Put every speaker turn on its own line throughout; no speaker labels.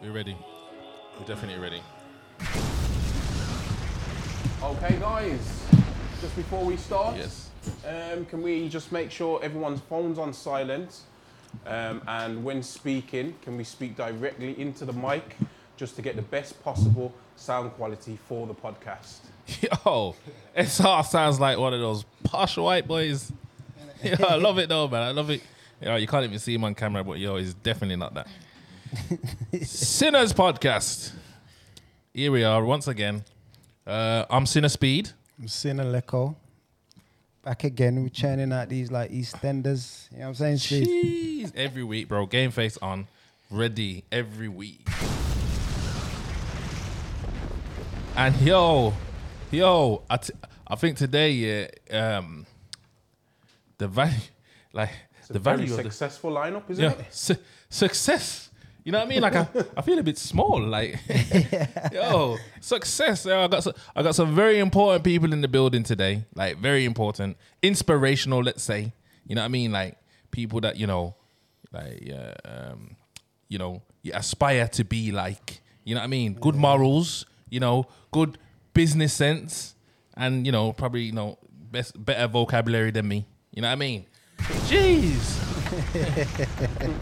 We're ready. We're definitely ready.
Okay, guys. Just before we start,
Yes.
um, can we just make sure everyone's phone's on silent? Um, and when speaking, can we speak directly into the mic just to get the best possible sound quality for the podcast?
Yo, SR sounds like one of those posh white boys. Yo, I love it though, man. I love it. Yo, you can't even see him on camera, but yo, he's definitely not that. Sinners Podcast. Here we are once again. Uh, I'm Sinner Speed.
Sinaleko. Back again, we're churning out these like EastEnders. You know what I'm saying? Steve?
Jeez, every week, bro. Game face on, ready every week. And yo, yo, I, t- I think today, yeah, um, the value, like the
Very
value of the
successful lineup, isn't
yeah,
it?
su- success. You know what I mean? Like I, I feel a bit small. Like yo, success. Yo, I got some, I got some very important people in the building today. Like very important, inspirational. Let's say. You know what I mean? Like people that you know, like uh, um, you know, you aspire to be like. You know what I mean? Good morals. You know, good business sense, and you know, probably you know, best better vocabulary than me. You know what I mean? Jeez.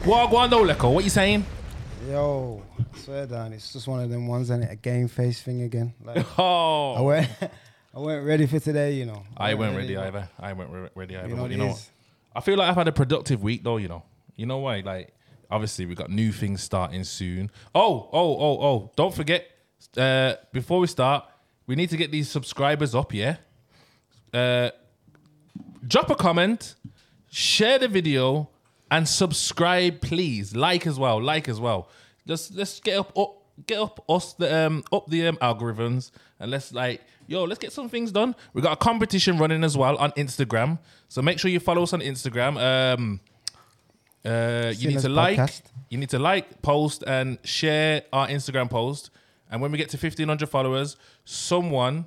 Well, go on though, Leko. What you saying?
Yo, swear down, it's just one of them ones and it a game face thing again. Like I
Oh,
went I weren't ready for today, you know.
I weren't ready
but
either. I weren't re- ready either.
You
but
know what
you
it
know
is.
what? I feel like I've had a productive week though. You know, you know why? Like, obviously we got new things starting soon. Oh, oh, oh, oh! Don't forget. Uh, before we start, we need to get these subscribers up. Yeah. Uh, drop a comment, share the video, and subscribe, please. Like as well. Like as well. Just let's get up, up get up us the um up the um, algorithms and let's like yo let's get some things done. We got a competition running as well on Instagram, so make sure you follow us on Instagram. Um, uh, you need
Sinners
to like,
Podcast.
you need to like, post, and share our Instagram post. And when we get to fifteen hundred followers, someone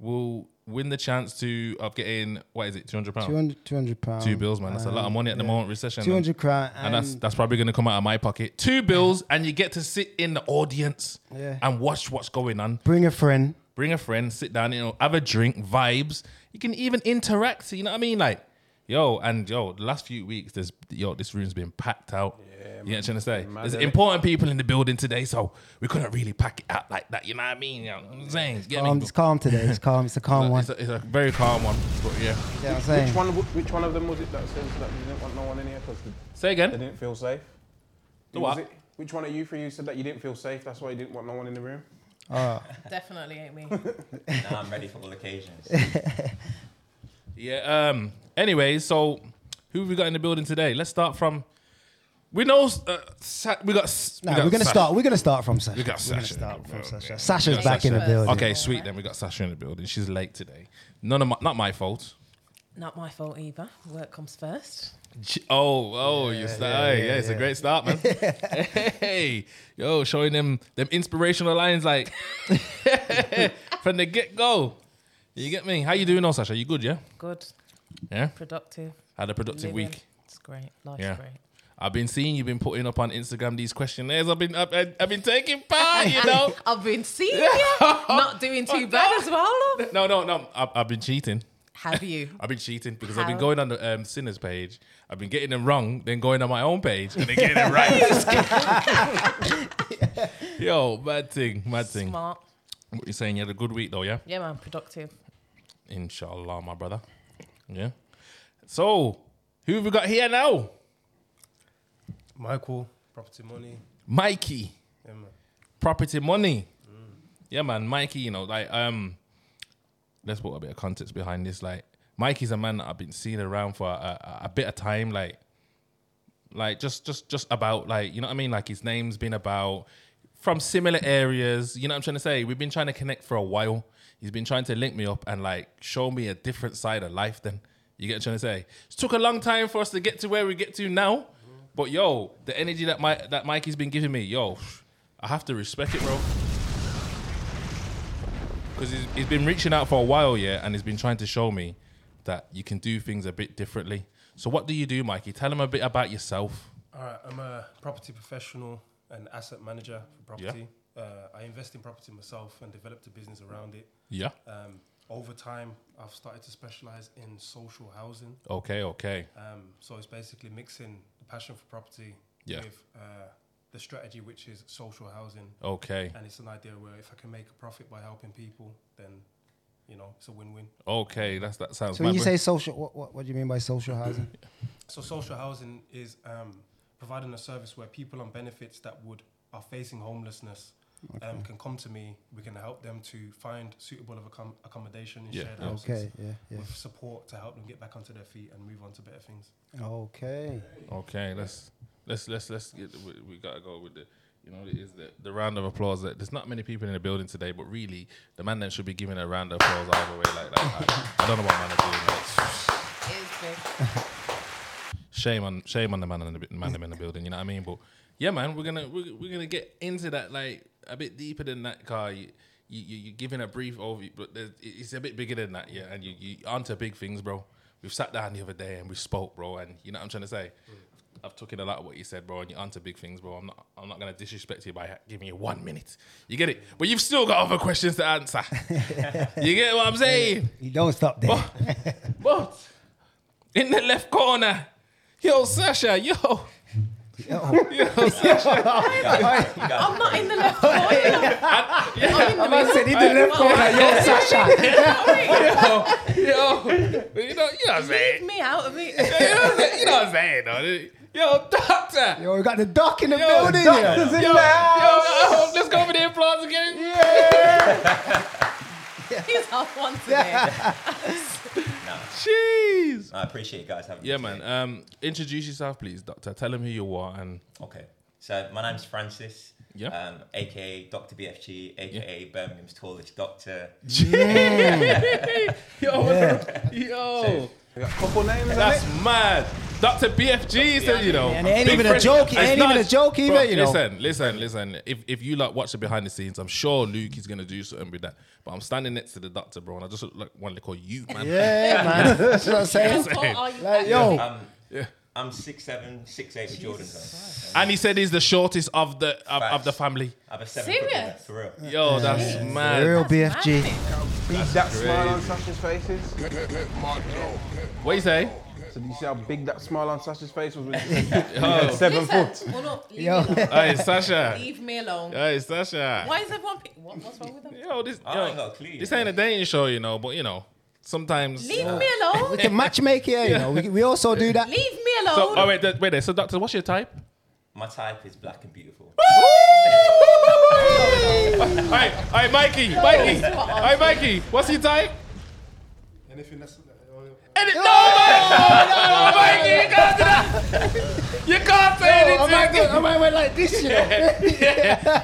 will win the chance to of getting what is it, two hundred pounds,
200, 200 pounds.
two bills, man. That's a lot of money at the moment, recession.
Two hundred crown
and
and,
that's that's probably gonna come out of my pocket. Two bills, and you get to sit in the audience
Yeah.
and watch what's going on.
bring a friend.
Bring a friend, sit down, you know, have a drink, vibes. You can even interact. You know what I mean? Like, yo, and yo, the last few weeks, there's yo, this room's been packed out. Yeah, you know what I'm trying to say?
Mad,
There's
innit?
important people in the building today, so we couldn't really pack it out like that. You know what I mean? You know what I'm saying? Get me?
Um, it's calm today. It's calm. It's a calm one.
It's a, it's a very calm one, but yeah.
You know what I'm saying?
Which one, which one of them was it that says that you didn't want no one in here because
Say
they
again.
didn't feel safe?
The
Who was
what?
it? Which one of you three you said that you didn't feel safe? That's why you didn't want no one in the room?
Oh,
Definitely ain't me.
Now I'm ready for all occasions.
Yeah. Um. Anyway, so who have we got in the building today? Let's start from. We know uh, Sa- we got. s- we
nah,
got
we're gonna
Sa-
start. We're gonna start from Sasha.
We got
We're gonna
Sasha.
start
Yeah.
from
Yeah.
Sasha.
We
Sasha's
got
back in the
Sasha.
building.
Okay, sweet. Then we got Sasha in the building. She's late today. None of my, not my fault.
Not my fault either. Work comes first.
J- Oh, oh, you start. Yeah, yeah, it's a great start, man. hey, yo, showing them them inspirational lines like from the get go. You get me? How you doing, now, Sasha? You good? Yeah,
Good,
yeah.
productive.
Had a productive
living.
week.
It's great. Life's
Yeah.
great.
I've been seeing you've been putting up on Instagram these questionnaires. I've been I've, I've been taking
Ah,
part, you know.
I've been seeing you. Not doing too bad as well, love.
No, no, no. I've, I've been cheating.
Have you?
I've been cheating because I've been
How?
going on the um, sinners page. I've been getting them wrong, then going on my own page and then getting it right. Yo, mad thing, mad thing.
Smart.
What you saying? You had a good week though, yeah?
Yeah, man. Productive.
Inshallah, my brother. Yeah. So, who have we got here now?
Michael, property money.
Mikey.
Yeah, man. Mm.
property money. Yeah, man, Mikey. You know, like um, let's put a bit of context behind this. Like, Mikey's a man that I've been seeing around for a, a, a bit of time. Like, like just just just about like you know what I mean. Like his name's been about from similar areas. You know what I'm trying to say. We've been trying to connect for a while. He's been trying to link me up and like show me a different side of life. Then you get what I'm trying to say. It took a long time for us to get to where we get to now. But yo, the energy that my that Mikey's been giving me, yo, I have to respect it, bro. Because he's, he's been reaching out for a while, yeah, and he's been trying to show me that you can do things a bit differently. So, what do you do, Mikey? Tell him a bit about yourself.
All right, I'm a property professional. an asset manager for property. Uh, I invest in property myself and developed a business around it.
Yeah.
Um, over time, I've started to specialize in social housing.
Okay. Okay.
Um, so it's basically mixing the passion for property
Yeah.
with uh, the strategy, which is social housing.
Okay.
And it's an idea where if I can make a profit by helping people, then you know it's a win-win.
Okay. That's that sounds.
So when you
mad,
say social, what, what, what do you mean by social housing?
So social housing is um, providing a service where people on benefits that would are facing homelessness um, can come to me. We can help them to find suitable of accom- accommodation in
Yeah,
shared
yeah.
houses
Okay, yeah,
with
yeah.
support to help them get back onto their feet and move on to better things.
Okay.
bro. Okay. Let's let's let's let's get. We, we gotta go with the. You know, it is the, the round of applause. That there's not many people in the building today, but really, the man that should be giving a round of applause all the way. Like, like I, I don't know what man is doing. Like,
It is big.
shame on shame on the man in the bu- man in the building. You know what I mean? But yeah, man, we're gonna we're, we're gonna get into that like a bit deeper than that, car. You, you, you're giving a brief overview, but there's- it- it's a bit bigger than that, yeah. And you, you onto big things, bro. We've sat down the other day and we spoke, bro. And you know what I'm trying to say. I've took in a lot of what you said, bro. And you're onto big things, bro. I'm not I'm not gonna disrespect you by ha- giving you one minute. You get it? But you've still got other questions to answer. you get what I'm saying?
You don't stop there.
But in the left corner, yo, Sasha, yo.
Yo.
You guys
I'm not in the left corner. I'm in the
I
middle.
said in the left corner, yo,
yo,
Sasha.
yo, you know, you know what I'm saying?
Leave me out of it.
You know what I'm saying? You know what I'm saying? though? Yo, doctor. Yo,
Yo, we got the doc in the
Yo,
building.
doctors
yo.
yo, yo, let's go over the applause again.
He's out once again.
Jeez.
I appreciate you guys having me.
Yeah,
today.
man. Um, introduce yourself, please, doctor. Tell him who you are and
Okay. So my name's Francis.
Yeah.
Um, aka Doctor BFG, aka Birmingham's tallest doctor.
yo, yo.
We got a couple names in
That's
it.
mad. Dr. BFG said, you know.
And it ain't
big
even a
friend-
joke, it
It's
ain't
not-
even a joke either,
Bro,
you know.
Listen, listen, listen. If if you like watch the behind the scenes, I'm sure Luke is gonna do something with that. But I'm standing next to the doctor, bro, and I just like wanted to call you, man.
Yeah, man. That's what I'm saying.
What are you?
Like, yo,
Um, I'm six seven, six eight with Jordan's on.
And he said he's the shortest of the of, of
Facts.
the family.
I have a seven foot
Serious?
neck, for real.
Yo, that's mad.
real BFG.
Big that smile on Sasha's faces.
What you say?
So do you see how big that smile on Sasha's face was when she said
Oh,
seven foot?
Listen, well, no, leave,
Yo.
me alone.
hey Sasha.
leave me alone.
Hey Sasha.
Why is everyone? Pick, what, what's wrong with them?
Yo, this
I ain't
yo,
got a clue. you
this
know.
ain't a dating show, you know, but you know, sometimes.
Leave me alone.
We can matchmaker, you know. We, we also do that.
Leave me alone.
So, oh wait, th- wait there. So, doctor, what's your type?
My type is black and beautiful.
Hey, hey, Mikey, Mikey, hey, Mikey, what's your type?
Anything uh, that's
And it, no, Mikey, no, no, Mikey, you can't do that. You can't say
Oh my
anything.
god, I might went like this, you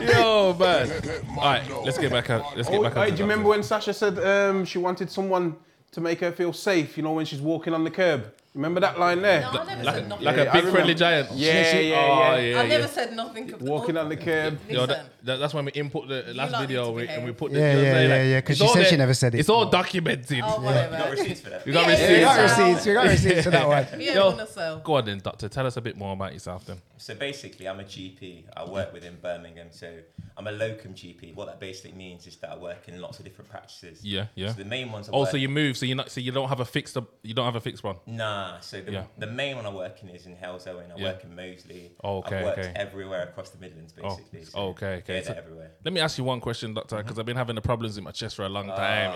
know.
Yo, man. All right, let's get back out. Let's get
Oh,
back out.
hey, do you remember when Sasha said um, she wanted someone to make her feel safe? You know, when she's walking on the curb. Remember that line there?
no, I never said nothing.
Like a
Yeah, I
big
remember.
friendly giant.
Yeah, yeah,
Oh,
yeah.
yeah,
I never
yeah.
said nothing. of-
Walking
oh,
on the curb.
Listen,
Yo, that, that, that's when we input the last
lot need
video
to
we, and we put the you
Yeah,
know what I'm
yeah,
saying?
yeah, yeah, 'cause she
it's all
said she
there.
never said it.
It's all documented.
oh
You got
whatever.
receipts for that.
We got
Yeah,
receipts.
We got
Yeah.
receipts. We got receipts for that one.
Yeah,
Yo.
on the cell.
Go on then, doctor. Tell us a bit more about yourself then.
So basically, I'm a GP. I work within Birmingham. So I'm a locum GP. What that basically means is that I work in lots of different practices.
Yeah, yeah.
So the main ones. I
Oh, so
work-
you move, so you not, so you don't have a fixed, you don't have a fixed one.
Nah. So the,
Yeah.
the main one I work in is in Hell's Owen. I
Yeah.
work in Moseley.
Oh, okay,
I've worked
okay.
everywhere across the Midlands,
Oh,
basically. so
oh, okay, okay.
Yeah,
So
they're everywhere.
let me ask you one question, doctor, because I've been having the problems in my chest for a long time.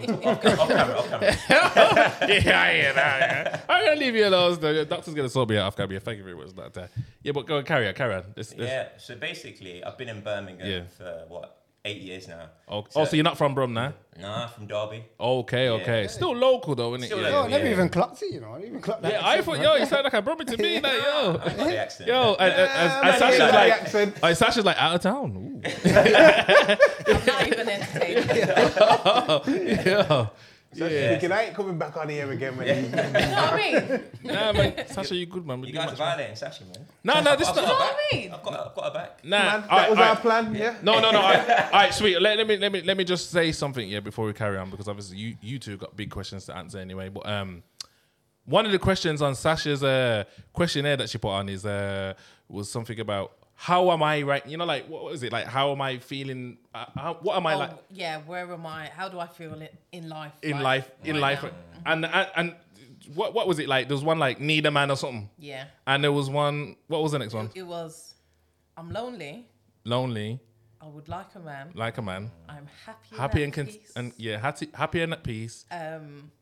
you know.
Oh, man. off camera, off camera.
yeah, I hear that, yeah. I'm gonna leave you alone. so The doctor's gonna sort me out. I've got to be thank you very much, doctor. Yeah, but go on, carry on, carry on. This, this.
Yeah. So basically, I've been in Birmingham
Yeah.
for what eight years now.
Oh, oh, so you're not from Brum now?
Nah, from Derby.
Okay, okay. Still local though, isn't it?
Still
yeah.
local.
Yo, I never
Yeah.
even clocked it, you know. I didn't even clock that.
Yeah, I thought, yo, you sound like a Brummie to me, like, yo.
I got the accent.
Yo, and, and, and, and Sasha's
Yeah, the
like,
accent.
and Sasha's like out of town. Ooh.
I'm not even entertained.
Yeah.
Sasha's thinking, I ain't coming back on here again, man.
You know what I mean? You
Nah, man, Sasha, you good, man. We
You
do
guys are
much-
violating Sasha, man.
Nah, nah, this
know
not.
what I mean?
I've got, I've got her back.
Nah,
Man,
all
that
right,
was
all
our
right.
plan, yeah?
No, no, no. All right, all right sweet. Let, let me let me let me just say something yeah before we carry on because obviously you you two got big questions to answer anyway. But um, one of the questions on Sasha's uh questionnaire that she put on is uh was something about how am I right? You know, like what was it like? How am I feeling? Uh, how, what am I
Oh,
like
yeah, where am I? How do I feel in, in life?
in
like,
life? In
right
life,
now?
and and, and what what was it like? There was one like need a man or something,
Yeah.
and there was one. What was the next one?
It was, I'm lonely.
Lonely,
I would like a man.
like a man,
I'm happy.
happy
at
and con-
peace.
and yeah, happy, happy and at peace.
um,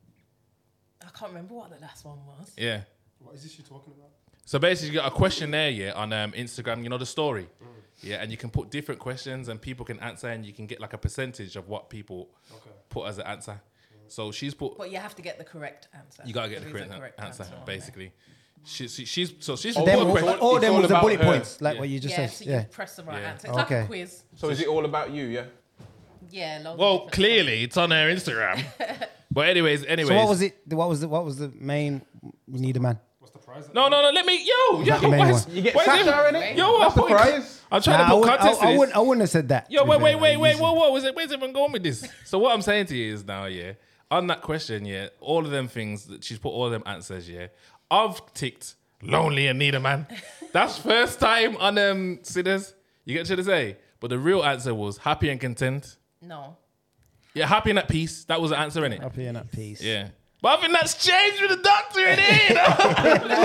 I can't remember what the last one was.
Yeah.
What is this you're talking about?
So basically, you got a questionnaire, yeah, on um, Instagram. You know the story,
Mm.
yeah, and you can put different questions, and people can answer, and you can get like a percentage of what people
Okay.
put as an answer. So she's put.
But you have to get the correct answer.
You gotta get the
There is a
correct, a- answer,
on there.
basically. She, she, she's so she's
And
put
then
a
all-
question-
all,
it's
all
all
them was the
about
bullet
her.
points, like
Yeah.
what you just
yeah,
said.
so you
yeah.
press the right
Yeah.
answer. It's like
Okay.
a quiz.
So is it all about you? Yeah.
Yeah. loads of
Well,
different
clearly it's on her Instagram. but anyways, anyways.
So what was it? What was the what was the main? We need a man.
What's the prize?
No, no, no. Let me. Yo, yo.
Not the main
why is-
one.
You get
why is
sacked
it-
out in it.
Yo, I'm
That's the
putting-
prize.
I'm trying
Nah,
to
I,
put
would,
context to
I, I
this.
wouldn't. I wouldn't have said that.
Yo,
to be
wait,
fair.
wait, wait, wait, whoa, whoa, is it, where's everyone going with this? So what I'm saying to you is now, yeah, on that question, yeah, all of them things that she's put all them answers, yeah. I've ticked lonely and need a man. That's first time on um sinners. You get what I say? But the real answer was happy and content.
No.
Yeah, happy and at peace. That was the answer, innit?
Happy and at peace.
Yeah. But I think that's changed with the doctor in it.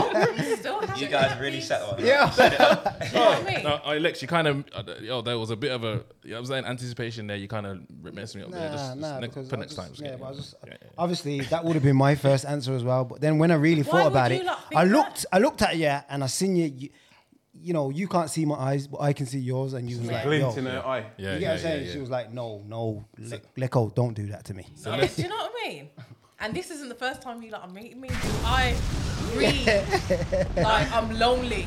Still have
You
it.
guys really set one.
You know what I mean?
Oh, no, I, Lex, you kind of, oh, there was a bit of a, you know what I'm saying, anticipation there. You kind of messed me up there.
Nah,
Just, just
nah,
ne-
because
for
I
next
just-
time. just
yeah,
get
but I
it.
just- obviously that would have been my first answer as well. But then when I really
Why
thought
would
about
you
it,
lot think
I
that?
looked, I looked at you and I seen you, you. You know, you can't see my eyes, but I can see yours, and you was like,
Glint
yo.
in her eye.
yeah,
you get what I'm saying? She was like, no, no, le- let go, don't do that to me.
Yeah, do you know what I mean? And this isn't the first time you like I'm meeting me. I read like I'm lonely.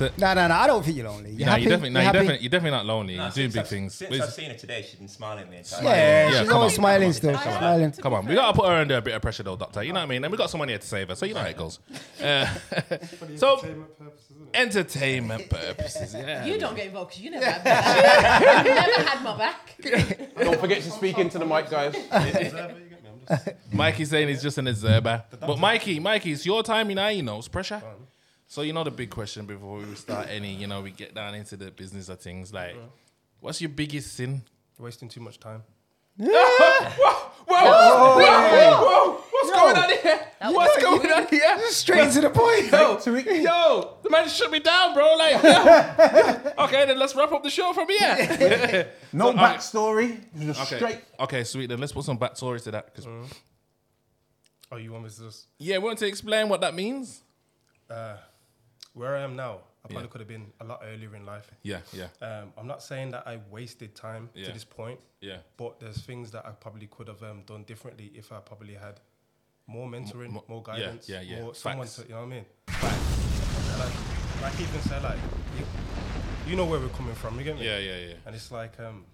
No, no, no, I don't think you're lonely. You're
Nah,
happy,
you're definitely, nah, you're
you're happy.
definitely, you're definitely not lonely.
Nah,
you're doing
since
big
I've-
things.
Since
But
I've
it's-
seen her today, she's been smiling the entire time.
Yeah,
Yeah,
she's
come
always
on.
smiling still.
I
She's
am.
smiling.
To be
Come on, we
fair.
gotta put her under a bit of pressure, though, Doctor. You know what I mean? And we got someone here to save her, so you know how it goes. Uh, so
Entertainment purposes, isn't it?
entertainment purposes, yeah.
You don't get involved because you never had my back. you never had my back.
Don't forget to speak into the mic, guys.
Is that what you get me? I'm just
Mikey's saying he's just an observer, but Mikey, Mikey, it's your time, you know. You know, it's pressure. So you know the big question before we start any, you know, we get down into the business of things. Like, what's your biggest sin?
wasting too much time.
What's going on here? What's going on here?
Straight to the point.
Yo, Oh, the man shut me down, bro. Like, yo. okay, then let's wrap up the show from here.
No backstory. Just
Okay. Mm.
straight.
Okay, sweet. Then let's put some backstory to that. 'cause-
Oh, you want me to just
Yeah, we want to explain what that means.
uh, where I am now? I probably
Yeah.
could have been a lot earlier in life.
Yeah, yeah,
Um, I'm not saying that I wasted time
Yeah.
to this point,
yeah.
but there's things that I probably could have um, done differently if I probably had more mentoring,
mo-
more
yeah,
guidance,
yeah, yeah.
more someone
Facts.
to, you know what I mean? Like, like even say like, you, you know where we're coming from, you get me?
Yeah, yeah, yeah.
And it's like, um,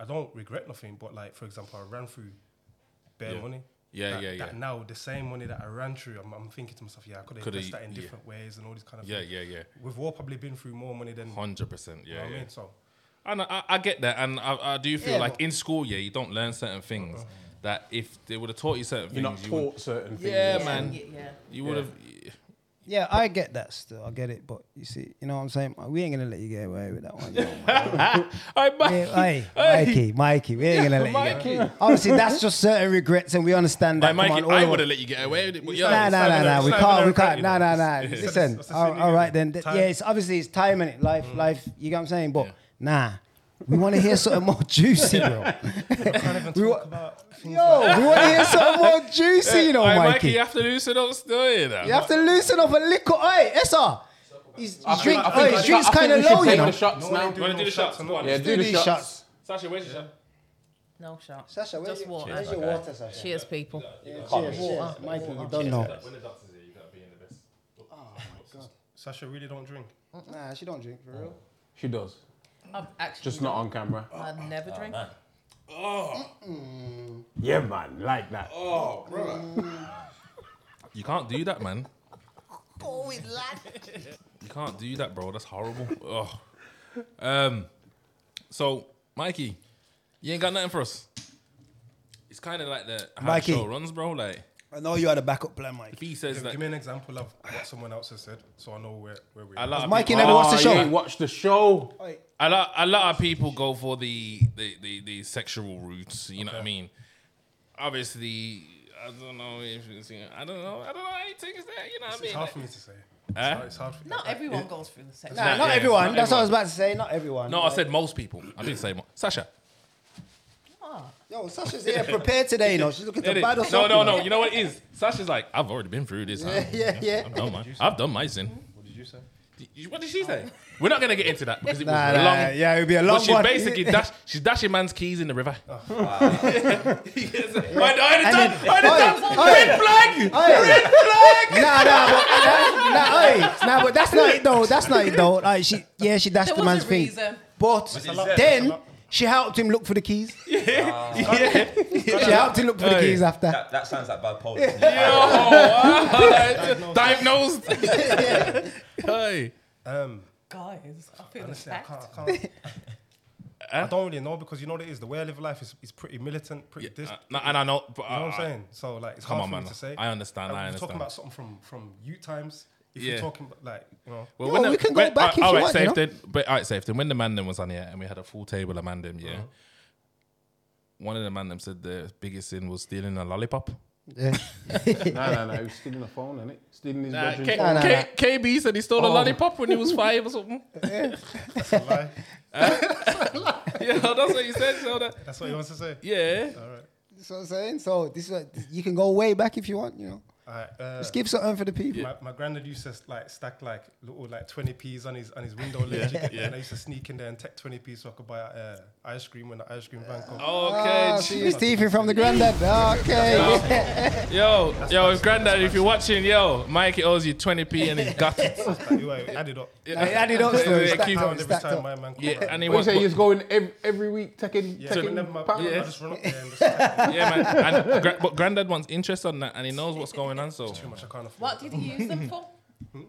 I don't regret nothing, but like, for example, I ran through bare
Yeah.
money.
Yeah,
that,
yeah, yeah.
That now the same money that I ran through, I'm, I'm thinking to myself, yeah, I could have
Coulda
invested
y-
that in
yeah.
different ways and all these kind of
Yeah,
things.
yeah, yeah.
We've all probably been through more money than, you know
Hundred percent. Yeah,
what I
yeah.
mean? So,
And I, I get that, and I, I do feel
Yeah,
like
but-
in school, yeah, you don't learn certain things that if they would have Uh-huh. taught you certain
You're not
things, you would,
taught certain things.
Yeah,
Yeah,
man.
Yeah, yeah.
you would have.
Yeah, I get that still. I get it, but you see, you know what I'm saying? We ain't gonna let you get away with that one. you know.
I
Yeah,
might.
hey, Mikey, Mikey, we ain't gonna let you
Mikey.
go. Obviously, that's just certain regrets, and we understand that.
Like, Mikey,
Come on, all
I
of
would
us-
have let you get away with it, but yo,
Nah,
it's
nah,
not
nah,
gonna-
nah.
it's
We
not gonna
can't, we
regret
can't.
it.
Nah, nah, nah.
That's-
Listen,
that's the
all
thing
all
you
right
get.
then. Th-
Time.
Yeah, it's obviously it's time in it, life,
Mm.
life. You get what I'm saying? But nah, we want to hear something more juicy, bro.
I can't even
We
talk
wa-
about things like
Yo, we want to hear something more juicy, you know,
Hey, Mikey,
Mikey.
you have to loosen up still, you know.
You have to loosen up a little. Hey, Essa. His, his, drink, oh, his drink's kind of low, you know.
the shots now.
You want to do the shots? Come on.
Yeah, do the shots.
Sasha, where's your shot?
No shot.
Sasha, where's
Just
your,
water.
where's your water, Sasha?
Cheers, people.
Cheers, cheers. Mikey, you don't know.
When the doctor's here, you gotta be in the best.
Sasha really don't drink.
Nah, she don't drink for real.
She does.
I've actually
Just not on camera.
I never drink.
Oh,
Yeah, man. Like that.
Oh, You can't do that, man.
Always like
You can't do that, bro. That's horrible. Oh. Um. So, Mikey, you ain't got nothing for us. It's kind of like the how the
Mikey.
show runs, bro. Like,
I know you had a backup plan, Mike.
If he says
Give,
that,
give me an example of what someone else has said, so I know where, where we
a
are.
lot of
Mikey
people,
never watched the
You
show.
ain't watched the show.
a lot, a lot of people go for the the, the, the sexual routes. You know what I mean? Obviously, I don't know if it's, I don't know. I don't know how he takes that. You know what I
It's
mean?
hard for me
eh?
to say. It's
Huh?
hard- It's hard for
Not everyone goes through the same.
Nah,
yeah,
not
it's
everyone.
not
That's what I was about to say. Not everyone.
no, I
Like,
said most people. I didn't say mo- Sasha.
Ah.
Yo, Sasha's here prepared today. You know, she's looking to
It
bad us
is. No,
up,
no,
you know.
no. You know what it is? Sasha's like, I've already been through this.
Yeah,
I've-
yeah, yeah.
I've done my, I've done my sin.
What did you say?
What did she say? We're not gonna get into that because it was
Nah,
a
nah,
long.
yeah, it would be a long
But she's
one.
basically dash, she's dashing man's keys in the river.
Oh,
Yes. I I had
And
a
then-
done. I had a
Oi,
done.
oi.
Red flag.
Hey. Nah, nah, but, nah, nah, hey, nah, but that's not it though. That's not it though. Like she, yeah, she dashed
There
the
was
man's
a
feet,
reason.
but
it Zed?
then she helped him look for the keys.
Yeah.
She helped him look for the
Hey.
keys after.
That, that sounds like bipolar. doesn't it?
Oh, diagnosed. Hey.
Um,
Guys, I feel
honestly, I
attacked.
can't. I, can't.
Eh?
I don't really know because you know what it is. The way I live life is, is pretty militant, pretty. dis-
Uh, no, and I know. But,
you know
uh,
what I'm saying? So like, it's
Come
hard
on,
for
man.
me to say.
I understand.
Uh,
I
we're talking
understand.
about something from from youth times. If
Yeah.
you're talking about like, you know,
Well,
Yo,
when the-
we can go
when-
back if you
all right,
want, you
safe
know?
then. But all right, safe then. When the man then was on here and we had a full table of man them, yeah.
Uh-huh.
One of the man them said the biggest sin was stealing a lollipop.
Yeah.
No, no, no. He was stealing the phone, innit? Stealing his
Nah,
bedroom
K-
phone.
nah,
K- KB said he stole a
Oh.
lollipop when he was five or something.
lie.
yeah, that's what he said. So that,
that's what you want to say.
yeah.
All right.
That's what I'm saying. So this is what, you can go way back if you want. You know,
All right. Uh,
just give something for the people.
my, my granddad used to like stack like little like twenty p's on his on his window ledge, and I used to sneak in there and take twenty p's so I could buy uh, ice cream when the ice cream van comes.
Okay.
Ah,
gee.
she was thieving from the granddad. Oh, Okay.
Yo, yo, granddad, if you're watching, yo, Mikey owes you 20p and he's got it.
Like, you add it up.
Nah, he added up,
Yeah,
still,
yeah,
stacked
keep
up,
on
Every
stacked
time
up.
my man comes
Yeah,
around.
and he
What you
was.
say? He's going every, every week taking
Yeah,
taking
whenever my
pound?
I
Yeah.
just run up there and just like,
Yeah, man. And gra- but granddad wants interest on that, and he knows what's going on. So
too much I can't afford.
What did he use them for?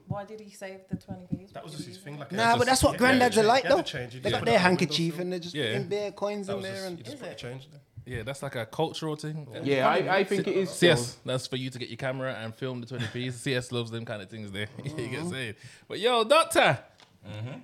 Why did he save the 20 V's?
That was just his thing. Like
Nah, but that's what granddads are like,
You had
though.
to change it.
They
You
got
put
their
it out the
handkerchief
windowsill.
and they're just
Yeah.
putting bare coins
That
in
was
there.
just, you
And
just put a change there.
yeah, that's like a cultural thing.
Yeah, I, I think it is. still.
CS, that's for you to get your camera and film the 20p's. CS loves them kind of things there. you get
Mm-hmm.
saying. But yo, doctor,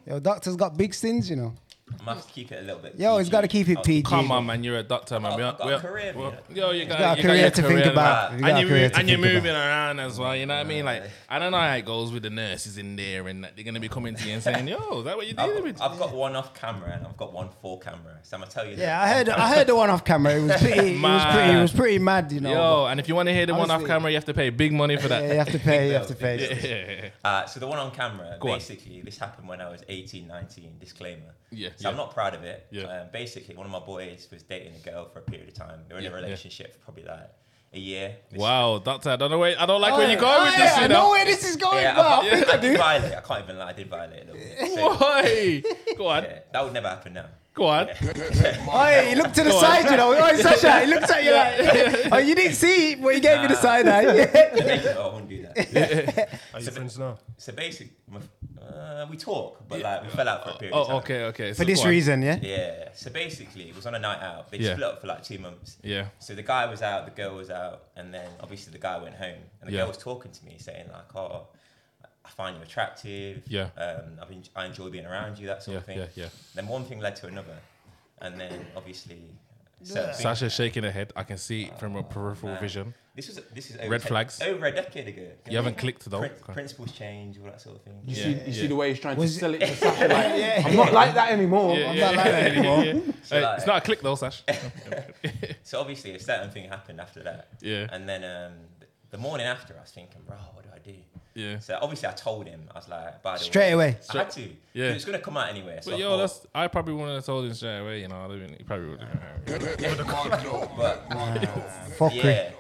yo, doctor's got big sins, you know.
Must keep it a little bit.
Yo, he's got to keep
Oh,
it PG.
come on, man. You're a doctor, man.
I've
We are-
got
we
a
are-
career,
well,
man.
Yo, you got,
got a
you got
career
your
to think
career,
about.
man.
You got a
And, you,
career
move-
to
and you're
think about.
moving around as well. You know what I mean? Like, I don't know how it goes with the nurses in there, and that they're gonna be coming to you and saying, "Yo, is that what you're dealing
I've,
with?"
I've got one off camera and I've got one full camera. So I'm gonna tell you.
Yeah, I heard. I heard the one off camera. It was pretty. it was pretty. It was pretty mad, you know.
Yo, and if you want to hear the one off
Honestly.
camera, you have to pay big money for
but- yeah, you
that.
have to pay. You have to pay.
Yeah.
Uh, so the one on camera,
on.
basically, this happened when I was 18, 19, disclaimer.
Yeah,
So
yeah.
I'm not proud of it.
Yeah.
Um, basically, one of my boys was dating a girl for a period of time. They were in
Yeah,
a
yeah.
relationship for probably like a year. This-
Wow, doctor, I don't know. Where, I don't like where you're
Oh,
going with this.
yeah, I
You
know
know,
where this is going,
Yeah,
bro.
I, I, I did violate. I can't even lie. I did violate a little bit. So,
Why? Go on,
yeah, that would never happen now.
go on.
Oi, he looked to the side, you know. Oi, Sasha, he looked at you like, oh, you didn't see it, but he gave me the side eye.
Make it- oh, I wouldn't do that.
Are you friends now?
So basically, my- uh, we talk, but like we fell out for a period. of
Oh,
time.
okay, okay.
For this reason, yeah.
Yeah. So basically, it was on a night out. They
Yeah.
split up for like two months.
Yeah.
So the guy was out, the girl was out, and then obviously the guy went home, and the
Yeah.
girl was talking to me, saying like, "Oh, I find you attractive.
Yeah.
Um, I've en- I enjoy being around you, that sort
Yeah,
of thing.
yeah, yeah.
Then one thing led to another, and then obviously. certain things-
Sasha's shaking her head. I can see it from a peripheral
Oh, man.
vision.
This was this is over
Red
te-
flags.
over a decade ago.
You haven't clicked though.
Prin- principles change, all that sort of thing.
You,
Yeah,
see, you see
yeah.
the way he's trying to
Was it-
sell it to Sasha. Like, I'm not like that
Oh,
anymore.
Yeah,
I'm
yeah,
not like that
yeah,
anymore.
yeah, yeah.
So
Hey,
like-
it's not a click though, Sash.
So obviously a certain thing happened after that.
Yeah.
And then um, th- the morning after, I was thinking, bro, what do I do?
Yeah.
So obviously I told him. I was like, by the
Straight
way,
away.
I had to.
Yeah.
Yeah. It's gonna come out anyway. So
But
I
yo,
thought-
that's I probably wouldn't have told him straight away. You know, I don't, he probably would. have
Fuckery.
yeah.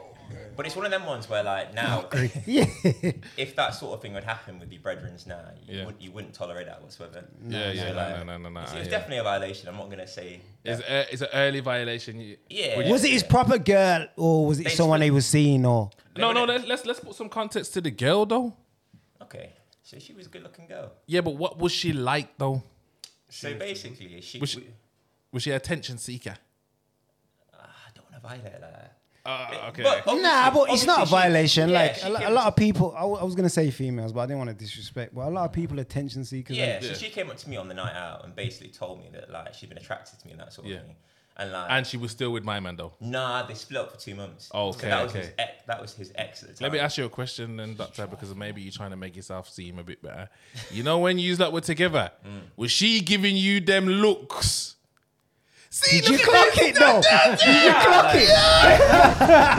But it's one of them ones where like now,
Yeah.
if that sort of thing would happen with your brethrens now, you,
Yeah.
wouldn't, you wouldn't tolerate that whatsoever.
Yeah, yeah,
So,
no,
like,
no, no, no, no.
It's,
yeah.
it's definitely a violation. I'm not gonna say.
It's, a, it's an early violation. You-
Yeah.
Was it his proper girl or was it
They
someone
split-
he was seeing or?
No, no. Let's, let's let's put some context to the girl though.
Okay. So she was a good-looking girl.
Yeah, but what was she like though?
So basically, she.
Was she- Was she an attention seeker?
ah, I don't want to violate that.
Ah, okay.
Uh, But obviously-
Nah, but it's not a
obviously she-
violation.
yeah,
like
she
a, lo- a
came
lot of people, I wa- I was gonna say females, but I didn't want to disrespect. But a lot of people attention seekers.
Yeah,
Yeah.
so she came up to me on the night out and basically told me that like she'd been attracted to me and that sort of
Yeah.
thing. And like,
and she was still with my man though.
nah, they split up for two months.
Oh,
So
okay,
that was
okay.
his ex. That was his ex at the time.
Let me ask you a question then, Doctor, because maybe you're trying to make yourself seem a bit better. You know when you that were together, was she giving you them looks? See,
Did you
look at
clock
that-
it though? Did you clock it?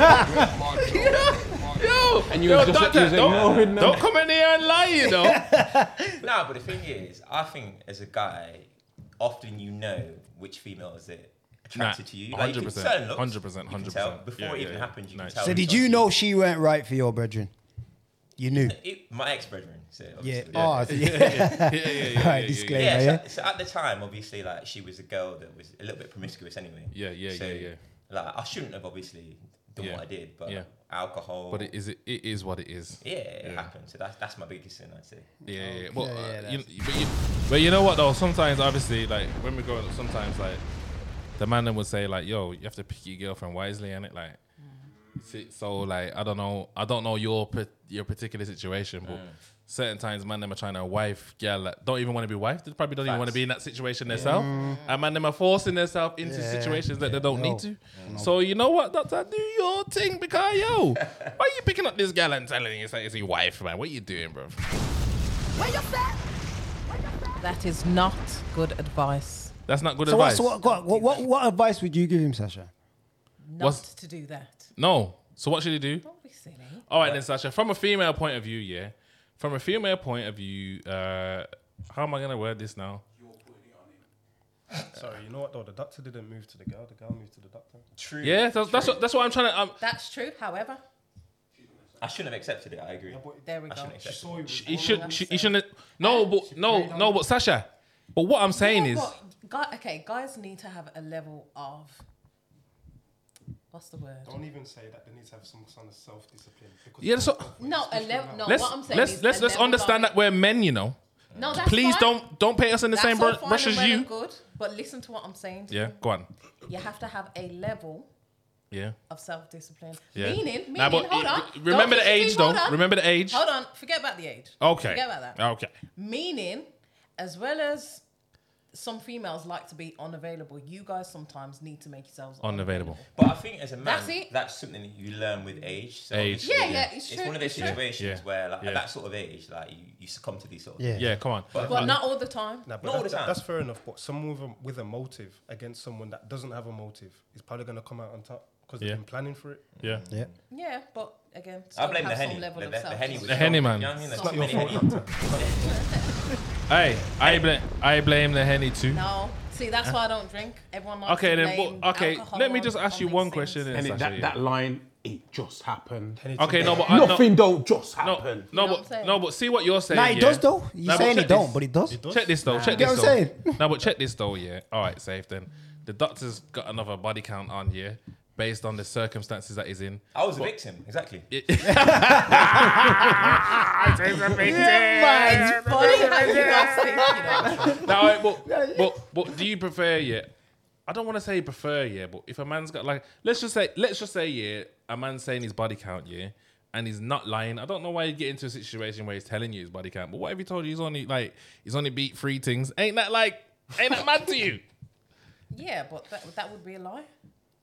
Yo,
And you
yo,
was just-
doctor,
you was ignoring
don't,
them.
don't come in here and lie, you know.
No, but the thing is, I think as a guy, often you know which female is it attracted
Nah,
to you. Like, you can
100%,
certain looks,
100%,
you can
100%.
tell. Before
Yeah,
it
yeah,
even
yeah.
happens, you
Nice.
can tell.
So
which
did
one
you
it
know she weren't right for your brethren? You knew.
is. It- my ex brethren. So
Yeah.
obviously.
Oh, so-
yeah, yeah, yeah, yeah,
Right,
yeah,
disclaimer.
Yeah,
Yeah.
So, so at the time, obviously, like she was a girl that was a little bit promiscuous anyway.
Yeah, yeah,
so,
yeah, yeah.
Like I shouldn't have obviously done
Yeah.
what I did, but
Yeah.
alcohol.
But it is it is what it is.
yeah, it
Yeah.
happened. So that's that's my biggest sin, I'd say.
Yeah, yeah. Well,
Oh, yeah,
uh,
that's-
you, but, you, but you know what though? Sometimes, obviously, like when we're growing up, sometimes like the man then would say like, "Yo, you have to pick your girlfriend wisely," and it like.
Mm.
si- So like I don't know I don't know your pa- your particular situation, but
Mm.
certain times man them are trying to wife girl like, don't even want to be wife. They probably don't even want to
Facts.
be in that situation themselves, and man them are forcing themselves into
Mm. Yeah.
situations that they don't
No.
need to. So you know what, doctor, do your thing because yo, why you picking up this girl and telling you it's your wife, man? What you doing, bro?
That is not good advice.
That's not good
So what,
advice.
so what, what, what, what, what advice would you give him, Sasha?
Not
What's-
to do that.
No. So what should he do?
Don't be silly.
All right then, Sasha. From a female point of view, yeah. From a female point of view, uh, how am I gonna word this now?
Sorry, you know what though? The doctor didn't move to the girl. The girl moved to the doctor.
True.
Yeah, that's that's what, that's what I'm trying to. Um,
That's true. However,
I shouldn't have accepted it. I agree.
there we
I
go.
shouldn't have accepted. it.
sh- he should sh- he shouldn't. No, but no, no, but Sasha. But what I'm saying
You
is,
know what? Guy, okay, guys need to have a level of what's the word?
Don't even say that. They need to have some kind of self-discipline. because
Yeah, so-
both ways,
No, a
especially
lev-
now.
no.
let's
what I'm saying
let's
is
let's
a
let's
level
understand
of-
that we're men, you know.
No, that's
Please
fine.
don't don't pay us in the
That's
same
all
br-
fine
brush
and
as
well
you.
and Good, but listen to what I'm saying. to
Yeah,
you.
go on.
you have to have a level
Yeah.
of self-discipline.
Yeah.
Meaning, meaning.
Nah, but
hold
it-
on.
it- remember
Don't
the
think you
age,
do, hold
though.
on.
Remember the age.
Hold on. Forget about the age.
Okay.
Forget about that.
Okay.
Meaning, as well as some females like to be unavailable, you guys sometimes need to make yourselves
Unavailable.
But I think as a man,
That's
that's,
it.
something that you learn with age. So
Age.
obviously,
Yeah, yeah, it's true,
one of those
it's true.
situations
Yeah,
where, like,
yeah.
at that sort of age, like you, you succumb to these sort of
Yeah.
Yeah, come on.
Well, not all the time.
Nah, but
Not all
that's,
the time.
that's fair enough. But someone with a, with a motive against someone that doesn't have a motive is probably going to come out on top because
Yeah.
they've been planning for it.
Yeah.
Yeah.
Yeah, but again,
I
still
blame the
have some
henny. The,
level
the,
of
the
self-
henny was
The henny, man.
strong. You know what I mean?
It's
There's
not
too
your
many
fault,
henny.
Hey, I blame I blame the henny too.
No, see, that's why I don't drink. Everyone likes
Okay
to
then.
blame
Well, okay,
alcohol
let me
on-
just ask
on
you
these
one
things.
question. Then,
And it,
Sasha,
that,
yeah.
that line, it just happened.
Okay, no, but I, no,
Nothing don't just
no,
happen.
no,
You know what I'm
but
saying?
no, but see what you're saying.
Nah, it
yeah?
does though. You're
Nah, but
saying
check
it don't,
this.
but it does.
Check this though. Check
You
this
get
though.
what I'm
No, but check this though. Yeah. All right, safe then. The doctor's got another body count on yeah, based on the circumstances that he's in.
I was a victim, exactly.
Yeah,
Um,
man.
Funny how you guys think, you know.
Now, I- but, but but do you prefer yeah? I don't want to say prefer yeah, but if a man's got like, let's just say, let's just say yeah, a man's saying his body count yeah, and he's not lying. I don't know why you get into a situation where he's telling you his body count, but what if he told you he's only like he's only beat three things? Ain't that like, ain't that mad to you?
Yeah, but that, that would be a lie.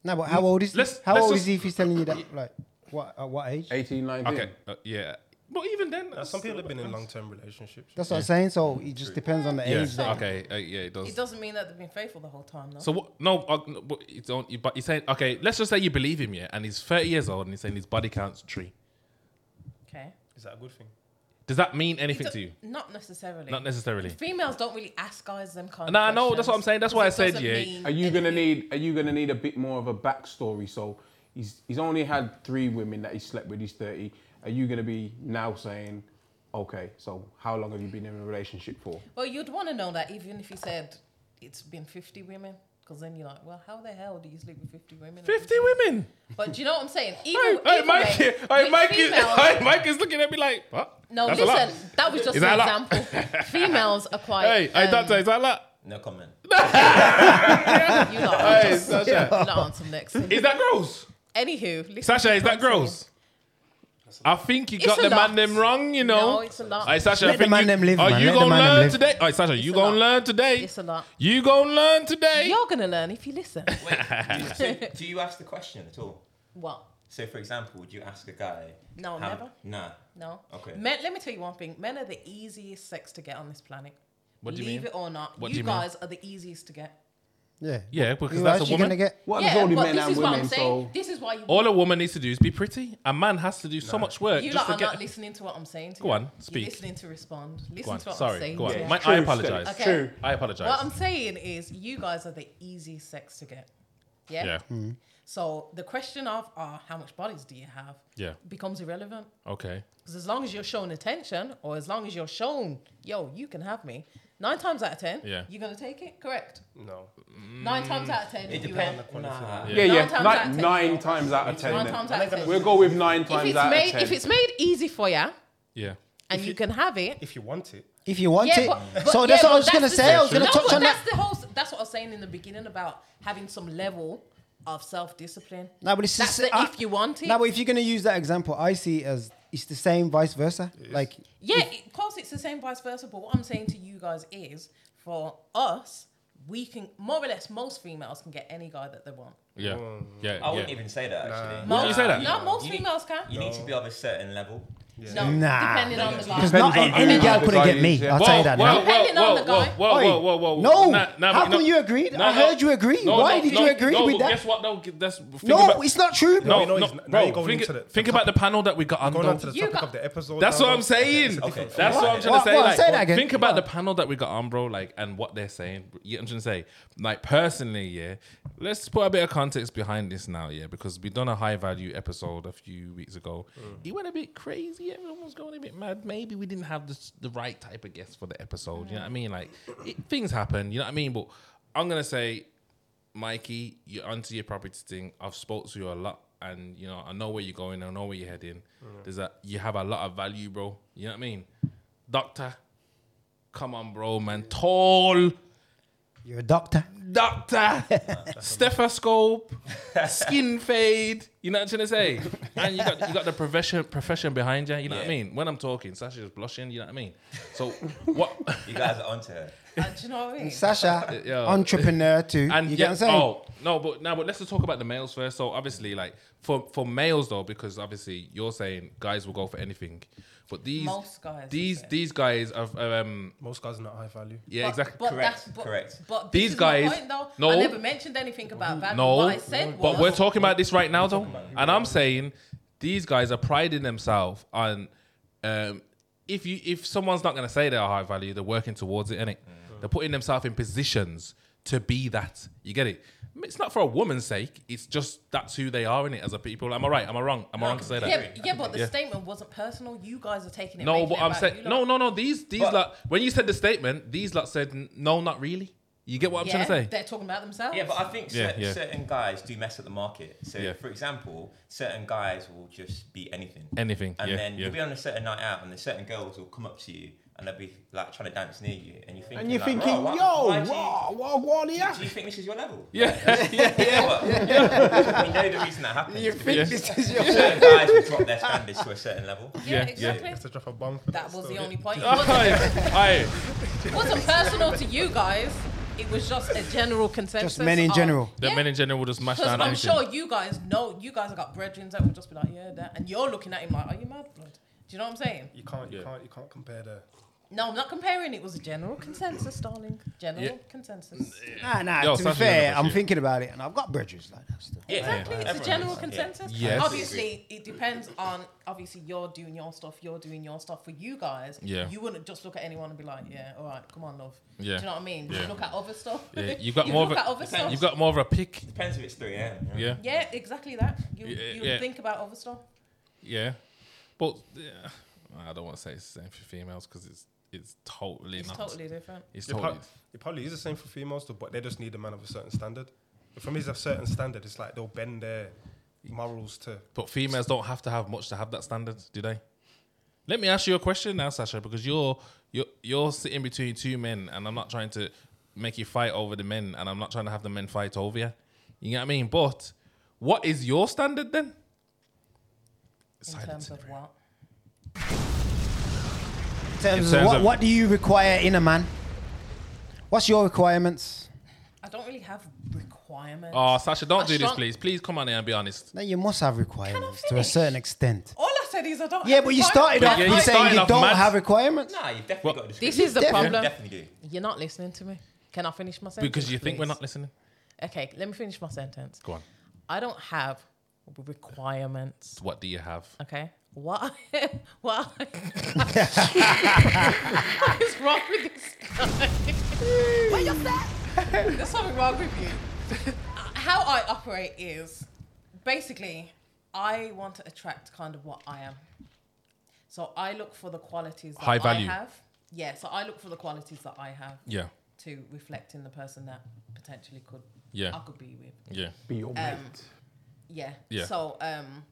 No, but how old is he?
Let's-
how
let's
old
just-
is he if he's telling you that? Like, what? At what age?
18, 19.
Okay, uh, yeah. But even then, that's-
Some people have been in long-term relationships.
That's what I'm saying. So it just depends on the
Yeah.
age. That
Okay. uh, yeah, it does.
It doesn't mean that they've been faithful the whole time, though.
So what? No, uh, no, but you don't. You, but you're saying okay. Let's just say you believe him, yeah. And he's 30 years old, and he's saying his body counts three.
okay.
Is that a good thing?
Does that mean
It
anything
do-
to you?
Not necessarily.
Not necessarily.
Females don't really ask guys them kind.
No, I
of
know, that's what I'm
questions
saying, that's why I
because
said,
it doesn't
yeah.
mean
Are you gonna
anything.
need? Are you gonna need a bit more of a backstory? So he's he's only had three women that he slept with. He's thirty. Are you gonna be now saying, okay, so how long have you been in a relationship for?
Well, you'd want to know that even if you said it's been 50 women, because then you're like, well, how the hell do you sleep with 50 women?
50 women.
But do you know what I'm saying?
Hey,
Even,
hey,
either
Mike.
way,
Hey,
with
Mike. Is,
females-
hey, Mike is looking at me like, what?
No,
That's a lot.
listen, that was just
Is
an
that a lot?
example. females are quite.
Hey, hey,
um,
doctor, is that a lot?
No comment.
You lot are
Hey,
just,
Sasha.
you lot on some next. thing.
Is that gross?
Anywho, listen
Sasha,
to
is that
Proxy.
gross? I think you got
a
the
lot.
man them wrong, you know.
No, it's a lot.
Hey, Sasha, I
Let the
think
man
you,
them live,
Are
man.
you
Let the
gonna
man them
learn
live.
today? Hey, Sasha, you
a
gonna
lot.
learn today?
It's a lot.
You gonna learn today?
You're gonna learn if you listen.
Wait, so do you ask the question at all?
what?
So, for example, would you ask a guy?
No,
how-
never.
Nah.
No.
Okay.
Men, let me tell you one thing. Men are the easiest sex to get on this planet.
What do you
Believe
mean?
it or not,
What do
you,
you mean?
guys are the easiest to get.
Yeah.
Yeah, because
Who
that's
else
a
you
woman.
gonna get?
Well, there's
yeah,
only
but
men
this
and
is what I'm
women,
saying.
so
This is why you
All a woman needs to do is be pretty. A man has to do so much work
you
just
lot
to
are not
get.
listening to what I'm saying. To
Go
you.
on,
You're
speak.
listening to respond. Listen
Go on.
to what I'm
Sorry,
saying.
go
to
on.
you.
My, I
True,
apologize.
Steph.
Okay. True.
I apologize.
What I'm saying is, you guys are the easiest sex to get. Yeah.
yeah.
So the question of uh, how much bodies do you have
Yeah.
becomes irrelevant
Okay.
because as long as you're shown attention or as long as you're shown, yo, you can have me. Nine times out of ten,
Yeah.
you're gonna take it. Correct.
No.
Nine times
Mm.
out of ten,
It
you
depends
will.
on the quality.
yeah,
Nine
yeah,
times out
like
of ten.
nine times out of
Nine
ten. then.
times out of ten.
We'll go with nine
if
times
it's
out
made
of ten.
if it's made easy for you
Yeah.
and you,
you-
can have it.
If you want it,
If you want it.
Yeah, but, but
so
yeah,
that's what
but
I was gonna
that's the-
say. I was gonna
no,
touch
but
on that.
that's the whole. That's what I was saying in the beginning about having some level of self discipline.
No, but it's
That's
just
the
I-
if you want it.
No, but if you're gonna use that example, I see it as it's the same, vice versa. Like
Yeah, it- of course it's the same vice versa. But what I'm saying to you guys is, for us, we can more or less most females can get any guy that they want.
Yeah. Yeah.
I wouldn't
yeah.
even say that actually.
Most,
Would you say that?
No, most
You need-
females can.
You need to be of a certain level.
No,
Nah.
depending on the guy.
because not
on
any
who
girl
the
couldn't
guy
get
is,
me.
yeah.
I'll
Whoa,
tell you that
whoa,
now.
whoa,
Depending
whoa,
on the guy.
Whoa, whoa,
Oi.
whoa, whoa, whoa.
No.
Nah, nah,
How
but no-
come you agreed?
No,
I
no.
heard you agree.
No,
Why
no,
did
no,
you agree
no,
with
but
that?
Guess what? No, g- that's think
no,
about-
it's not true.
No,
No, no,
no,
he's- now
bro,
you're going
think,
into the-
think about the panel that we got on.
going
though.
on to the
You
topic
got-
of the episode.
That's
now,
what I'm
though.
saying.
Okay,
okay.
That's what I'm trying
What-
to say.
what?
like,
Say that again.
Think about the panel that we got on, bro. Like, and what they're saying. You know what I'm trying to say? Like, personally, yeah. Let's put a bit of context behind this now, yeah, because we done a high value episode a few weeks ago.
Hmm.
It went a bit crazy. Everyone was going a bit mad. Maybe we didn't have the, the right type of guest for the episode. You know what I mean? Like, it, things happen. You know what I mean? But I'm gonna say Mikey, you're onto your property thing. I've spoke to you a lot, and you know I know where you're going. I know where you're heading. There's a you have a lot of value, bro. You know what I mean, doctor. Come on, bro, man. Tall
You're a doctor.
doctor, stethoscope, skin fade. You know what I'm trying to say? And you got you got the profession profession behind you. You know what I
Yeah.
mean? When I'm talking, Sasha's blushing. You know what I mean? So what?
You guys are onto her.
Uh, do you know what I mean?
Sasha,
Yo.
entrepreneur too.
And
you
yeah,
get what I'm saying?
oh no, but now but let's just talk about the males first. So obviously, like for for males though, because obviously you're saying guys will go for anything, but these
Most guys,
these
okay.
these guys are um
Most guys are not high value.
yeah
But-
exactly
But
Correct,
That's, but,
correct.
But
These
these guys,
guys-
point, though. I
no.
never mentioned anything about value.
no,
What I said
but
was,
we're talking about this right now though, and I'm saying these guys are priding themselves on um if you if someone's not gonna say they're high value, they're working towards it, innit? They're putting themselves in positions to be that. You get it? It's not for a woman's sake. It's just that's who they are in it as a people. Am I right? Am I wrong? Am I wrong to say that?
yeah, but- yeah, but the
Yeah.
statement wasn't personal. You guys are taking it.
No,
making
but
it
I'm
about
saying
you lot.
no, no, no. These these
But-
lot. When you said the statement, these lot said "N- no, not really. You get what I'm
yeah,
trying to say?
they're talking about themselves.
Yeah, but I think
Yeah,
certain,
yeah.
certain guys do mess up the market. So,
Yeah.
for example, certain guys will just be anything.
Anything,
And
yeah,
then
yeah.
you'll be on a certain night out, and the certain girls will come up to you and they'll be like trying to dance near you, and you think
And you're
like,
thinking,
"Bro, why-
yo,
why do you-
what, what, what are you?
Do you think this is your level?
Yeah, yeah,
Yeah, but we know the reason that happens. because
this is your
certain guys will drop their standards to a certain level.
yeah,
yeah, yeah.
exactly.
Just to drop a bomb. for
That was the
story.
only point. It wasn't,
Aye,
it wasn't personal to you guys. It was just a general consensus.
Just men in
of-
general.
The
Yeah.
men in general will just mash
Because
down.
I'm
anything.
sure you guys know, you guys have got brethren that will just be like, yeah, that. And you're looking at him like, are you mad, blood? Do you know what I'm saying?
You can't, you
Yeah.
can't, you can't compare the.
No, I'm not comparing. It was a general consensus, darling. General
Yeah.
consensus.
Nah, nah.
Yo,
to be
Sasha's
fair,
never
I'm
shit.
thinking about it, and I've got bridges like that. Still.
Yeah,
Exactly, it's a
everyone
general
does that, yeah.
consensus.
Yes.
Obviously, it depends on obviously you're doing your stuff, you're doing your stuff. For you guys,
Yeah.
you wouldn't just look at anyone and be like, yeah, all right, come on, love.
Yeah.
Do you know what I mean?
Yeah.
You look at other stuff.
Yeah, you've got more of
look
a-
at other stuff.
You've got more of a pick.
Depends if it's 3 a.m. you know?
Yeah,
yeah, exactly that. You
Yeah,
you
yeah.
think about other stuff.
yeah. But yeah, I don't want to say it's the same for females because it's it's totally
It's
not.
totally different.
It's
It,
totally.
prob- it probably is the same for females, though, but they just need a man of a certain standard. If a man's of a certain standard, it's like they'll bend their morals to.
But females don't have to have much to have that standard, do they? Let me ask you a question now, Sasha, because you're you're you're sitting between two men, and I'm not trying to make you fight over the men, and I'm not trying to have the men fight over you. You know what I mean? But What is your standard then?
in terms of what?
In terms,
terms
of what,
of-
what do you require in a man? What's your requirements?
I don't really have requirements.
Oh, Sasha, don't
I
do this,
shan't-
please. Please come on here and be honest.
No, you must have requirements to a
finish?
certain extent.
All I said is I don't.
Yeah,
have
but you started
requirements.
off
yeah,
you
you
saying
started
you
off
don't
mad.
have requirements.
Nah, you've definitely
Well,
got a
This
description.
is the
Yeah.
You
problem.
definitely do.
You're not listening to me. Can I finish my sentence?
Because you think we're
please?
not listening?
Okay, let me finish my sentence.
Go on.
I don't have requirements.
What do you have?
Okay. What? I- what? I- what is wrong with this guy? What you said? There's something wrong with you. How I operate is basically I want to attract kind of what I am. So I look for the qualities that
High value.
I have. Yeah. So I look for the qualities that I have
Yeah.
to reflect in the person that potentially could
Yeah.
I could be with.
Yeah.
Be
um,
your mate.
Yeah.
Yeah.
So um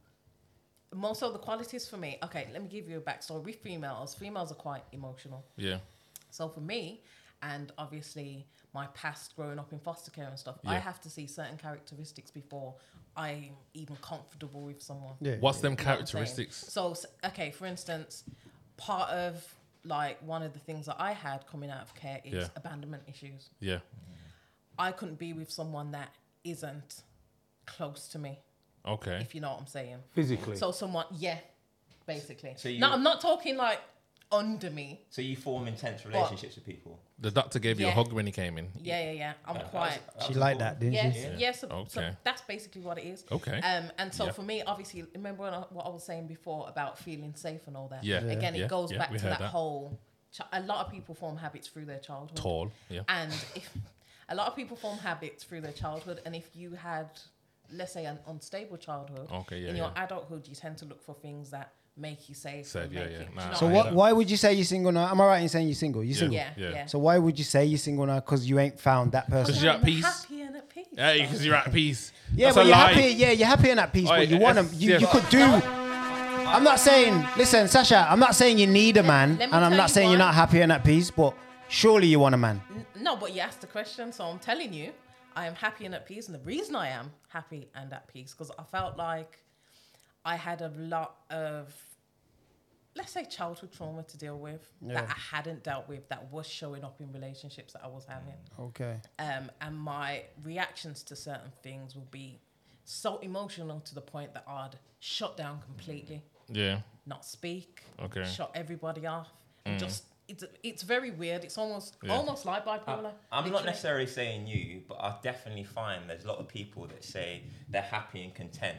most of the qualities for me, okay, let me give you a backstory. With females, females are quite emotional.
Yeah.
So for me, and obviously my past growing up in foster care and stuff, I
Yeah.
have to see certain characteristics before I'm even comfortable with someone.
What's them
You know what I'm saying?
characteristics?
So, s- okay, for instance, part of like one of the things that I had coming out of care is
Yeah.
abandonment issues.
Yeah.
I couldn't be with someone that isn't close to me,
Okay.
if you know what I'm saying.
Physically.
So someone, yeah, basically.
So you-
no, I'm not talking like under me.
So you form intense relationships with people.
The doctor gave you a
Yeah.
hug when he came in.
Yeah, yeah, yeah.
Uh,
I'm quite.
She liked that, didn't
Yes,
she?
yes. Yeah. so, so
Okay.
that's basically what it is.
Okay.
Um, and so
Yeah.
for me, obviously, remember when I, what I was saying before about feeling safe and all that.
Yeah. Yeah.
Again,
Yeah,
it goes
yeah,
back
we
to
heard
that,
that.
whole. Ch- a lot of people form habits through their childhood.
Tall. Yeah.
And if a lot of people form habits through their childhood, and if you had, let's say, an unstable childhood,
Okay, yeah,
in your
yeah.
adulthood, you tend to look for things that make you safe.
Safe,
and
yeah,
make
yeah.
you- do you
Nah,
know
I
So
hear
what I mean?
what,
that.
why would you say you're single now? Am I right in saying you're single? You're single.
Yeah,
Yeah.
yeah.
So why would you say you're single now? Because you ain't found that person.
Because you're at
I'm
peace.
Happy and at peace.
Hey, because you're at peace.
Yeah,
That's
but
a
you're
lie.
happy. Yeah, you're happy in that piece,
Oi,
but you want him.
yes,
You,
yes.
you could do. I'm not saying. Listen, Sasha. I'm not saying you need a man,
let me
and I'm
tell
not
you
saying you're
why.
not happy in that piece, but surely you want a man.
No, but you asked the question, so I'm telling you, I am happy and at peace. And the reason I am happy and at peace because I felt like I had a lot of, let's say, childhood trauma to deal with that I hadn't dealt with, that was showing up in relationships that I was having.
Okay.
Um, and my reactions to certain things would be so emotional to the point that I'd shut down completely
Yeah.
not speak.
Okay. Mm.
Shut everybody off. And just it's it's very weird. It's almost almost like bipolar.
I'm not
literally.
necessarily saying you, but I definitely find there's a lot of people that say they're happy and content,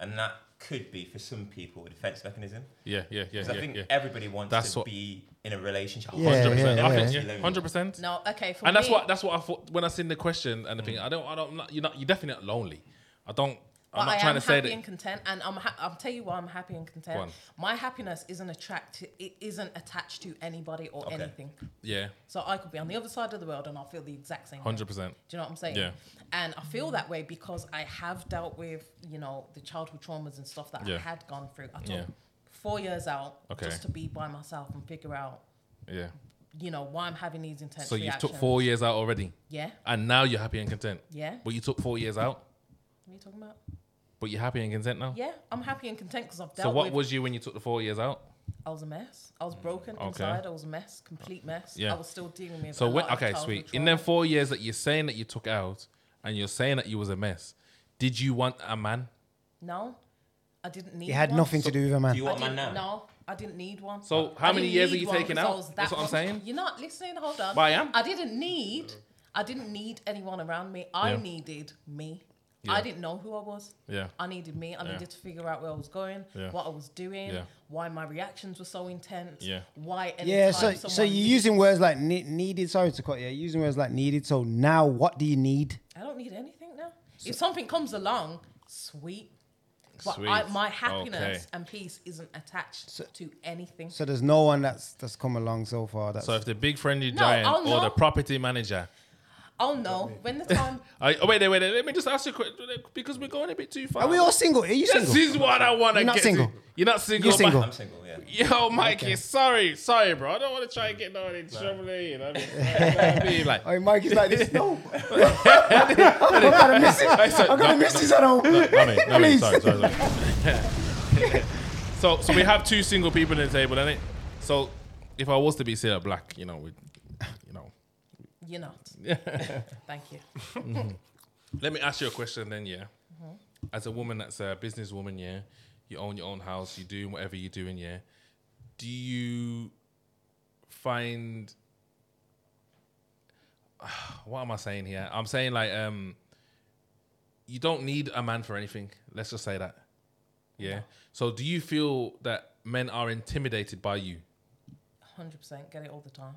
and that could be for some people a defense mechanism.
Yeah. Yeah. Yeah.
'Cause I
Yeah.
think
yeah.
everybody wants
That's
to
what-
be in a relationship.
Yeah,
100%.
yeah,
I
yeah.
think, yeah. 100%.
No, okay. For
and that's
me,
what that's what I thought when I seen the question and the thing. I don't. I don't. I'm not, you're not. You're definitely not lonely. I don't. I'm
but
not
I
trying
am
to say
happy and
that.
content, and I'm ha- I'll tell you why I'm happy and
Go
content.
on.
My happiness isn't attracted. It isn't attached to anybody or
Okay.
anything.
Yeah.
So I could be on the other side of the world and I'll feel the exact same. way.
Hundred percent.
Do you know what I'm saying?
Yeah.
And I feel that way because I have dealt with, you know, the childhood traumas and stuff that
Yeah.
I had gone through. I took
Yeah.
four years out
Okay.
just to be by myself and figure out,
Yeah.
you know, why I'm having these intense
So you have took
reactions.
four years out already,
Yeah.
and now you're happy and content.
Yeah.
But you took four years out,
What are you talking about?
but you're happy and content now.
Yeah, I'm happy and content because I've dealt
So what
with.
was you when you took the four years out?
I was a mess. I was broken inside. I was a mess, complete mess.
Yeah.
I was still dealing with.
So
a
when
lot of
okay,
childhood
sweet. In
trauma.
them four years that you're saying that you took out, and you're saying that you was a mess, did you want a man?
No, I didn't need.
It had
one.
nothing to do with a
Do
man.
you
I
want a man now?
didn't- No, I didn't need one.
So
I
how many
didn't
years
need
are you
one
taking
because I
out?
was
That's
that
what I'm
much-
saying.
You're not listening. Hold on.
But I am.
I didn't need. I didn't need anyone around me. I
Yeah.
needed me.
Yeah.
I didn't know who I was.
Yeah.
I needed me. I
Yeah.
needed to figure out where I was going,
Yeah.
what I was doing,
Yeah.
why my reactions were so intense,
Yeah.
why. Any
Yeah. So
time
so
someone
you're
did-
using words like ne- needed. Sorry to cut you. You're using words like needed. So now, what do you need?
I don't need anything now. if something comes along, sweet. But
Sweet.
I, my happiness
Okay.
and peace isn't attached to anything.
So there's no one that's that's come along so far. That's
So if the big friendly
No,
giant
I'll
or the
know.
property manager
Oh no, when the time.
I, oh, wait, wait, wait. Let me just ask you a quick because we're going a bit too far.
Are we all single? Are you
This
single?
is what I want to
You're
get.
not single.
To. You're not single.
You're
but-
single.
I'm single, yeah.
Yo, Mikey, sorry, sorry, bro. I don't want to try and get no one in trouble. here, You know, what I mean? You know what I mean? like,
Oh, Mike is like this. No, I gotta miss it.
Hey, so-
I gotta
no,
miss this at home.
I mean, I mean,
Please.
sorry, sorry, sorry. so, so we have two single people at the table, and it. So, if I was to be still black, you know, we, you know,
You're not. Thank you.
let me ask you a question then. Yeah, Mm-hmm. as a woman that's a businesswoman, yeah, you own your own house, you're doing whatever you're doing, yeah. Do you find what am I saying here? I'm saying like um, you don't need a man for anything. Let's just say that. Yeah. So do you feel that men are intimidated by you?
100% get it all the time.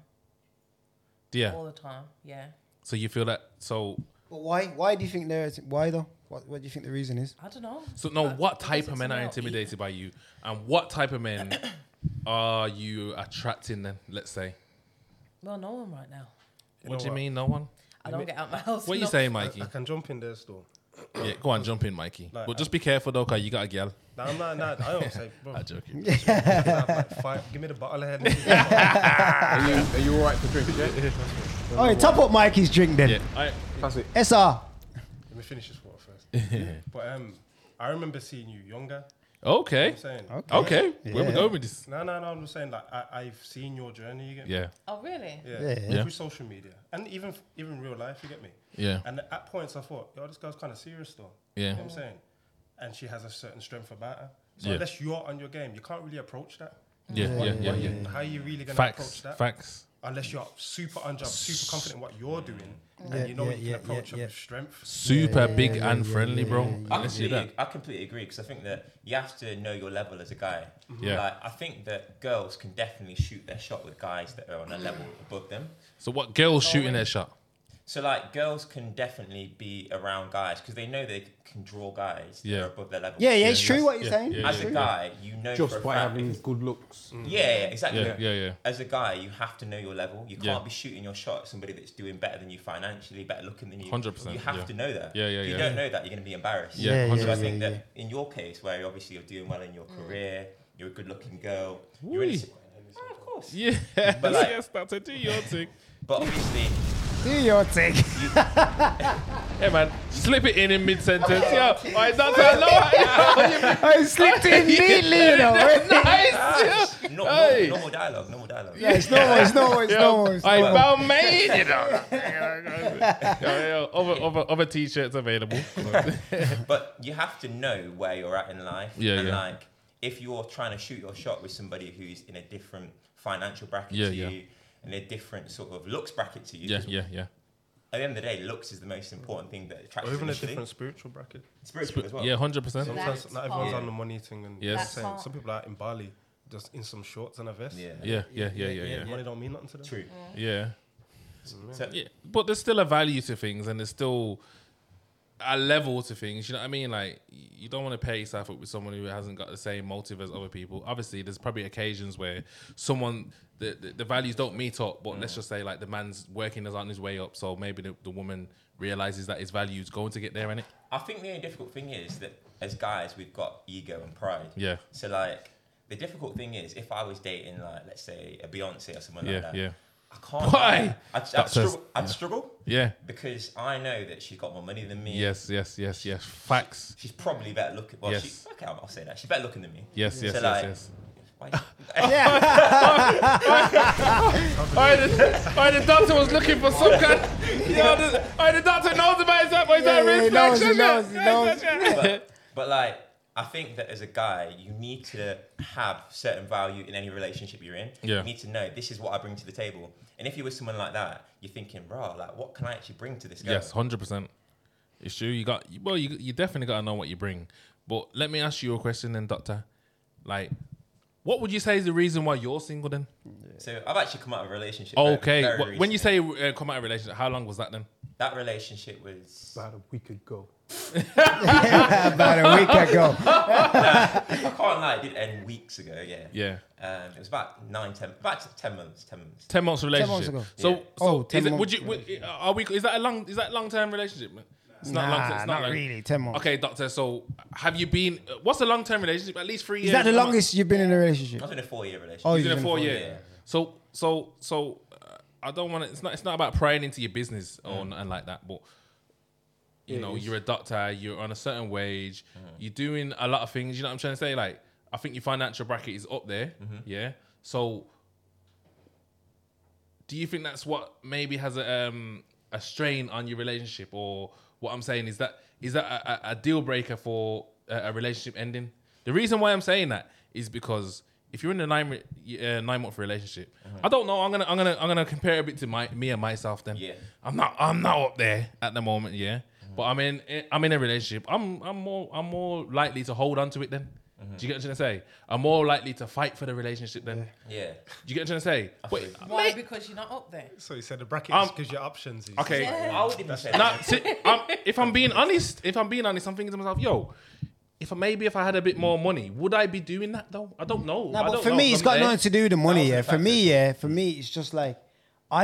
Yeah.
All the time. Yeah.
So you feel that so
But why? Why do you think there is? Why though? What, what do you think the reason is?
I don't know.
So no, what
because
type of
it's
men are
about
intimidated by you, and what type of men are you attracting? Then let's say.
Well, no one right now.
what
know
do you
what?
mean? No one.
I don't get out my house.
What are you
enough.
saying,
I,
Mikey?
I can jump in there still.
yeah, go on, jump in, Mikey.
Like,
but
I-
just be careful though, cause you got a girl.
Nah, I'm not, nah, I don't say, bro.
I'm joking.
I've like five, give me the bottle of head.
Are you, are you all right for drinks, yeah?
Oh, top up Mikey's drink then.
Yeah, I,
Pass it.
SR.
Let me finish this water first. but um, I remember seeing you younger.
okay,
I'm saying,
okay. Where we
Yeah.
going with this?
no, no, no. I'm just saying, like, I, I've seen your journey. You get me?
Yeah,
Oh, really?
Yeah.
Yeah.
Through social media and even even real life, you get me.
Yeah.
And at points, I thought, yo, this girl's kind of serious though.
Yeah.
You know what I'm saying, and she has a certain strength about her. So
Yeah.
unless you're on your game, you can't really approach that.
yeah, yeah, yeah, yeah.
How are you really gonna
Facts,
approach that?
facts.
Unless you're super on job, super confident in what you're doing,
Yeah,
and you know
yeah,
you can
yeah, yeah,
approach her
yeah.
with strength.
Super big and friendly, bro.
I
Let's hear that.
completely, I completely agree because I think that you have to know your level as a guy.
Mm-hmm. Yeah.
Like, I think that girls can definitely shoot their shot with guys that are on a level
Mm.
above them.
So what girls shooting their shot?
So like girls can definitely be around guys because they know they can draw guys that
Yeah.
are above their level.
Yeah, yeah, it's
Yeah,
true
yeah.
what you're
Yeah,
saying.
yeah,
As a guy, you know for
Just
a
by
fact.
having good looks.
Mm.
Yeah, yeah, exactly.
Yeah, yeah, yeah.
As a guy, you have to know your level. You
Yeah.
can't be shooting your shot at somebody that's doing better than you financially, better looking than you.
100%,
You have
yeah.
to know that.
Yeah, yeah,
If you
yeah.
don't know that, you're going to be embarrassed.
Yeah, Yeah,
so I
100%.
think
yeah,
that in your case, where obviously you're doing well in your career, you're a good-looking girl. You're in a
Wee.
si- Oh, of course.
Yeah,
But like-
yes, that's it. Do your thing.
But obviously,
Do your thing.
Hey man, slip it in in mid sentence. Yeah, I don't know.
I slipped in neatly, you know.
Nice.
no, no,
Hey.
no more dialogue. No more dialogue.
Yeah, it's no more, it's no more, it's no more. It's
I
no more.
found made it. Other other other t-shirts available.
But you have to know where you're at in life.
Yeah,
and
yeah.
like if you're trying to shoot your shot with somebody who's in a different financial bracket
Yeah,
to
yeah.
you and a different sort of looks bracket to you.
Yeah,
'cause
yeah, yeah.
At the end of the day, looks is the most important thing that attracts
Or even a
initially.
different spiritual bracket.
spiritual as well.
Yeah, hundred percent.
Sometimes
That's
not everyone's
hard.
on the money eating and
Yes.
That's
saying
hard.
some people are in Bali just in some shorts and a vest.
Yeah.
Yeah, yeah, yeah, yeah, yeah,
Money don't mean nothing to them.
True.
yeah.
So
Yeah, but there's still a value to things, and there's still a level to things. You know what I mean? Like you don't want to pair yourself up with someone who hasn't got the same motive as other people. Obviously, there's probably occasions where someone the the, the values don't meet up. But
Mm.
let's just say like the man's working is on his way up, so maybe the, the woman realizes that his value's going to get there, innit?
I think the only difficult thing is that as guys we've got ego and pride.
Yeah.
So like the difficult thing is if I was dating like let's say a Beyonce or someone
Yeah,
like that.
yeah.
I can't.
Why?
I'd, I'd,
That says-
struggle, I'd struggle
Yeah.
because I know that she's got more money than me.
Yes, yes, yes, yes. Facts.
She's probably better looking. Well,
Yes.
she, okay, I'll I'll say that. She's better looking than me.
Yes,
So,
yes, yes,
like,
yes.
why-
Yeah.
All right, the, all right, the doctor was looking for some kind. Of, yeah. the, all right, the doctor knows about his that, but
Yeah, yeah, he knows, he
reflection. yeah.
knows, he knows.
but, but like, I think that as a guy, you need to have certain value in any relationship you're in.
Yeah.
You need to know this is what I bring to the table. And if you were someone like that, you're thinking, bro, like, what can I actually bring to this guy?
Yes, hundred percent. It's true. You got well. You you definitely got to know what you bring. But let me ask you a question, then, Doctor. Like, What would you say is the reason why you're single then?
So I've actually come out of a relationship. very-
Okay.
very
wh- when you
recently.
say uh, come out of a relationship, how long was that then?
that relationship was,
About a week ago.
About a week ago.
I can't lie, it did end weeks ago. Yeah.
Yeah.
Um, it was about nine, ten, about ten months, ten months.
Ten months relationship.
months ago.
So,
Yeah.
so
Oh,
is
10
it, would
months
you? Would, are we? Is that a long? Is that long term relationship? Man? It's not long. It's
Nah, not
like-
really. 10 months.
Okay, doctor. So, have you been? What's a long term relationship? At least three
Is
years.
that the
a month?
longest you've been in a relationship?
I was in a four-year relationship.
Oh,
He's
you've
in a
been
four year.
year.
So so so uh, I don't want to. It's not. It's not about prying into your business or and like that. But you know, you're a doctor. You're on a certain wage. You're doing a lot of things. You know what I'm trying to say? Like I think your financial bracket is up there. Yeah. So do you think that's what maybe has a um, a strain on your relationship or what i'm saying is that is that a, a- a deal breaker for a, a relationship ending the reason why i'm saying that is because if you're in a nine re- uh, nine month relationship
Uh-huh.
i don't know i'm gonna i'm gonna i'm gonna compare a bit to my me and myself then
Yeah. Uh-huh.
i'm not i'm not up there at the moment yeah but i'm in i'm in a relationship i'm i'm more i'm more likely to hold on to it then
Uh-huh.
do you get what i'm trying to say i'm more likely to fight for the relationship then
Yeah.
do you get what i'm trying to say But-
feel
Why?
mate,
Because you're not up there.
So you said the bracket
Um,
is because your options. Is
okay
I would even say
no, see, I'm, if I'm being honest, if I'm being honest, I'm thinking to myself, yo, if I, maybe if I had a bit more money, would I be doing that though? I don't know.
No,
I
but
don't
for
know.
me, it's
I'm
got
there.
nothing to do with the money. Yeah, for me, yeah, for me, it's just like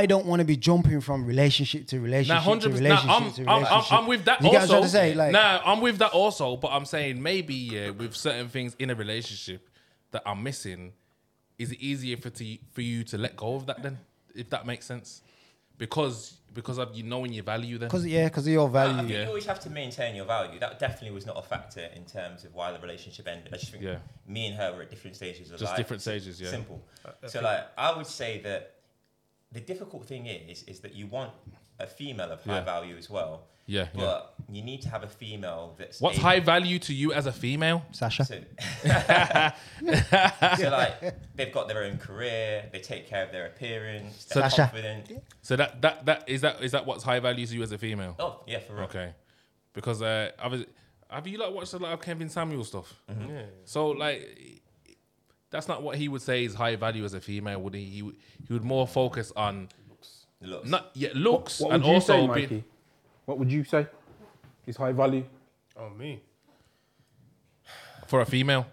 I don't want to be jumping from relationship to
Now,
relationship to
hundred percent.
relationship
I'm,
to
I'm, I'm,
relationship.
I'm with that.
You
also.
get what I'm trying to say? Like,
nah, I'm with that also. But I'm saying maybe yeah, with certain things in a relationship that I'm missing, is it easier for to, for you to let go of that then, if that makes sense? Because because of you knowing your value then.
cause yeah, cause of your
Uh, I
value.
think
Yeah.
you always have to maintain your value. That definitely was not a factor in terms of why the relationship ended. I just think
Yeah.
me and her were at different stages of
Just
life.
different stages, yeah.
Simple. so like I would say that the difficult thing is is that you want a female of high
Yeah.
value as well.
Yeah, yeah.
But you need to have a female that's
What's
able
high value to you as a female?
Sasha,
So, so like they've got their own career, they take care of their appearance, they're
Sasha.
confident.
So that that that is that is that what's high value to you as a female?
Oh yeah, for real.
Okay, because uh, I was, have you like watched a lot of Kevin Samuel stuff?
Mm-hmm.
So like, that's not what he would say is high value as a female. Would he? He, would- he would more focus on
The looks.
not yeah looks
What
and
would you
also
say,
be-
Mikey? What would you say is high value?
Oh, me.
for a female.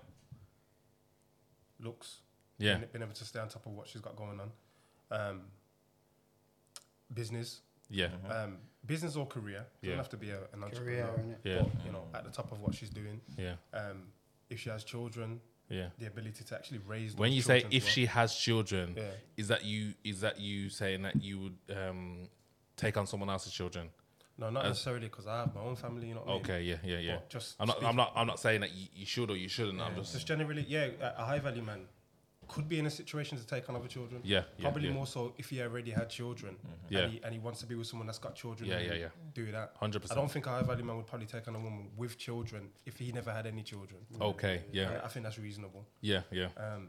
Looks.
Yeah,
Been, been able to stay on top of what she's got going on. Um, business.
yeah,
Um, business or career. It
Yeah.
doesn't have to be a, an
career,
entrepreneur.
innit?
yeah,
But, you know, at the top of what she's doing.
yeah,
Um, if she has children,
yeah.
the ability to actually raise.
When
those
you say
children
if
well.
she has children,
Yeah.
is that you? Is that you saying that you would um, take on someone else's children?
No, not necessarily because I have my own family. You know what I mean?
Okay, yeah, yeah, yeah.
But just
I'm not,
speak-
I'm not, I'm not saying that you, you should or you shouldn't. I'm just,
Just generally, yeah, a- a high value man could be in a situation to take on other children.
Yeah, yeah,
Probably
yeah. Mm-hmm.
more so if he already had children.
Yeah.
And he, and he wants to be with someone that's got children.
Yeah,
and
yeah,
he
yeah.
Do that.
100%.
I don't think a high value man would probably take on a woman with children if he never had any children.
okay,
And
yeah,
I think that's reasonable.
yeah, yeah.
Um,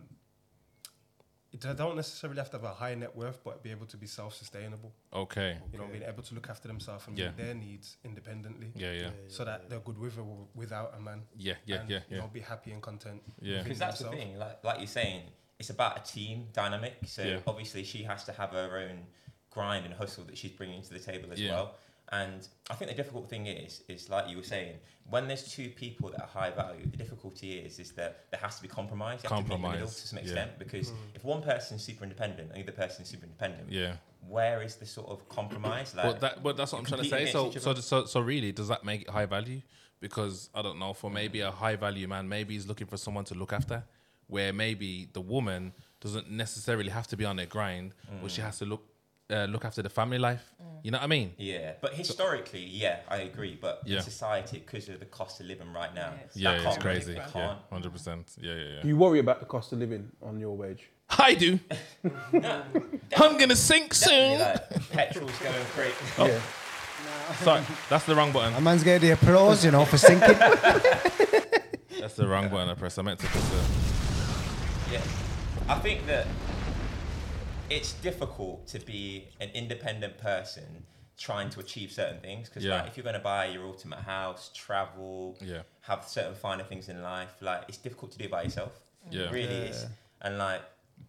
they don't necessarily have to have a high net worth, but be able to be self sustainable.
Okay,
You know, being able to look after themselves and
Yeah.
meet their needs independently.
yeah, yeah.
So that they're good with or without a man.
Yeah, yeah,
and,
yeah,
You
yeah.
know, be happy and content.
Yeah.
within
Because that's the
themselves.
thing, like, like you're saying, it's about a team dynamic. So
Yeah.
obviously she has to have her own grind and hustle that she's bringing to the table as
Yeah.
well. And I think the difficult thing is, is like you were saying, when there's two people that are high value, the difficulty is, is that there has to be compromise. You have to meet in the middle
Compromise,
to some
yeah.
extent, because if one person's super independent and the other person's super independent,
Yeah.
where is the sort of compromise? Like,
But that, but that's what I'm trying to say.
uh, competing
So,
against
so, so,
each
so, really, does that make it high value? Because I don't know, for maybe a high value man, maybe he's looking for someone to look after, where maybe the woman doesn't necessarily have to be on their grind, but she has to look, uh, look after the family life. You know what I mean?
Mm. Yeah, but historically, yeah, I agree. But
Yeah.
in society, because of the cost of living right now,
Yeah, it's-
that
Yeah,
can't
it's
really-
crazy.
that
Yeah,
can't.
hundred percent. Yeah, yeah,
Do
yeah.
you worry about the cost of living on your wage?
I do. I'm gonna sink
Definitely,
soon.
like, petrol's going crazy.
Yeah.
Sorry, that's the wrong button.
a man's getting the applause, you know, for sinking.
That's the wrong button I pressed. I meant to press the.
Yeah. I think that it's difficult to be an independent person trying to achieve certain things because
Yeah.
like, if you're going to buy your ultimate house, travel,
Yeah.
have certain finer things in life, like it's difficult to do by yourself.
Yeah.
Really is. and like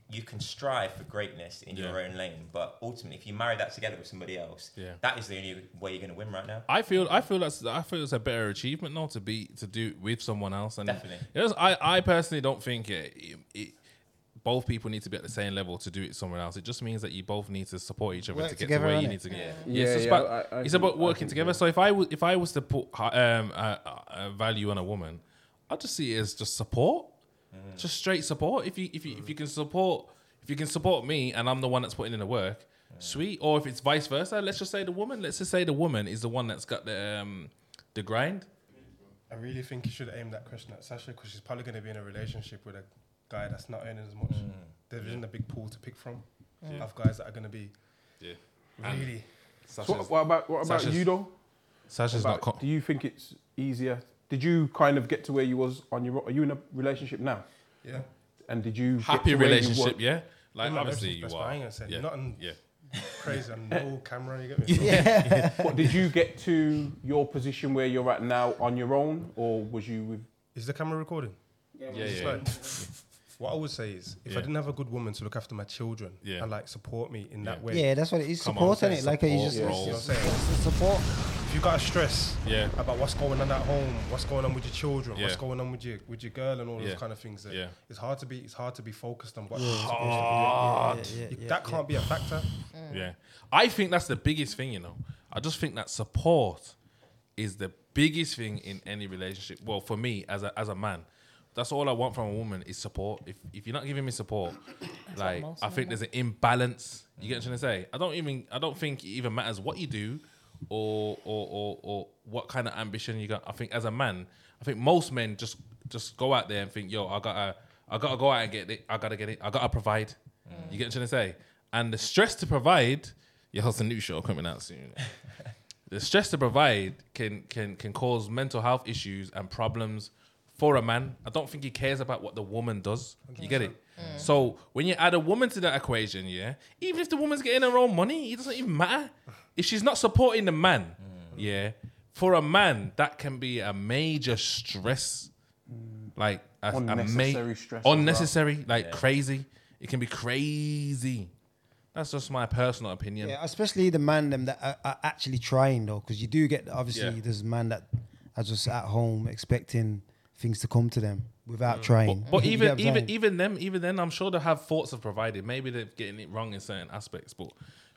you can strive for greatness in your
Yeah.
own lane, but ultimately, if you marry that together with somebody else,
Yeah.
that is the only way you're going to win right now.
I feel I feel that's I feel it's a better achievement now to be to do with someone else and
Definitely.
Yes, I I personally don't think it, it, it- both people need to be at the same level to do it somewhere else. It just means that you both need to support each other
Work
to get
together,
to where you
innit?
need to get. Yeah,
Yeah,
it's, just
yeah,
about,
I- I
it's
think-
about
I
working
think
together. So if I w- if I was to put hi- um, a, a- a value on a woman, I just see it as just support,
Mm.
just straight support. If you if you if you can support if you can support me and I'm the one that's putting in the work, sweet. Or if it's vice versa, let's just say the woman. Let's just say the woman is the one that's got the um, the grind.
I really think you should aim that question at Sasha because she's probably going to be in a relationship with a guy that's not earning as much.
Mm.
There isn't a big pool to pick from of guys that are going to be
Yeah.
really.
So what, what about what about
Sasha's-
you though?
Sasha's
About-
not. Con-
do you think it's easier? Did you kind of get to where you was on your? Are you in a relationship now?
Yeah.
And did you get
happy
to where you
relationship,
wa-
yeah. Like
In my
obviously
relationship,
you
that's what
are.
I'm gonna say.
Yeah.
Not in-
yeah.
Crazy and no camera, you get me?
What, did you get to your position where you're at now on your own, or was you with?
Is the camera recording?
Yeah,
It's
yeah,
like- what I would say is, if
Yeah.
I didn't have a good woman to look after my children
Yeah.
and like support me in that
Yeah.
way,
Yeah, that's what it is.
Come on,
Supporting it. Like, you just
support,
it's-
bro.
it's- it's the support.
if you got to stress
Yeah.
about what's going on at home, what's going on with your children, what's
Yeah.
going on with your with your girl, and all
Yeah.
those kind of things, that
Yeah.
it's hard to be it's hard to be focused on what. you're supposed to be
Hard.
doing.
Yeah,
You-
yeah,
that
yeah.
can't be a factor.
Yeah. I think that's the biggest thing, you know. I just think that support is the biggest thing in any relationship. Well, for me as a as a man, that's all I want from a woman is support. If if you're not giving me support, like
most
I think there's an imbalance. You get what I'm trying to say? I don't even I don't think it even matters what you do or or or, or what kind of ambition you got. I think as a man, I think most men just just go out there and think, yo, I gotta I gotta go out and get it. I gotta get it. I gotta provide. You get what I'm trying to say? And the stress to provide, yeah, it's a new show coming out soon. the stress to provide can can can cause mental health issues and problems for a man. I don't think he cares about what the woman does. You get it? So when you add a woman to that equation, yeah, even if the woman's getting her own money, it doesn't even matter. If she's not supporting the man, yeah, for a man, that can be a major stress. Like a, a ma-
Mm. Unnecessary stress as well.
Unnecessary, like crazy. It can be crazy. That's just my personal opinion.
Yeah, especially the man them that are, are actually trying though, because you do get obviously
Yeah.
there's man that are just at home expecting things to come to them without trying.
Mm. But
You get
even
what I'm saying?
even even them even then, I'm sure they have thoughts of provided. Maybe they're getting it wrong in certain aspects, but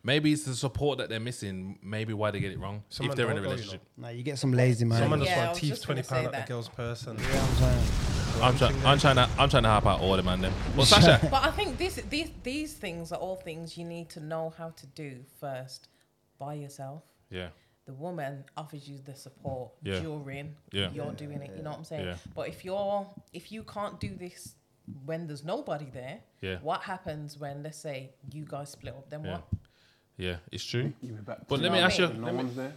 maybe it's the support that they're missing. Maybe why they get it wrong
Some
if
men
they're in a
don't know, you
relationship.
Nah, you get some lazy man.
Someone
Yeah, I
just want
was
to teeth
just gonna
twenty pound
say
at
that.
the girl's purse and
You know what I'm saying?
I'm trying. I'm trying to. I'm trying to help out all the man then. Well, Sasha,
But I think this, these these things are all things you need to know how to do first by yourself.
yeah,
The woman offers you the support
Yeah.
during
Yeah.
you're doing it. You know what I'm saying?
Yeah.
But if you're if you can't do this when there's nobody there,
Yeah.
what happens when let's say you guys split up? Then
Yeah.
what?
yeah, it's true.
You were back
But
to
let me
now,
ask you.
and No
let me-
one's there.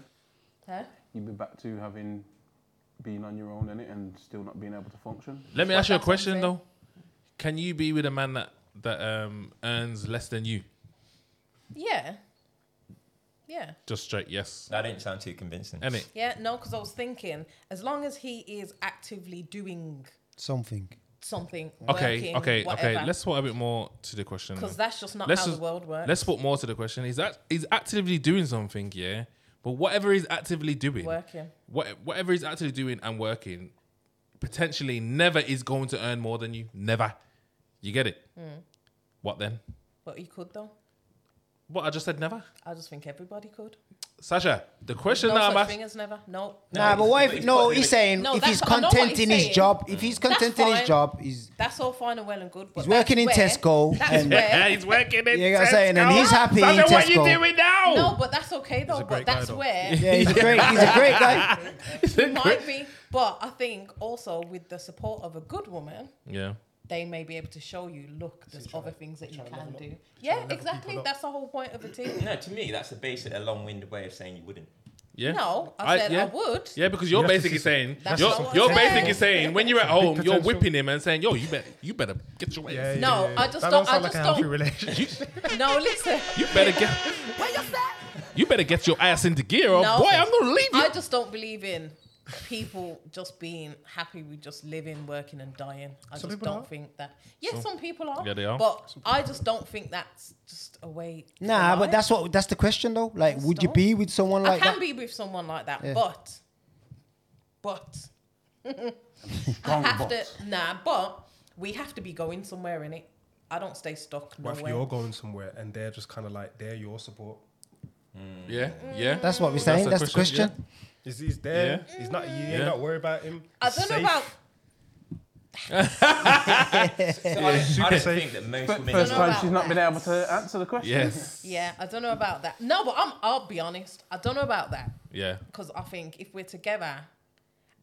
Huh?
You've been back to having being on your own in it and still not being able to function.
Let me
Well,
ask you a
that's what I'm
question
saying.
though. Can you be with a man that that um, earns less than you?
Yeah. Yeah.
Just straight yes.
That didn't sound too convincing.
And it.
Yeah. No, because I was thinking as long as he is actively doing
Something.
something.
Okay,
working,
okay, okay.
whatever,
Let's put a bit more to the question. then.
Because that's just not
Let's
how
just-
the world works.
Let's put more to the question. He's act- he's actively doing something, yeah. But whatever he's actively doing,
Working.
what whatever he's actively doing and working, potentially never is going to earn more than you. Never. You get it?
Hmm.
What then?
But you could though.
What I just said, never.
I just think everybody could.
Sasha, the question
No
that
such
I'm asking.
thing as never. No.
Nah, but what if
he's
no?
putting
He's
it-
saying
No,
if
that's
he's
what- I know what
content
he's
in his
saying.
job, if he's content in his
fine.
job, he's
That's all fine and well and good. But
He's
that's
working in
where-
Tesco
That's
and-
Yeah,
where.
he's working in.
Yeah, I'm saying, and he's happy in
Sasha, what you
Tesco.
doing now?
No, but that's okay though. But
great guy,
that's
though.
where
yeah, he's a great, he's a great guy.
it might be. But I think also with the support of a good woman,
Yeah.
they may be able to show you, look, there's other things that you can do. Yeah, exactly.
people up.
That's the whole point of a team.
no, to me, that's a basic, a long-winded way of saying you wouldn't.
Yeah.
No, I said I would.
Yeah, because you're
have to
basically
see-
saying
That's
you're,
not what I
you're
said.
basically saying when you're at
big
home, you're
potential.
whipping him and saying, "Yo, you better you better get your way.
Yeah, yeah,
No,
yeah, yeah.
I just
that
don't-
Don't
I
sound like
just
a healthy
don't-
relationship.
You,
No, listen.
you better get you better get your ass into gear, or
No.
boy, I'm gonna leave you."
I just don't believe in people just being happy with just living, working, and dying. I
Some
just
people
don't
are.
think that. Yes, some people are.
Yeah, they are.
But I just don't think that's just a way. to
Nah, but
life.
that's what that's the question though. Like,
Just
would you
don't.
be with someone like
I can
that?
be with someone like that,
Yeah.
but, but I
Wrong
have
box.
to. Nah, but we have to be going somewhere in it. I don't stay stuck
What if
nowhere.
you're going somewhere and they're just kind of like they're your support?
Yeah, yeah.
Mm.
That's what we're saying.
the
That's, the
question,
question.
Is he's there?
Yeah.
He's not. You ain't
Yeah.
not worried about him.
I
It's
don't know
safe.
about.
So I, I don't
safe.
think that most
But
women.
first
know
time
about
she's not been
that.
able to answer the question.
Yes.
Yeah, I don't know about that. No, but I'm. I'll be honest. I don't know about that.
Yeah.
because I think if we're together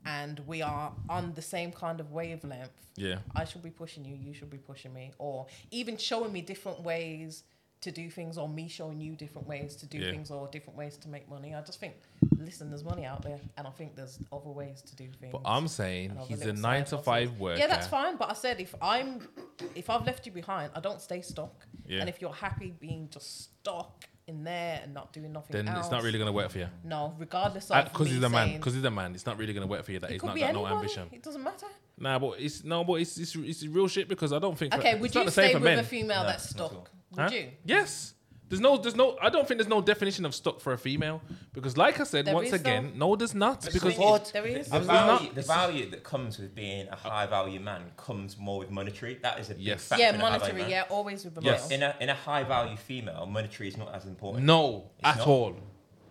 and we are on the same kind of wavelength,
Yeah.
I should be pushing you, you should be pushing me, or even showing me different ways to do things, or me showing you different ways to do
Yeah.
things, or different ways to make money. I just think, listen, there's money out there, and I think there's other ways to do things.
But I'm saying
and other
he's a
little
nine
side
to
hustles.
five worker.
Yeah, that's fine. But I said if I'm, if I've left you behind, I don't stay stuck.
Yeah.
And if you're happy being just stuck in there and not doing nothing,
Then it's not
else,
really gonna work for you.
no, regardless of
Because
me
he's a man.
saying-
Because he's a man. It's not really gonna work for you. That he's
could
not
be
got no
anybody.
ambition.
It doesn't matter.
Nah, but it's no, but it's it's, it's real shit because I don't think.
Okay,
it's
would
not
you
the same
stay
for
with
men.
a female
No,
that's
not at
stuck?
all.
Would
Huh?
you?
Yes. There's no, there's no. I don't think there's no definition of stuck for a female because, like I said,
There
once
is, though.
again, no, there's not because
thing is,
There is.
The
There's
value,
not-
the value that comes with being a high value man comes more with monetary. That is a big
Yes.
factor.
Yeah,
in a high-value
monetary.
man.
Yeah, always with a
Yes.
male.
In a in a high value female, monetary is not as important.
no,
It's
at
not.
all,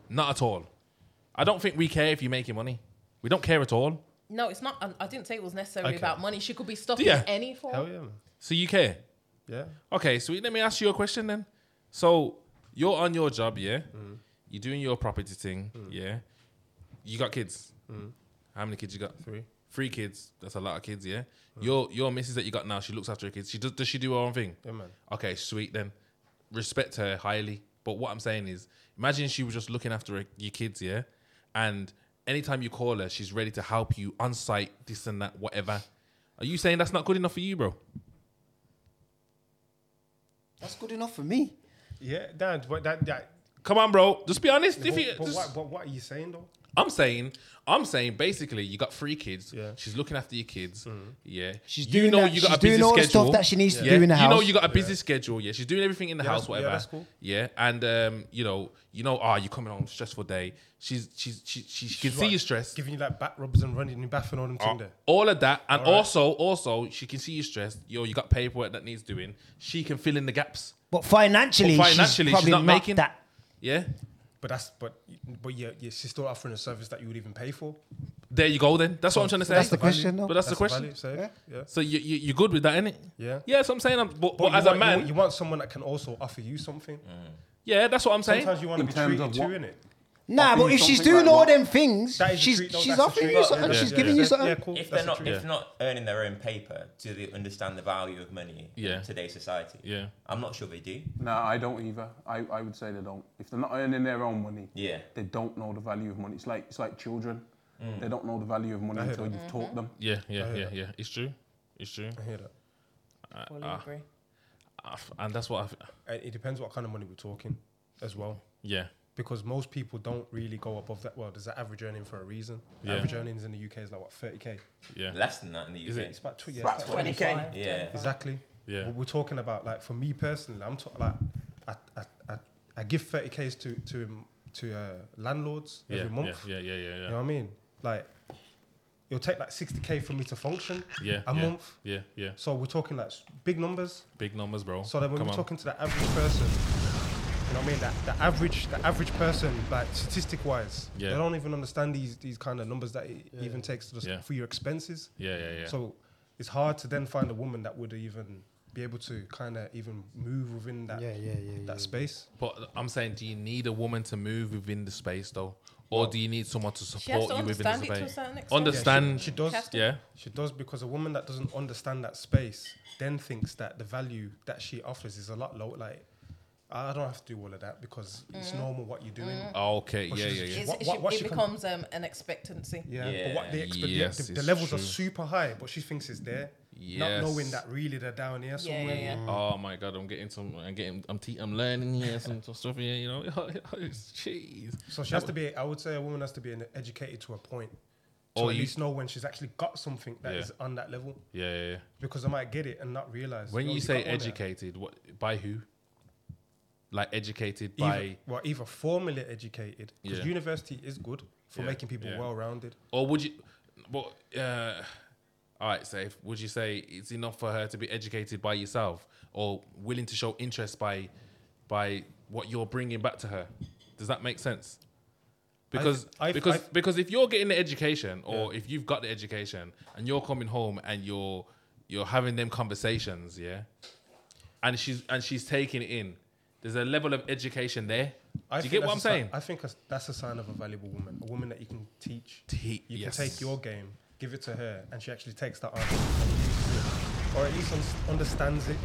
not at all. I don't think we care if you're making money. We don't care at all.
No, it's not. I- I didn't say it was necessarily
Okay.
about money. She could be stuck
Yeah.
in any form.
Hell yeah, man.
So you care.
yeah.
Okay, so let me ask you a question then. So you're on your job, yeah.
Mm.
You're doing your property thing, yeah. You got kids. How many kids you got?
Mm. Three. Mm.
Three kids. That's a lot of kids, yeah. Your your missus that you got now, she looks after her kids. She does. Does she do her own thing?
Yeah, man.
Okay, sweet then. Respect her highly. But what I'm saying is, imagine she was just looking after her, your kids, yeah? And anytime you call her, she's ready to help you on site, this and that, whatever. Are you saying that's not good enough for you, bro?
That's good enough for me.
Yeah, Dan. But that. that
Come on, bro. Just be honest.
but,
if you,
but
just-
what, but what are you saying though?
I'm saying, I'm saying, basically, you got three kids.
Yeah. Mm-hmm.
She's looking after your kids. Yeah.
She's
you
doing
know
that-
you got
she's
a busy
doing all the
schedule.
stuff that she needs to
Yeah.
do in the
you know
house.
you got a busy schedule. Yeah. She's doing everything in the
Yeah,
house,
that's- yeah,
whatever.
that's cool.
Yeah. And um, you know, you know, ah, you're coming home stressful day. She's she's she she, she can see
like,
you stressed.
Giving you like back rubs and running you bath and all them thing there.
All of that, and
All right.
also, also, she can see you stressed. Yo, you got paperwork that needs doing. She can fill in the gaps.
But financially,
But financially, she's
she's probably
not
not
making-
that.
Yeah,
But that's but but yeah, yeah, she's still offering a service that you would even pay for.
there you go. Then that's what I'm trying to say.
That's the question, though.
But that's, the question.
value, so, yeah, yeah.
So you, you you're good with that, innit?
Yeah.
Yeah, so I'm saying, I'm, but, but
you
as
want,
a
you
man,
want- you want someone that can also offer you something.
yeah, that's what I'm saying.
Sometimes you want
In
to be
terms
treated
of
too,
what-
innit?
Nah,
Offer
but
you
if she's
something
doing
like
all
what-
them things,
That is the
she's
treat, though,
she's
that's the
offering
treat.
you
Yeah,
something.
yeah,
she's
yeah,
giving
yeah.
you something.
Yeah, cool.
If
That's
they're
the
not
truth.
if they're not earning their own paper, do they understand the value of money
Yeah.
in today's society?
Yeah.
I'm not sure they do.
No, I don't either. I, I would say they don't. If they're not earning their own money,
Yeah.
they don't know the value of money. It's like it's like children.
Mm.
They don't know the value of money
hear
until
that.
you've taught
Mm-hmm.
them.
Yeah, yeah, yeah, yeah. It's true. It's true.
I hear that.
Fully
Ah.
agree.
I f- And that's what I. f-
And it depends what kind of money we're talking as well.
Yeah.
Because most people don't really go above that. Well, there's an average earning for a reason. The
Yeah.
Average earnings in the UK is like what, 30k?
Yeah.
Less than that in the UK.
Is it-
It's about two years.
Twenty-five.
Yeah.
Exactly.
Yeah.
What we're talking about, like for me personally, I'm talking like I, I, I, I give 30k's to to to uh, landlords
Yeah.
every month.
Yeah. Yeah. Yeah.
You know
Yeah.
what I mean? Like, it'll take like 60k for me to function
Yeah.
a
yeah,
month.
Yeah. Yeah.
So we're talking like s- big numbers.
Big numbers, bro.
So that when
Come
we're
on.
talking to the average person, you know what I mean? That the average, the average person, like statistic wise,
Yeah.
they don't even understand these these kind of numbers that it even takes to just
Yeah.
for your expenses.
Yeah. Yeah. Yeah.
So it's hard to then find a woman that would even be able to kind of even move within that
Yeah, yeah, yeah,
that space.
but I'm saying, do you need a woman to move within the space though, or do you need someone to
She has
support
to
you within the
understand it to a
space?
certain extent.
Understand.
She does.
Has to.
Yeah.
She does because a woman that doesn't understand that space then thinks that the value that she offers is a lot lower. Like, I don't have to do all of that because it's
Mm.
normal what you're doing.
Oh, Okay.
But
Yeah.
she's-
Yeah.
she's
Yeah.
It's-
What-
it
what-
should-
what
it
she can-
becomes um, an expectancy.
Yeah,
Yeah.
but what they expect,
Yes,
the, the
it's
levels are
true.
super high, but she thinks it's there,
Yes.
not knowing that really they're down here
Yeah, yeah,
somewhere.
yeah.
Oh my god, I'm getting some. I'm getting. I'm. Te- I'm learning here some stuff here. You know. Jeez.
So she has to be. I would say a woman has to be an- educated to a point
Or Oh,
to at
you-
least know when she's actually got something that is
Yeah.
on that level
Yeah, yeah, yeah.
because I might get it and not realize.
When
yo,
you say
got all that.
educated, what by who? Like educated by
Either, well, either formally educated because
Yeah.
university is good for
Yeah,
making people
yeah.
well-rounded.
or would you? Well, uh, all right, safe. Would you say it's enough for her to be educated by yourself, or willing to show interest by by what you're bringing back to her? Does that make sense? Because
I've-
because
I've-
because if you're getting the education, or if you've got the education, and you're coming home and you're you're having them conversations, yeah, and she's and she's taking it in. There's a level of education there.
I
Do you
think
get what I'm
that's a si-
saying?
I think that's- that's a sign of a valuable woman, a woman that you can teach.
Te-
you
yes.
can take your game, give it to her, and she actually takes that on, and uses it. or at least un- understands it.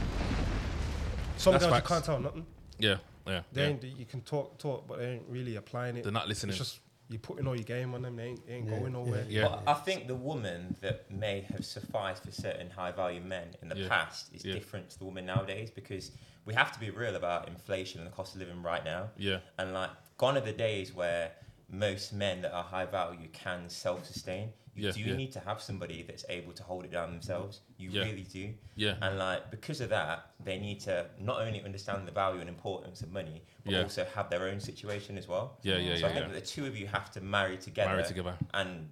Some
That's
girls
facts.
you can't tell nothing.
Yeah, yeah.
They
yeah.
ain't, you can talk, talk, but they ain't really applying it.
They're not listening.
It's just you're putting all your game on them. They ain't, they ain't going nowhere.
yeah.
But I think the woman that may have sufficed for certain high value men in the
Yeah.
past is
Yeah.
different to the woman nowadays because we have to be real about inflation and the cost of living right now.
Yeah.
And like gone are the days where most men that are high value can self sustain. You
Yeah,
do
yeah.
need to have somebody that's able to hold it down themselves. You
Yeah.
really do.
Yeah.
And like because of that, they need to not only understand the value and importance of money, but
Yeah.
also have their own situation as well.
Yeah, yeah,
so
yeah,
I think
yeah.
that the two of you have to marry together.
Marry together.
And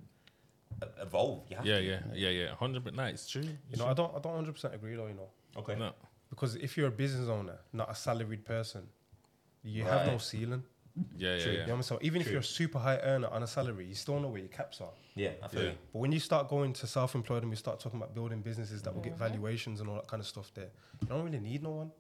e- evolve. You have
Yeah,
to.
yeah, yeah, yeah. Hundred percent. No, it's true.
You know, I don't, I don't 100 percent agree though. You know,
Okay.
No.
because if you're a business owner, not a salaried person, you have no
Right.
ceiling.
Yeah, yeah,
You know what
yeah.
I'm saying? Even if
True.
you're a super high earner on a salary, you still know where your caps are.
Yeah, I feel
Yeah.
you.
But when you start going to self-employed and we start talking about building businesses that will get valuations and all that kind of stuff, there, you don't really need no one.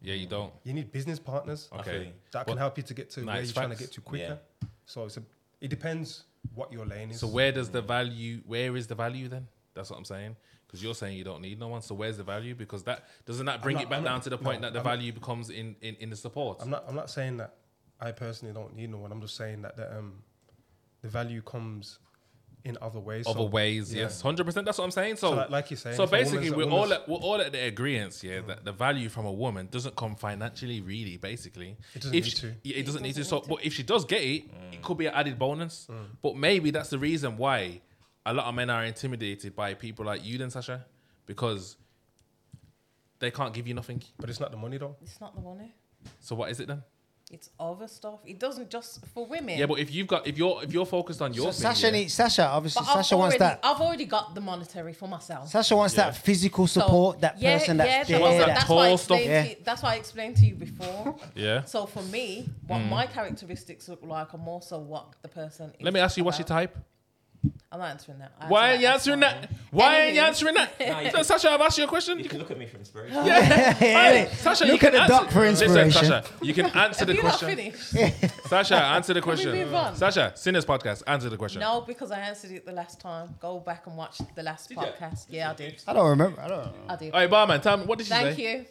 Yeah, you don't.
You need business partners
I feel
Okay.
you.
that can
Well,
help you to get to where
nice
you're trying to
facts.
get to quicker. So it's a, it depends what your lane is.
So where does the value? Where is the value then? That's what I'm saying. Because you're saying you don't need no one. So where's the value? Because that doesn't that bring
not-
it back
I'm
down
not-
to the point
no,
that the
I'm not-
value becomes in in in the support.
I'm not. I'm not saying that I personally don't need no one. I'm just saying that the um, the value comes in other ways.
Other
so,
ways,
yeah.
yes, hundred percent. That's what I'm saying. So,
So like- like you're saying,
so
if a woman's-
basically,
a
we're all
woman's-
at, we're all at the agreement, yeah, that the value from a woman doesn't come financially, really. Basically,
It doesn't
If
need
she-
to. Mm.
yeah, It, doesn't need to. So, but if she does get it, it could be an added bonus. But maybe that's the reason why a lot of men are intimidated by people like you, then Sasha, because they can't give you nothing.
But it's not the money though.
It's not the money.
So what is it then?
It's other stuff. It doesn't just for women.
Yeah, but if you've got, if you're, if you're focused on your
So
thing,
Sasha
yeah,
needs Sasha. Obviously,
But I've
Sasha wants
already-
that.
I've already got the monetary for myself.
Sasha wants that physical
So,
support. that
yeah,
person
yeah,
that's there.
wants
why-
that
that-
why I
tall stuff.
explained to
Yeah.
you- that's why I explained to you before.
yeah.
So for me, what
Mm.
my characteristics look like are more so what the person. Is
Let me ask you, what's your
about.
type?
I'm not answering that. I
Why
answered
ain't you answering
last
that?
time.
Why ain't you
Anywho.
answering that?
No, you
So,
can-
Sasha, I've asked you a question.
You
You
can
can,
look at me for inspiration.
Hey, Sasha,
Look
you can
at the
answer-
doc for inspiration.
Listen, Sasha, you can answer the
Have you not
question.
finished?
Sasha, answer the question.
move on?
Sasha, Sinners Podcast, answer the question.
No, because I answered it the last time. Go back and watch the last podcast. Yeah, I did.
I don't remember. I don't. Know.
I did.
All right, barman, tell me, what did she
Thank
say?
you.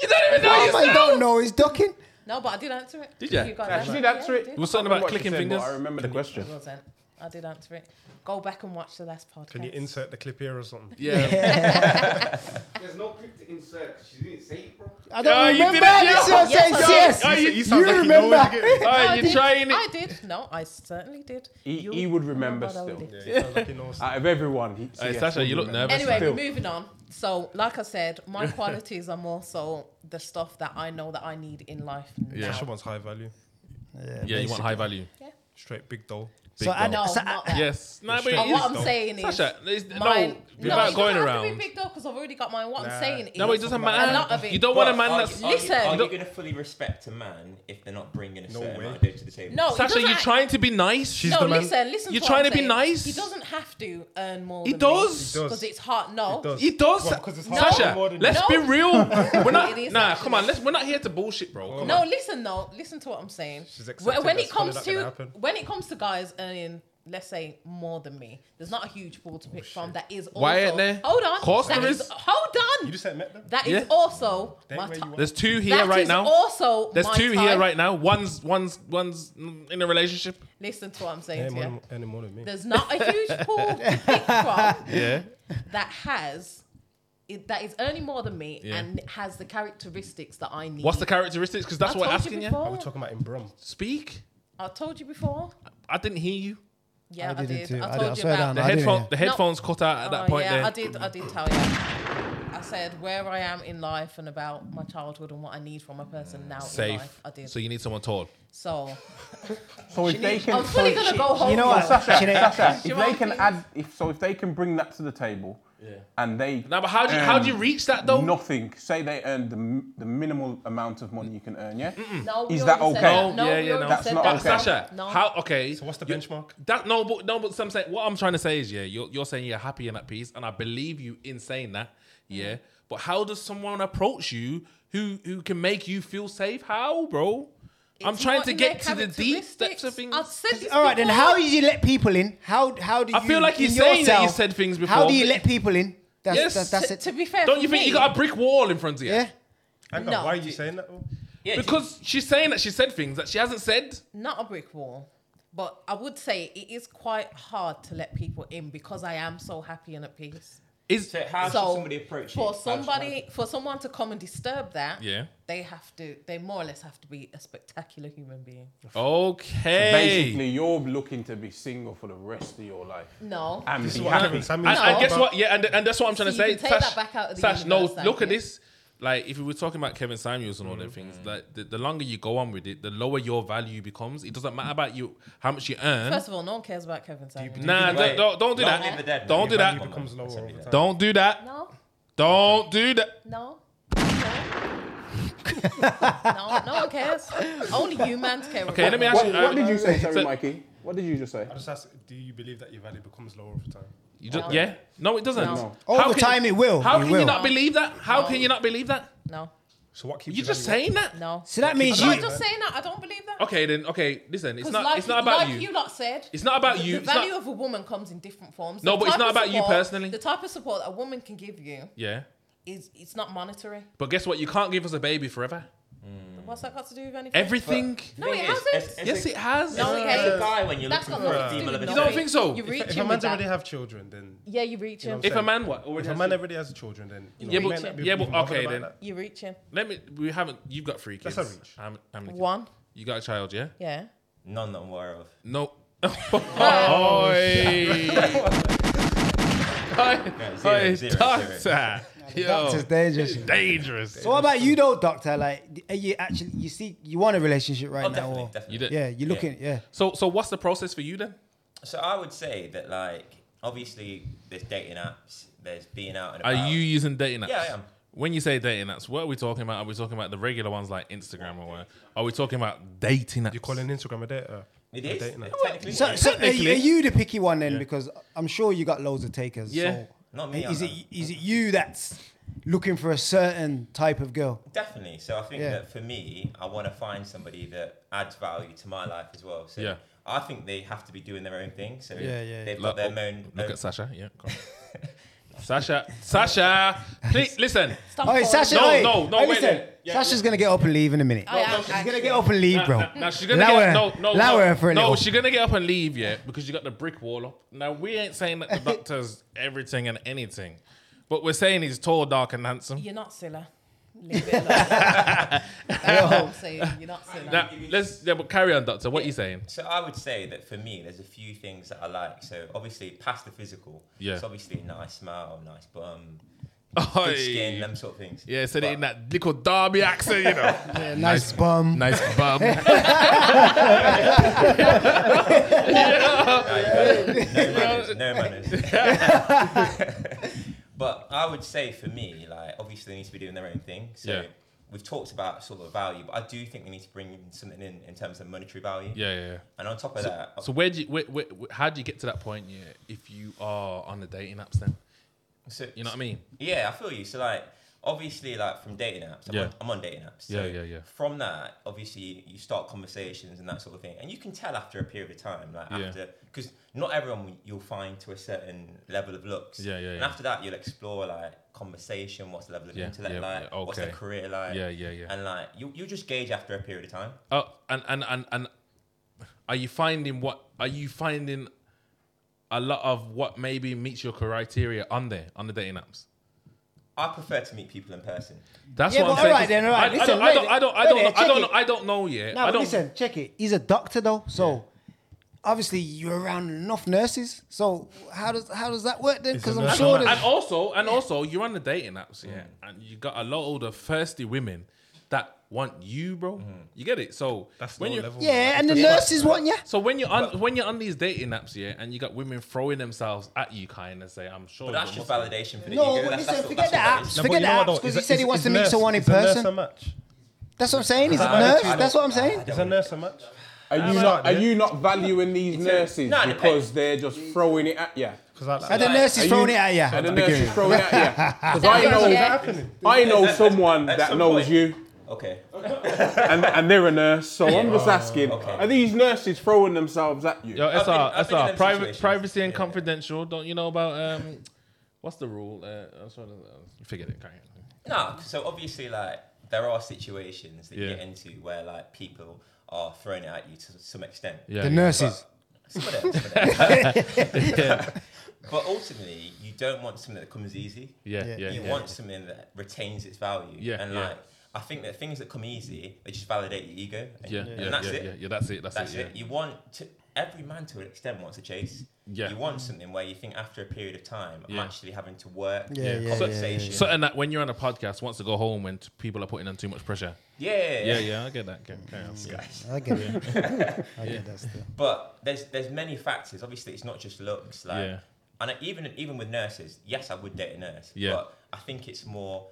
You don't even know
Oh,
yourself.
man, don't know. He's ducking.
No, but I did answer it.
Did ya?
got
Yeah,
that
she
right.
did answer
Yeah,
it.
I did.
We're something
Remember
about
what she
clicking
said, but
fingers.
I remember the question.
I wasn't. I did answer it. Go back and watch the last podcast.
Can you insert the clip here or something?
Yeah.
There's no clip to insert. She didn't say it, bro.
I
Oh,
don't
you
remember.
did it, yeah.
This is what I'm saying.
Yes, I
Yes.
Oh, you- you
You remember.
All right,
I
you're
did.
trying
I
it.
did. No, I certainly did.
He-
You
he would remember
what I
still.
did.
It sounds like he knows.
Out of everyone, he, so
Hey,
yes,
Sasha,
we'll
you look
remember.
nervous.
Anyway,
Phil.
moving on. So, like I said, my qualities are more so the stuff that I know that I need in life now.
Yeah.
Sasha wants high value,
Yeah, you want high value.
straight big dough.
So I
dog.
No,
know. so I-
not that.
Yes. No, but
straight
it
And
is-
what I'm saying is,
Sasha, it's- no,
mine.
without
it
going
doesn't Have
around.
to be big though, because I've already got mine. What
Nah.
I'm saying is,
No, it doesn't matter.
A lot of it.
You don't want a
But
man
are
that's.
you- are you-
Listen.
Are you,
Look-
going to fully respect a man if they're not bringing a certain
way.
amount of dough to the table?
no, it
Sasha,
doesn't
you're
act-
trying to be nice.
She's
No,
the man.
listen, listen.
You're
what
trying
I'm
to be
saying.
nice.
He doesn't have to earn more.
He
than
does.
He does.
because it's hard. No,
It does.
He does.
Well, 'cause it's hard
to
Sasha,
earn more than
let's
that.
be real. We're
It
not.
is
Nah,
actually.
come on. Let's. We're not here to bullshit, bro. Come
No,
on.
listen though. Listen to what I'm saying.
She's
Wh-
accepted
when
that's
it comes
probably not
to
gonna happen.
when it comes to guys earning, let's say more than me, there's not a huge pool
Oh,
to pick from. That is also,
Why ain't there?
Hold on.
Course
that
there is.
Hold
You
on.
just said met them.
That is
Yeah.
also
Then
my
where
ti-
you want-
There's two here
that
right
is
now.
Also,
There's
my
two here
type.
right now. One's one's one's mm, in a relationship.
Listen to what I'm
Any
saying.
more,
to you.
than- any more than me.
There's not a huge pool to pick from.
Yeah.
that has it, that is earning more than me
Yeah.
and has the characteristics that I need.
What's the characteristics? Because that's
I
what I'm
told you
asking you.
before.
We're talking about in Brum.
Speak.
I told you before.
I didn't hear you.
Yeah, I,
did it
did.
too.
I
I
told
did. I
you
swear
about
down,
The
it.
I didn't
headphone,
hear.
the headphones cut out at
Oh,
that point.
yeah,
there,
I did. I did tell you. I said where I am in life and about my childhood and what I need from a person now in
safe.
life. I did.
So you need someone tall.
So
So if they
I'm
can, so
fully gonna go home.
You know what? Sinead,
Sasha,
Your
if
own
they can
feelings.
add, if so, if they can bring that to the table, and they
Now, but how do you, how do you
earn
reach that though?
Nothing. Say they earn the, m- the minimal amount of money you can earn. Yeah.
No, we
Is that
already said
okay?
that. No,
Oh, yeah,
we
yeah, no.
already
That's
said
not
that.
But
okay.
Sasha,
No.
how okay?
So what's the
you-
benchmark?
That no, but no, but some say what I'm trying to say is yeah, you're you're saying you're happy and at peace, and I believe you in saying that, yeah.
Mm-hmm.
But how does someone approach you who who can make you feel safe? How, bro? I'm
It's
trying
not
to
in
get
their
to the deep steps of
characteristics.
things.
I've said this
All right, then
before.
how do you let people in? How how do you?
I feel like you're
in
saying that you
yourself,
said things
How
before.
do you let people in? That's,
Yes.
that's, that's
To,
it.
to be fair,
Don't
for
you think
me,
you got a brick wall in front of you?
yeah.
Hang on,
No.
why are you saying that? though?
Yeah,
Because she's saying that she said things that she hasn't said.
not a brick wall, but I would say it is quite hard to let people in because I am so happy and at peace.
Is
so how
so
should somebody approach
for
it?
somebody for someone to come and disturb that,
Yeah.
they have to they more or less have to be a spectacular human being.
okay.
Basically, you're looking to be single for the rest of your life.
No.
And
This
be
is what
happy.
happened. Sammy
And,
was
and
No.
guess what? Yeah, and, and that's what I'm trying
So
to say.
you can take that back out of the
Sash,
universe,
no,
thank
look at
you.
this. Like, if we were talking about Kevin Samuels and all
Mm,
them things, like the, the longer you go on with it, the lower your value becomes. It doesn't matter about you how much you earn.
First of all, no one cares about Kevin Samuel.
nah, don't,
Wait.
don't, don't do
Long live
that.
the dead, man.
don't do
Your
that.
value
Becomes lower over time.
Don't do that.
No,
Don't do that.
no. No. no, no one cares. Only humans care.
Okay, let
about
me
that.
ask
What,
you.
what did
uh,
you say, sorry,
So-
Mikey? What did you just say?
I just ask, do you believe that your value becomes lower over time?
you just,
No.
Yeah. No, it doesn't.
No.
How
Over
can-
time it will.
How
It
can
will.
you not believe that? How can you not believe that?
No,
So what keeps
You're
your
just
value
saying
up?
that.
no.
So that means
I'm
you.
not just saying that. I don't believe that.
Okay, then. Okay, listen. It's
'Cause
not.
like,
it's not about
like
you.
you lot said.
It's not about you.
The
It's not-
value of a woman comes in different forms.
No,
The
but it's
type
not
of
about you
support-
personally.
The type of support a woman can give you
yeah.
is it's not monetary.
But guess what? You can't give us a baby forever.
What's that got to do with anything?
Everything.
No, it
Thing is,
hasn't.
it's- it's
yes,
a-
it has. Uh,
No, it
As a
hasn't.
guy, when you're
That's got
looking for
nothing
a
to do
female
with
of a
You
nothing.
don't think so?
You're
If, if
reaching
a
with
man's already
that.
have children, then
Yeah, you're reaching.
If a man what? Already
if a
has
man
children?
already has children, then you know,
yeah, but
he may not be
yeah, but
bothered
okay
about
then.
that.
You're reaching.
Let me. We haven't. You've got three kids.
That's a reach.
How, how many? Kids?
One.
You got a child, yeah?
Yeah.
None that I'm aware of.
No.
Oh,
Oi. Oi,
No, zero,
oi,
zero,
doctor. Yo,
Doctor's dangerous. you know.
dangerous.
So what about you though, doctor? Like, d- are you actually you see you want a relationship right
Oh,
now?
definitely,
or,
definitely.
You did.
Yeah, you're looking. Yeah.
So, so what's the process for you then?
So I would say that, like, obviously, there's dating apps, there's being out and
Are
about.
Uh,
you using dating apps?
Yeah, I am.
When you say dating apps, what are we talking about? Are we talking about the regular ones like Instagram or what? Are we talking about dating apps?
You're calling Instagram a data.
It
a
is.
dating app.
Technically,
So, so are, you,
Technically.
are you the picky one then? Because I'm sure you got loads of takers.
Yeah.
So
Not me,
Is
I
it
know.
is it you that's looking for a certain type of girl?
Definitely. So I think
Yeah.
that for me, I want to find somebody that adds value to my life as well. So
Yeah.
I think they have to be doing their own thing. So
Yeah, yeah,
they've
Look,
got their
oh,
own.
Look
own-
at Sasha. Yeah. go on. Sasha, Sasha, please listen.
Stop
Oh,
calling.
Sasha.
No,
oi,
no, no,
oi,
wait,
listen,
wait. Yeah,
Sasha's gonna get up and leave in a minute.
I am.
She's gonna
actually.
get up and leave, bro.
Now, now she's gonna
Allow
get
her.
no, no,
Allow
no,
her for a
no.
little.
She's gonna get up and leave, yeah, because you got the brick wall up. Now we ain't saying that the doctor's everything and anything, but we're saying he's tall, dark, and handsome.
You're not silly. Leave it alone. That's what I'm saying. You're not silly.
Now let's yeah, but carry on, doctor. What are you saying?
So I would say that for me, there's a few things that I like. So obviously, past the physical.
Yeah.
It's obviously nice smile, nice bum,
Oi.
good skin, them sort of things.
Yeah, said it
But-
in that little Derby accent, you know.
nice, bum.
nice bum.
no manners, no manners. but I would say for me, like obviously they need to be doing their own thing. So
Yeah.
we've talked about sort of value, but I do think they need to bring in something in in terms of monetary value.
Yeah, yeah. yeah.
And on top of that,
So
so,
where do you, where, where, where- how do you get to that point? Yeah, if you are on the dating apps, then you know what I mean.
Yeah, I feel you. So like obviously like from dating apps, I'm,
Yeah.
on, I'm on dating apps.
Yeah,
so
yeah, yeah.
From that, obviously you start conversations and that sort of thing, and you can tell after a period of time, like
Yeah.
after because not everyone you'll find to a certain level of looks.
Yeah, yeah,
And
yeah.
after that, you'll explore like conversation, what's the level of
Yeah,
intellect
yeah,
like,
yeah,
what's their
okay.
career like,
Yeah, yeah, yeah.
and like you you just gauge after a period of time.
Oh, and and and and are you finding what are you finding a lot of what maybe meets your criteria on there on the dating apps?
I prefer to meet people in person.
That's
Yeah,
what I'm
but
saying.
alright then, alright,
I- I,
listen,
don't, I don't, I don't, I
wait
don't,
there,
know, I
check
don't,
it.
know, I don't know yet.
No,
I
but
don't.
listen, check it. He's a doctor though, so obviously you're around enough nurses. So how does how does that work then?
It's
Because
a
I'm
nurse
sure
on-
there's
and also, and also, you're on the dating apps, yeah,
Mm.
and you got a lot of the thirsty women that want you, bro.
Mm-hmm.
You get it? So
That's
when
low
you
level.
yeah, and the
That's-
nurses want you.
so when you're on when you're on these dating apps, yeah, and you got women throwing themselves at you, kind of say, "I'm sure."
But that's
you're
just
Muslim."
validation for the
No, but
ego. That's,
listen,
that's what-
forget
that's what that
the
is.
apps. Forget the apps because he said he wants to meet someone in person.
much?
That's what I'm saying. He's a
I-
nurse.
I
That's what I'm saying.
Is a nurse a much?
Are you not? Are you not valuing these nurses
no, it
because they're just throwing it at you?
And the nurses
Are
throwing
you-
it at you.
And the nurse is throwing it at you. 'Cause I know, I know
At- at-
someone
at
that
some
knows
point.
you,
Okay.
and, and they're a nurse. So I'm just asking:
okay.
Are these nurses throwing themselves at you?
Yo,
been-
SR,
I've been in
SR,
them
private,
situations.
privacy and
Yeah.
confidential. Don't you know about um, what's the rule? Uh, I'm sorry, uh, forget it. Carry on.
No, so obviously, like there are situations that you
Yeah.
get into where like people are throwing it at you to some extent.
Yeah,
The
yeah.
nurses.
Some of them, some of them. but ultimately, you don't want something that comes easy.
Yeah,
Yeah.
yeah, yeah.
you want something that retains its value.
Yeah,
and
yeah.
like I think that things that come easy, they just validate your ego. And,
yeah, yeah,
and
yeah,
that's
yeah,
it.
yeah, That's it. That's,
That's
it.
it. You want to every man to an extent wants a chase.
Yeah.
You want something where you think after a period of time,
Yeah.
I'm actually having to work,
Yeah, yeah, yeah,
conversation.
Yeah. Certain that when you're on a podcast, wants to go home when t- people are putting on too much pressure.
Yeah. Mm.
Yeah, yeah, I get that. Carry carry on. Yeah.
I get it. I get that still.
But there's there's many factors. Obviously, it's not just looks. Like,
Yeah.
and I, even even with nurses, yes, I would date a nurse.
Yeah.
But I think it's more,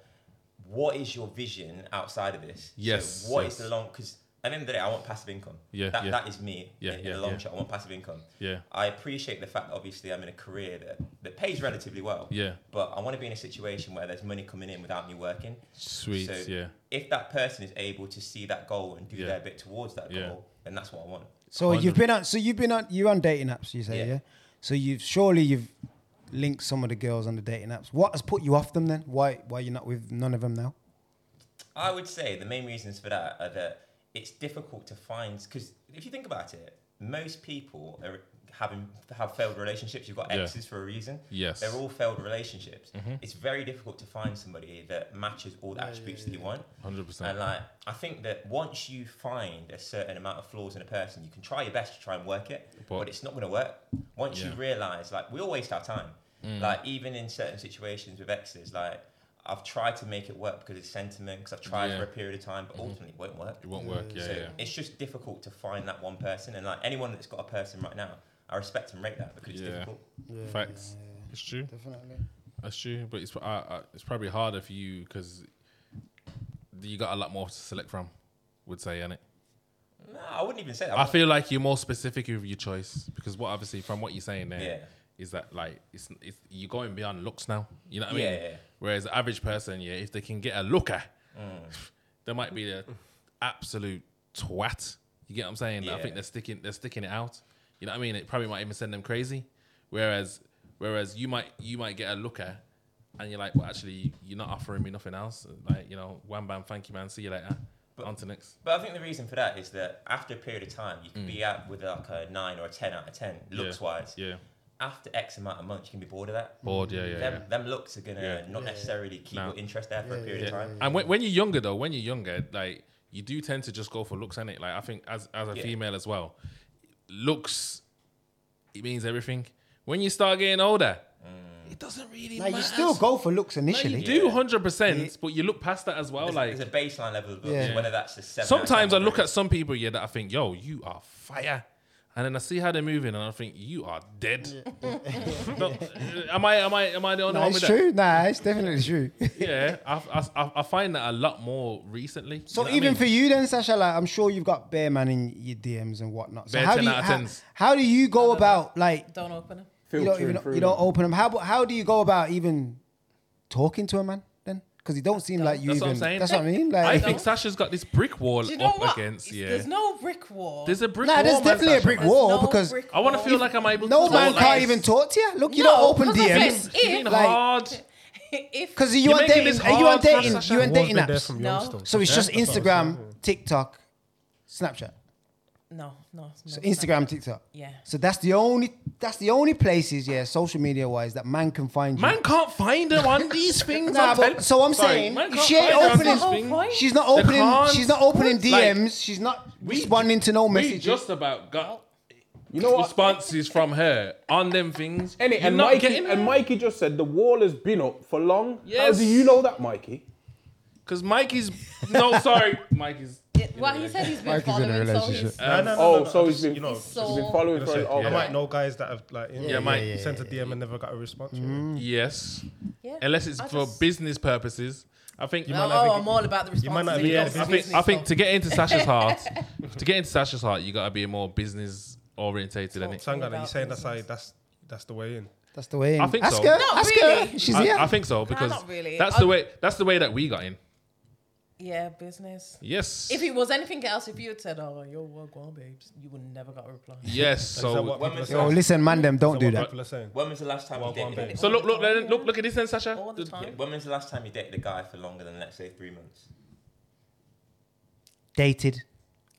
what is your vision outside of this?
Yes,
So what is
yes.
the long? Because at the end of the day, I want passive income.
Yeah,
That,
yeah.
that is me.
Yeah,
In, in
yeah,
the long
yeah.
shot, I want passive income.
Yeah.
I appreciate the fact that obviously I'm in a career that, that pays relatively well.
Yeah.
But I want to be in a situation where there's money coming in without me working.
Sweet.
So
yeah.
If that person is able to see that goal and do
Yeah.
their bit towards that
Yeah.
goal, then that's what I want.
So
Kind
you've
of.
been on. So you've been on. You're on dating apps. You say yeah.
Yeah.
So you've surely you've linked some of the girls on the dating apps. What has put you off them then? Why why you're not with none of them now?
I would say the main reasons for that are that it's difficult to find because if you think about it, most people are having have failed relationships. You've got
Yeah.
exes for a reason.
Yes.
they're all failed relationships. It's very difficult to find somebody that matches all the attributes that you want.
Hundred
And
percent.
like, I think that once you find a certain amount of flaws in a person, you can try your best to try and work it,
But-
but, it's not going to work. Once you
Yeah. Mm.
realize, like, we all waste our time. Like, even in certain situations with exes, like, I've tried to make it work because it's sentiment, because I've tried
Yeah.
for a period of time, but ultimately it won't work.
It won't work. Yeah,
so
yeah.
it's just difficult to find that one person. And like, anyone that's got a person right now, I respect and rate that because it's
Yeah.
difficult.
Facts. It's true.
Definitely.
That's true. But it's uh, uh, it's probably harder for you because you got a lot more to select from. Would say, innit?
No, I wouldn't even say that.
I feel like you're more specific with your choice because what obviously from what you're saying there is
Yeah.
that like it's, it's you're going beyond looks now. You know what I
Yeah,
mean?
yeah.
Whereas the average person, yeah, if they can get a looker,
Mm.
they might be the absolute twat. You get what I'm saying? I
Yeah.
think they're sticking they're sticking it out. You know what I mean? It probably might even send them crazy. Whereas whereas you might you might get a looker and you're like, well, actually, you're not offering me nothing else. Like, you know, one bam, thank you, man. See you later. On to next.
But I think the reason for that is that after a period of time, you can be out with like a nine or a ten out of ten looks wise.
Mm. Yeah.
After X amount of months, you can be bored of that.
Bored. Yeah. Yeah.
them,
yeah.
them looks are gonna
Yeah.
not necessarily keep
No.
your interest there for a period
Yeah.
of time.
Mm. And when, when you're younger though, when you're younger, like you do tend to just go for looks, and it like I think as as a
Yeah.
female as well, looks it means everything. When you start getting older,
Mm.
it doesn't really.
Now you
matter.
still go for looks
Like,
initially.
you do hundred percent, but you look past that as well.
There's,
like
there's a baseline level of looks,
Yeah.
whether that's the seven. out of
sometimes I
10
look
whether
at some people yeah that I think, yo, you are fire. And then I see how they're moving, and I think you are dead. Don't- am I? Am I? Am I the only
Nah,
one
it's
with
true. Nah, it's definitely true.
that? Yeah, I, I, I find that a lot more recently.
So
You know what I
even
mean?
for you then, Sasha, like I'm sure you've got bear man in your DMs and whatnot. So
Bear
how
10
do you,
out of
how,
10s.
how do you go about like
Don't open them.
you don't even you don't open them? How how do you go about even talking to a man then? Because you don't seem like you
That's
even.
what I'm saying.
That's what I mean. Like
I
if-
think Sasha's got this brick wall
Do you know
up
what?
against. Yeah,
There's
there's,
no brick wall.
a brick
Nah,
wall.
there's
man,
definitely a
Sasha.
brick wall because
I want to feel like I'm able.
no
to
man
talk,
can't
like,
even talk to you. Look, you
No,
don't open
'cause I said
DMs
It's being
If-
like-
hard.
if
because you
You're
on
making
dating.
this
Are you on
hard for us,
dating?
Sasha.
You on dating
Been there
apps?
from
No.
young still.
So it's
Yeah,
just
that's what I was
Instagram,
saying.
TikTok, Snapchat.
no, no,
So
no,
Instagram,
no.
TikTok.
Yeah.
So that's the only that's the only places, yeah, social media wise, that man can find you.
Man can't find her on these things.
Nah,
I'm
but-
telling-
so I'm
Sorry,
saying,
man
if
can't
she ain't
find her on these
opening-
That's the
things.
whole point.
She's not
They
opening.
can't.
She's not opening
Like,
DMs. she's not
we-
responding to no
We
messages.
just about got
You know what?
responses from her on them things.
And, it,
You're
and,
not
Mikey,
getting
and Mikey just said the wall has been up for long. How
Yes.
do you know that, Mikey?
because Mikey's no, sorry, Mikey's.
well, he said he's been
Mike is in a
following, so
relationship.
he's
No, no, no,
oh,
no, no,
so
I
he's
just,
been-
You know,
he's
just-
so-
He's been following for a
so,
long
I
time.
might know guys that have like you know,
Yeah, Mike.
sent a DM and never got a response.
Yes,
Yeah,
unless it's
I
for
just-
business purposes. I think.
Oh,
not
oh,
be-
I'm all about the
you might not
responsibility.
be- yeah,
of
I think. I
business
think
though.
to get into Sasha's heart, to get into Sasha's heart, you gotta be more business orientated. innit?
Sangana, you
about
saying that's how,
business.
that's that's the way in.
That's the way. In.
I think
ask
so.
her.
No,
ask her.
really.
She's
I,
here.
I think so because
not really.
that's
I-
the way. That's the way that we got in.
Yeah, business.
Yes.
If it was anything else, if you had said, "Oh, yo, well, go on, babes," you would never got a reply.
yes.
Is that
So
what
when
people are
was
saying?
Yo,
that?
Oh, listen, man, them don't
Is
do
that what
that.
people are saying?
When was the last time you
Well, one
dated?
day.
a
So look, look,
All the
look, look,
time.
look at this then, Sasha.
All the
The-
time.
When was the last time you dated a guy for longer than let's say three months?
Dated.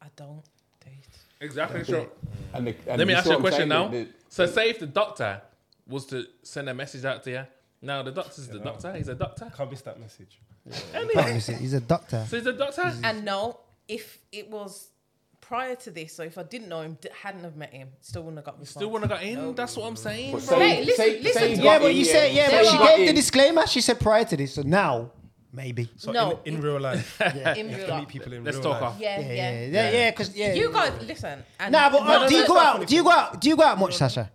I don't date.
Exactly. Sure.
And the,
Let
and
me
this
ask
is
you a
what I'm
question now.
saying, the-
So say if the doctor was to send a message out to you. Now the doctor's the doctor. He's a doctor.
Can't miss that message.
Can't miss it. He's a doctor.
So he's a doctor.
Mm-hmm.
And no, if it was prior to this, so if I didn't know him, d- hadn't have met him, still wouldn't have got response.
Still wanna got in. That's what I'm saying.
But
bro.
say-
Mate, listen-
say-
listen
say
to
he
me.
got
Yeah, but
in,
you said yeah,
There
but she
are-
gave the
in.
disclaimer. She said prior to this, so now maybe.
So
No.
in, in real life,
yeah, in real
you meet
life.
people in
Let's
real
talk
life.
off.
Yeah,
Yeah,
yeah.
yeah, yeah, yeah. Because yeah,
You guys, listen. And
Nah, but uh, do you
look,
go out? Do you go out? Do you go out much, Sasha?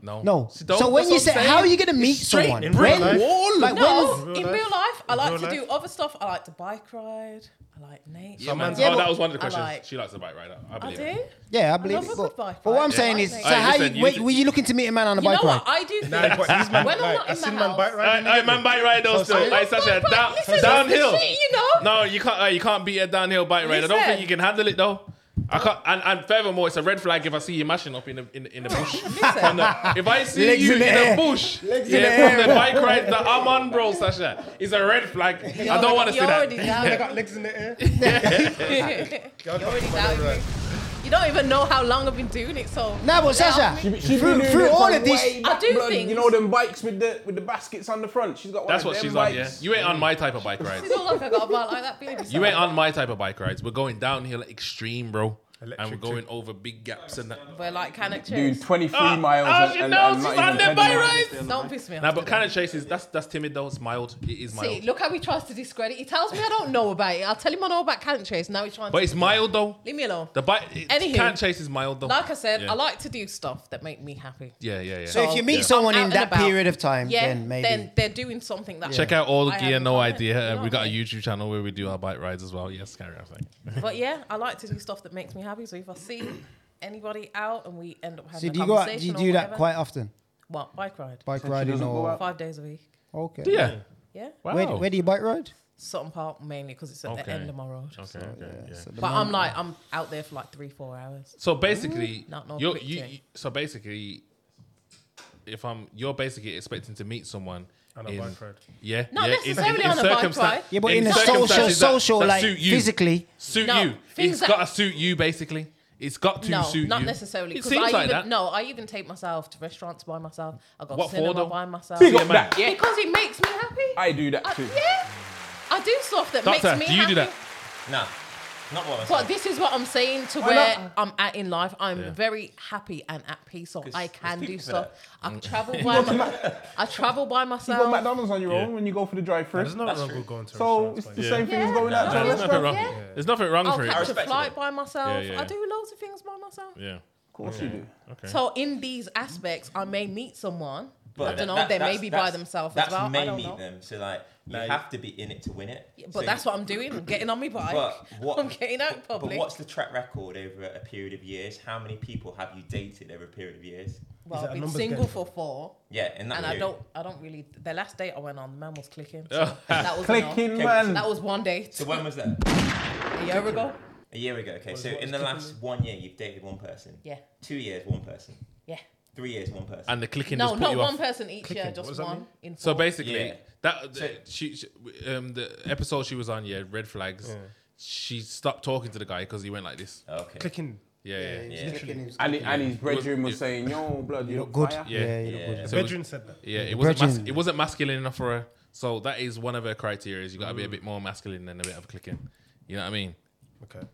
No.
No.
See, don't-
so
that's
when you
what
say,
I'm saying.
how are you gonna meet
straight
someone?
in
when?
real
Wall? Like
No,
when?
in real life, I like
real
to do
life?
other stuff. I like to bike ride. I like nature.
Yeah, man.
Yeah,
oh,
but-
that was one of the
I
questions.
like-
she likes the bike rider. I
I
believe.
do.
it.
Yeah, I believe
love a
it.
good
But,
bike
but what
ride.
I'm saying
Yeah.
is, so
Alright,
how
listen,
you,
you
wait,
need to-
were you looking to meet a man on a
You
bike
know
ride?
what? I do things.
Nah, but he's man
When I'm
bike.
not
I
in
seen
my
man
house.
bike
Hey,
riding.
hey, man, bike rider still. Hey, Sasha,
Bike-
down,
listen, that's the
downhill.
shit, you know?
No, you can't. Uh, you can't beat a downhill bike rider. I don't think
Listen.
you can handle it though. I can't. And, and furthermore, it's a red flag if I see you mashing up in the in, the- in the bush.
Listen.
No, if I see
Legs
you
in
in
the
the,
air.
bush,
Legs in
yeah,
the air.
from the bike ride that I'm on, bro, Sasha, it's a red flag. I don't want to see
You're
that.
already down.
Got legs in the air.
You're already down. You don't even know how long I've been doing it, so.
No, but
Yeah,
Sasha,
I
She, she
through, through all of this,
I do things.
You know them bikes with the with the baskets on the front. She's got one
That's
of
what
them
she's on.
bikes.
Yeah, you ain't on my type of bike ride.
It's not like I got a bike like that, baby. so-
You ain't on my type of bike rides. We're going downhill extreme, bro, and we're
Electric
going over big gaps and that.
We're like Canuck
Doing
chairs.
23
Ah,
miles.
ah,
and-
she
and-
knows
and not
she's
even
on them
heading
bike
out.
rides.
Don't piss me off.
Nah, but
today.
kind of chase is that's that's timid though. It's mild. It is mild.
See, look how he tries to discredit. He tells me I don't know about it. I'll tell him I know about Canuck chairs. Now he's trying
but
to.
it's mild though.
Leave me alone.
The bike it,
Anywho.
can't chase is mild though.
Like I said,
Yeah.
I like to do stuff that make me happy.
Yeah, yeah, yeah.
so if you meet
Yeah.
someone
I'm out
in
and
that
about.
period of time,
Yeah,
then maybe.
then they're doing something that.
Check out all
I
gear,
haven't
no
done it.
idea.
You know
we
what
got
I
a
mean?
YouTube channel where we do our bike rides as well. Yes, carry on. thank you.
But yeah, I like to do stuff that makes me happy. So if I see anybody out and we end up having
so
a
do you go out?
conversation,
Do you do
or
that
whatever-
quite often?
What bike ride?
Bike riding
doesn't go
or
out.
Five days a week.
okay?
Yeah.
Yeah,
Wow.
Where, where do you bike ride?
Sutton Park mainly because it's at
Okay.
the end of my road.
Okay, okay, yeah.
So the
But
man-
I'm like, I'm out there for like three, four hours.
So basically,
Mm, Not North
you're,
Quick
you,
Trip.
you- so basically, if I'm, you're basically expecting to meet someone.
And a
in-
bike ride.
Yeah,
Not
yeah,
necessarily on a bike
circumstan-
ride.
yeah, but in, a social,
circumstances that-
social,
that
like
suit you.
physically.
suit
No,
you.
things
It's
that-
got to suit you, basically. It's got to
no,
suit
not
you.
necessarily.
It
'cause
seems
I
like
even,
that.
No, I even take myself to restaurants by myself. I go
What
to
for,
cinema
though?
by myself.
Big up
Yeah,
that. Yeah,
Because it makes me happy.
I do that
I,
too.
Ah, yeah, I do stuff that
Doctor,
makes me
do you
happy.
do that?
Nah, not what I'm
But this is what I'm saying to
Why
where
not?
I'm at in life. I'm
Yeah.
very happy and at peace, so
'Cause
I
there's
can do
people for Mm.
stuff. I travel by
Go to
my,
Mac-
I travel by
you go
myself.
McDonald's on your own when you go for the drive-through.
There's nothing wrong
true.
with going to
so
restaurants,
it's
mate.
the
Yeah.
same thing
Yeah.
as going out to
No,
a
There's nothing
restaurant.
wrong.
Yeah. Oh,
There's nothing wrong
I'll
for it.
catch a
respect
flight
it.
by myself.
Yeah, yeah,
I do loads of things by myself.
Yeah.
Of course you do.
Okay.
So in these aspects, I may meet someone. I
But
don't know.
that-
they may
that's-
be by
that's-
themselves
That's
as well.
may
I don't
meet
know.
them. So like, you
Like-
have to be in it to win it.
Yeah,
So
But that's
you-
what I'm doing. I'm getting on my bike.
But what-
I'm getting out
But
public.
what's the track record over a period of years? How many people have you dated over a period of years?
well,
Is that a
I've been
numbers
single
game?
for four,
Yeah, Oh. in that
and I
period.
don't. I don't really. The last date I went on, the man was clicking. So that was enough.
Clicking,
Okay,
man.
That was one date
So when was that?
a year ago.
A year ago. Okay, so
what
in
is
the
clicking?
last one year, you've dated one person.
Yeah,
Two years, one person.
yeah.
Three years, one person.
And the clicking
No,
just put
not
you
one
off.
person each year,
Clicking. What
just
does that
one
mean?
in four.
So basically,
Yeah.
that
So-
the, she, she um, the episode she was on, yeah, red flags. She stopped talking to the guy because he went like this.
okay.
Clicking.
Yeah, yeah. yeah.
Yeah.
And, he- and his brethren
was-
was saying, "Yo, blood, you
You're
look
good.
fire."
Yeah.
Yeah, you look
Yeah.
good.
Yeah.
The
So it-
bedroom said that.
Yeah, it wasn't mas-
Bridging.
it wasn't masculine enough for her. So that
Mm.
is one of her criteria. Is you got to be a bit more masculine than a bit of clicking. You know what I mean?
Okay.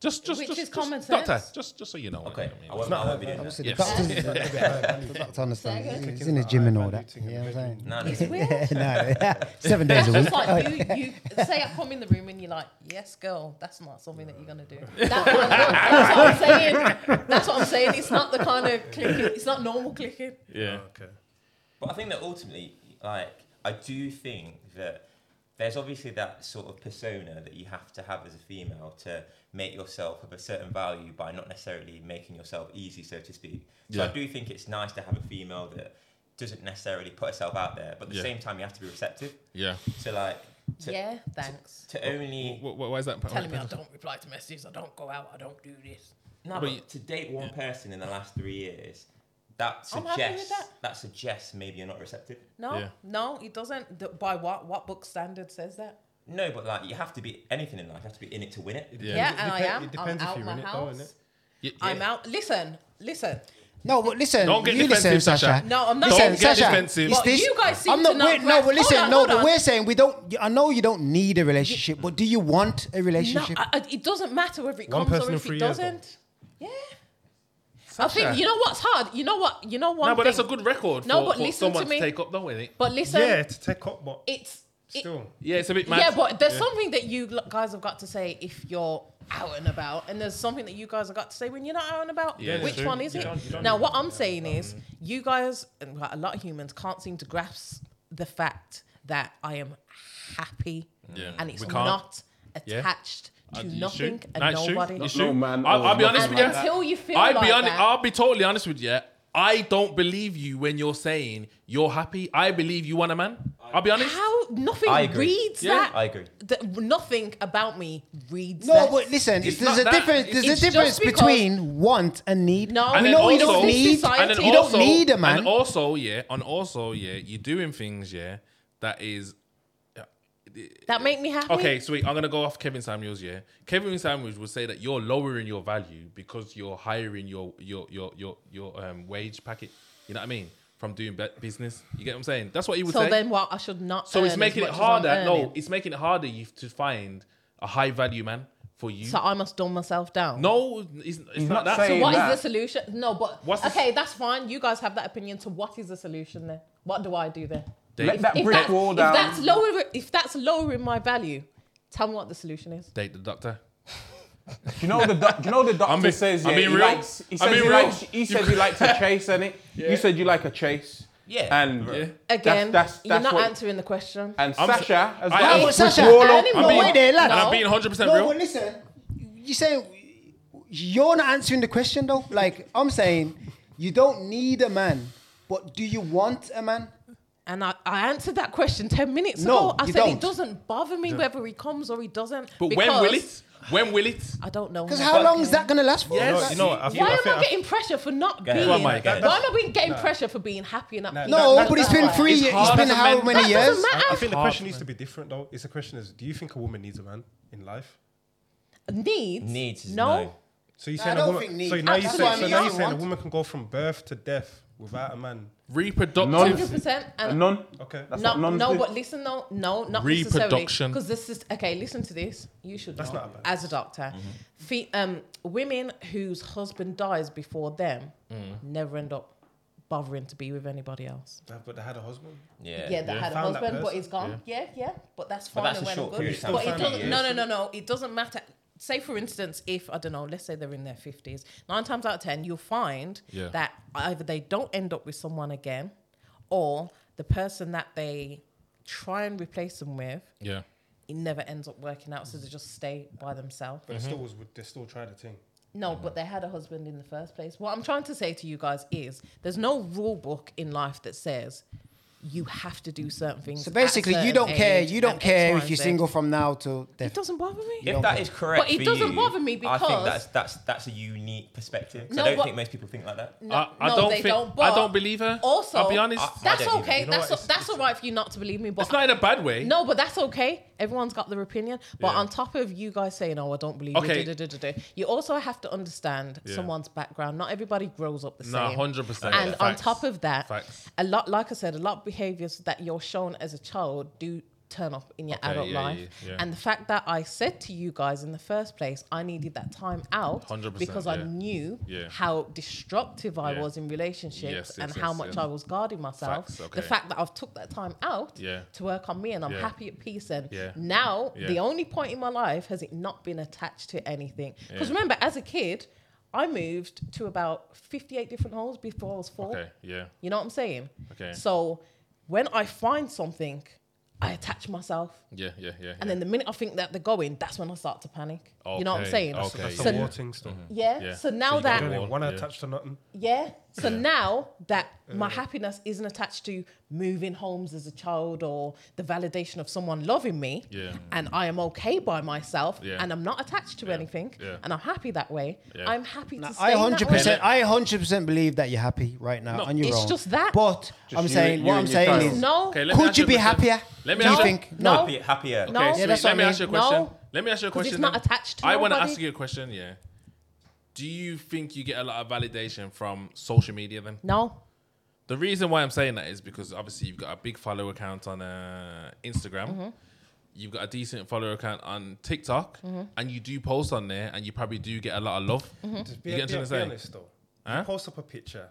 Just, just,
Which
just,
is
just-
common
Doctor,
sense.
just, just so you know. what I
Okay, I
mean.
won't, I won't be doing that.
Obviously,
Yes.
the doctor's the doctor understands. He's in the gym and all that. Yeah, I'm saying.
No, no.
It's weird.
Yeah, no, seven days a
That's
week.
just like you, you say I come in the room and you're like, yes, girl, that's not something that you're gonna do. That one- that's what I'm saying. That's what I'm saying. It's not the kind of clicking. It's not normal clicking.
Yeah.
Okay.
But I think that ultimately, like, I do think that there's obviously that sort of persona that you have to have as a female to make yourself of a certain value by not necessarily making yourself easy, so to speak. So
Yeah.
I do think it's nice to have a female that doesn't necessarily put herself out there, but at the
Yeah.
same time, you have to be receptive.
Yeah.
So, like, to,
Yeah, thanks.
to only.
Wh- wh- why is that?
Telling me I don't reply to messages. I don't go out. I don't do this.
No,
But
but
you-
to date one person in the last three years, that
I'm happy with
suggests
that.
that suggests maybe you're not receptive.
No,
Yeah.
no, it doesn't. Th- By what? What book standard says that?
No, but like you have to be anything in life. You have to be in it to win it.
Yeah, and I am. I'm out my house.
Yeah,
I'm out. Listen, listen.
No, but listen.
Don't get
you listen,
defensive, Sasha.
No, I'm not.
Don't
Listen,
get
Sasha.
defensive.
It's
But
this.
you guys seem
I'm not.
to not
we're- no,
grasp-
but listen.
Hold on,
no,
hold
but
on.
we're saying we don't. I know you don't need a relationship, but do you want a
No,
relationship?
I, I- it doesn't matter whether it
One
comes
person
or
in
if
three
it
years, though.
doesn't. Yeah. I think you know what's hard. You know what? You know one
No, but
thing.
that's a good record.
No,
for,
but
for
listen
someone
to me.
take up, though, isn't it?
But listen,
Yeah, to take up, but
it's it-
still.
Yeah, it's a bit mad.
yeah, but there's something that you lo- guys have got to say if you're out and about, and there's something that you guys have got to say when you're not out and about.
Yeah,
Which
true.
one is
You
it?
don't- you don't
now,
need
what I'm saying is,
Um,
you guys, and like a lot of humans, can't seem to grasp the fact that I am happy
Yeah.
and it's
We can't.
not
Yeah. Uh,
attached to
You
nothing
shoot?
and
No, it's shoot.
nobody.
It's
No
shoot.
man,
I'll,
oh,
I'll be
nothing
honest
and
with you.
like
until you feel
I'll
like
be honest.
that,
I'll be totally honest with you. I don't believe you when you're saying you're happy. I believe you want a man. I'll be honest.
how
I
nothing
agree.
reads
Yeah.
that.
I agree.
that nothing about me reads
No,
that.
but listen. It's,
not
there's a
that.
difference. There's
It's
a
just
difference
because-
between want and need.
No,
And
we
then
know you
also-
don't
This is
need.
society.
And then
You
don't
also,
need a man.
And also, yeah, and also, yeah, you're doing things, yeah, that is
that make me happy.
Okay, sweet. I'm gonna go off Kevin Samuels. Yeah, Kevin Samuels would say that you're lowering your value because you're hiring your your your your your um, wage packet. You know what I mean? From doing bu- business, you get what I'm saying? That's what he would
So
say.
then, what? I should not.
so it's
earn
making
as
it
much as I'm
harder. No,
earning.
it's making it harder you to find a high value man for you.
So I must dumb myself down.
no, it's, it's not,
not
that.
saying-
What is
Nah.
the solution? No, but
What's the s-
okay, that's fine. You guys have that opinion. To what is the solution then? What do I do then?
Date,
Let that
If,
brick
that-
wall
if
down.
that's lower, if that's lowering my value, tell me what the solution is.
date the doctor.
Do you know the doc- do you know the doctor
being-
says yeah,
I'm being
he
real.
likes he
I'm
says
being
he
real.
likes he says he likes a chase, and it you said you like a chase.
Yeah.
and
Yeah.
that's-
Again,
that's
you're not
what-
answering the question.
and
I'm s-
Oh, Sasha as
I-
well.
I-
No, but
With
Sasha.
Warlock,
I didn't
I'm
go
being-
away there, lad.
And I'm
No.
being 100 percent
No,
real.
but listen, you saying you're not answering the question though. Like I'm saying, you don't need a man, but do you want a man?
And I, I answered that question ten minutes
No,
ago. I
you
said
don't.
it doesn't bother me whether he comes or he doesn't.
but when
because
will it? When will it?
I don't know.
Because
when
how
I-
long is that gonna last for?
Yes.
Like,
You
You know, what, I
Why
feel,
Why
I
am
feel,
I getting pressure for not
Go
being?
ahead.
Why am I-
Why
that-
am I being getting pressure for being happy and happy?
no,
that-
but it's been three.
free.
years. it's
hard
been
to
how
men-
many
That
years?
doesn't matter.
I think the
Hard,
question needs
man.
to be different though. It's a question is, do you think a woman needs a man in life?
Needs.
Needs is
No.
no.
So you're
No,
saying
I
a
don't
woman,
think
so
needs.
now you're
Absolutely.
saying, so
I
now
mean,
you're saying a
want.
woman can go from birth to death without a man.
Reproductive.
Nonsense.
Hundred percent.
A
And
nun.
Okay,
That's
no,
not nonsense.
no, but listen, no, no, not
Reproduction.
Because this is okay. Listen to this. You should
That's
know
not bad.
as a doctor. Fe- um, women whose husband dies before them never end up bothering to be with anybody else.
That- but they had a husband.
Yeah.
Yeah, that had a
Found that
husband, but
person.
he's gone. Yeah, yeah, but that's
But
fine.
that's a
and well and
short period
good.
of time.
But it
Still
doesn't.
found
No,
that
no, no, no. It doesn't matter. Say for instance, if I don't know, let's say they're in their fifties. Nine times out of ten, you'll find
Yeah.
that either they don't end up with someone again, or the person that they try and replace them with,
Yeah.
it never ends up working out. So they just stay by themselves.
Mm-hmm.
But they still was. They still tried the thing.
No,
Mm.
but they had a husband in the first place. What I'm trying to say to you guys is there's no rule book in life that says you have to do certain things.
So basically,
at
you
certain
don't care.
age
You
and
don't
X,
care
Y,
if
and
you're
Z.
single from now to
It
death.
doesn't bother me.
If that is correct,
But it
for
doesn't
you,
bother me
I think
because-
that's that's that's a unique perspective. 'cause
No,
I don't
but-
think most people think like that.
No,
I, I
no,
don't
they
think,
don't. But
I don't believe her.
Also,
I'll be honest.
I-
that's
don't either.
okay.
You know
that's
what? It's-
that's all right for you not to believe me. But
it's not in a bad way.
no, but that's okay. Everyone's got their opinion. But
Yeah.
on top of you guys saying, "Oh, I don't believe
Okay.
you," duh, duh, duh, duh, duh, you also have to understand
Yeah.
someone's background. Not everybody grows up the
Nah,
same.
hundred percent.
and on top of that
Facts.
a lot like i said a lot of behaviors that you're shown as a child do turn off in your
Okay,
adult
yeah,
life.
yeah, yeah.
And the fact that I said to you guys in the first place, I needed that time out
100%,
because I
yeah.
knew
Yeah.
how destructive I
Yeah.
was in relationships
Yes,
and
yes,
how
yes,
much
yeah.
I was guarding myself.
Facts, okay.
The fact that I've took that time out
Yeah.
to work on me and I'm
Yeah.
happy at peace and
Yeah.
now
Yeah.
the only point in my life has it not been attached to anything. Because
Yeah.
remember, as a kid, I moved to about 58 different homes before I was four.
Okay, yeah.
You know what I'm saying?
Okay.
So when I find something, I attach myself.
Yeah, yeah, yeah.
And then the minute I think that they're going, that's when I start to panic. You know what I'm
Okay,
saying?
okay.
That's
So-
a warting stuff.
Yeah.
Yeah. So
So now
you
that
got
Don't
Mm-hmm. War-
even want to
yeah.
attach to nothing.
yeah. So now that my happiness isn't attached to moving homes as a child or the validation of someone loving me,
Yeah.
and I am okay by myself,
Yeah.
and I'm not attached to anything,
Yeah.
and I'm happy that way.
Yeah.
I'm happy to stay
I hundred
that way.
percent, I hundred percent believe that you're happy right now on your
it's
own.
just that.
But I'm
you-
saying
you
what
and
I'm
your
saying
child.
is,
No.
Okay, let me
could
ask
you be
a question.
happier?
Let me
do you
ask you-
think? No.
Happy, happier.
No.
Okay,
Yeah,
sweet.
that's what
Let
I
me ask you
mean.
a question.
No.
Let me ask you a
'Cause
question.
it's not
then.
attached to
I want to
nobody.
ask you a question. Yeah. Do you think you get a lot of validation from social media? Then
No.
the reason why I'm saying that is because obviously you've got a big follower count on uh, Instagram.
Mm-hmm.
You've got a decent follower account on TikTok,
Mm-hmm.
and you do post on there, and you probably do get a lot of love.
Just be,
You get
be,
what I'm
be
saying?
honest though.
Huh?
You post up a picture,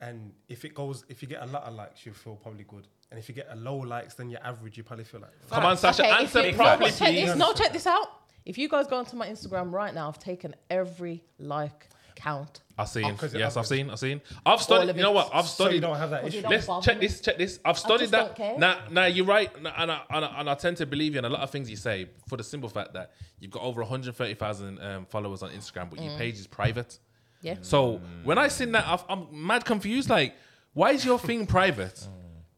and if it goes, if you get a lot of likes, you feel probably good. And if you get a low likes, then your average, you probably feel like.
Come on, Sasha,
Okay, if
answer
you-
properly,
no, check
please.
this, no, check this out. If you guys go onto my Instagram right now, I've taken every like count.
I've seen.
Because it
yes, I've
happens.
seen. I've seen. I've
All
studied.
of
You know
it.
what? I've
So you
studied.
don't have that
Would you
issue.
not
Let's
bother
check
me?
this. Check this. I've studied
just
that.
don't care.
Now, now you're right, and I, and, I, and, I, and I tend to believe you in a lot of things you say for the simple fact that you've got over 130,000 um, followers on Instagram, but your
Mm.
page is private.
Yeah.
So when I seen that, I've, I'm mad confused. Like, why is your thing private,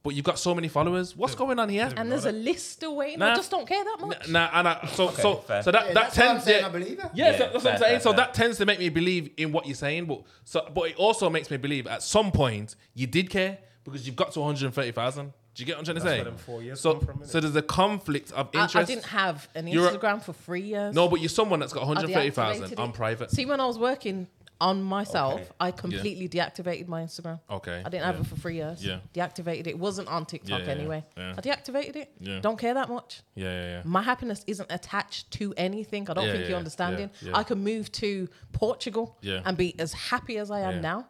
but you've got so many followers? What's going on here?
And there's a list still waiting.
Nah.
I just don't care that much.
N- Nah, and I, so so
fair.
so that
Yeah,
that
that's why I'm
tends
saying
yeah,
I believe it.
Yeah,
Yeah,
so, that's what I'm
fair,
saying.
fair,
so
fair.
that tends to make me believe in what you're saying, but so but it also makes me believe at some point you did care because you've got to 130,000. Do you get what I'm trying to
That's
say?
where them four years
so
come from, innit?
so there's a conflict of
I,
interest.
I didn't have an
You're a-
Instagram for three years.
no, but you're someone that's got
I deactivated
130,000
it.
on private.
See, when I was working on myself,
Okay.
I completely deactivated my Instagram.
Okay.
I didn't
yeah.
have it for three years.
Yeah.
Deactivated it. It wasn't on TikTok
Yeah, yeah,
anyway.
yeah.
I deactivated it.
Yeah.
Don't care that much.
Yeah, yeah, yeah.
My happiness isn't attached to anything. I don't
Yeah,
think
yeah,
you're understanding.
yeah, yeah.
I can move to Portugal
Yeah.
and be as happy as I am
Yeah.
now.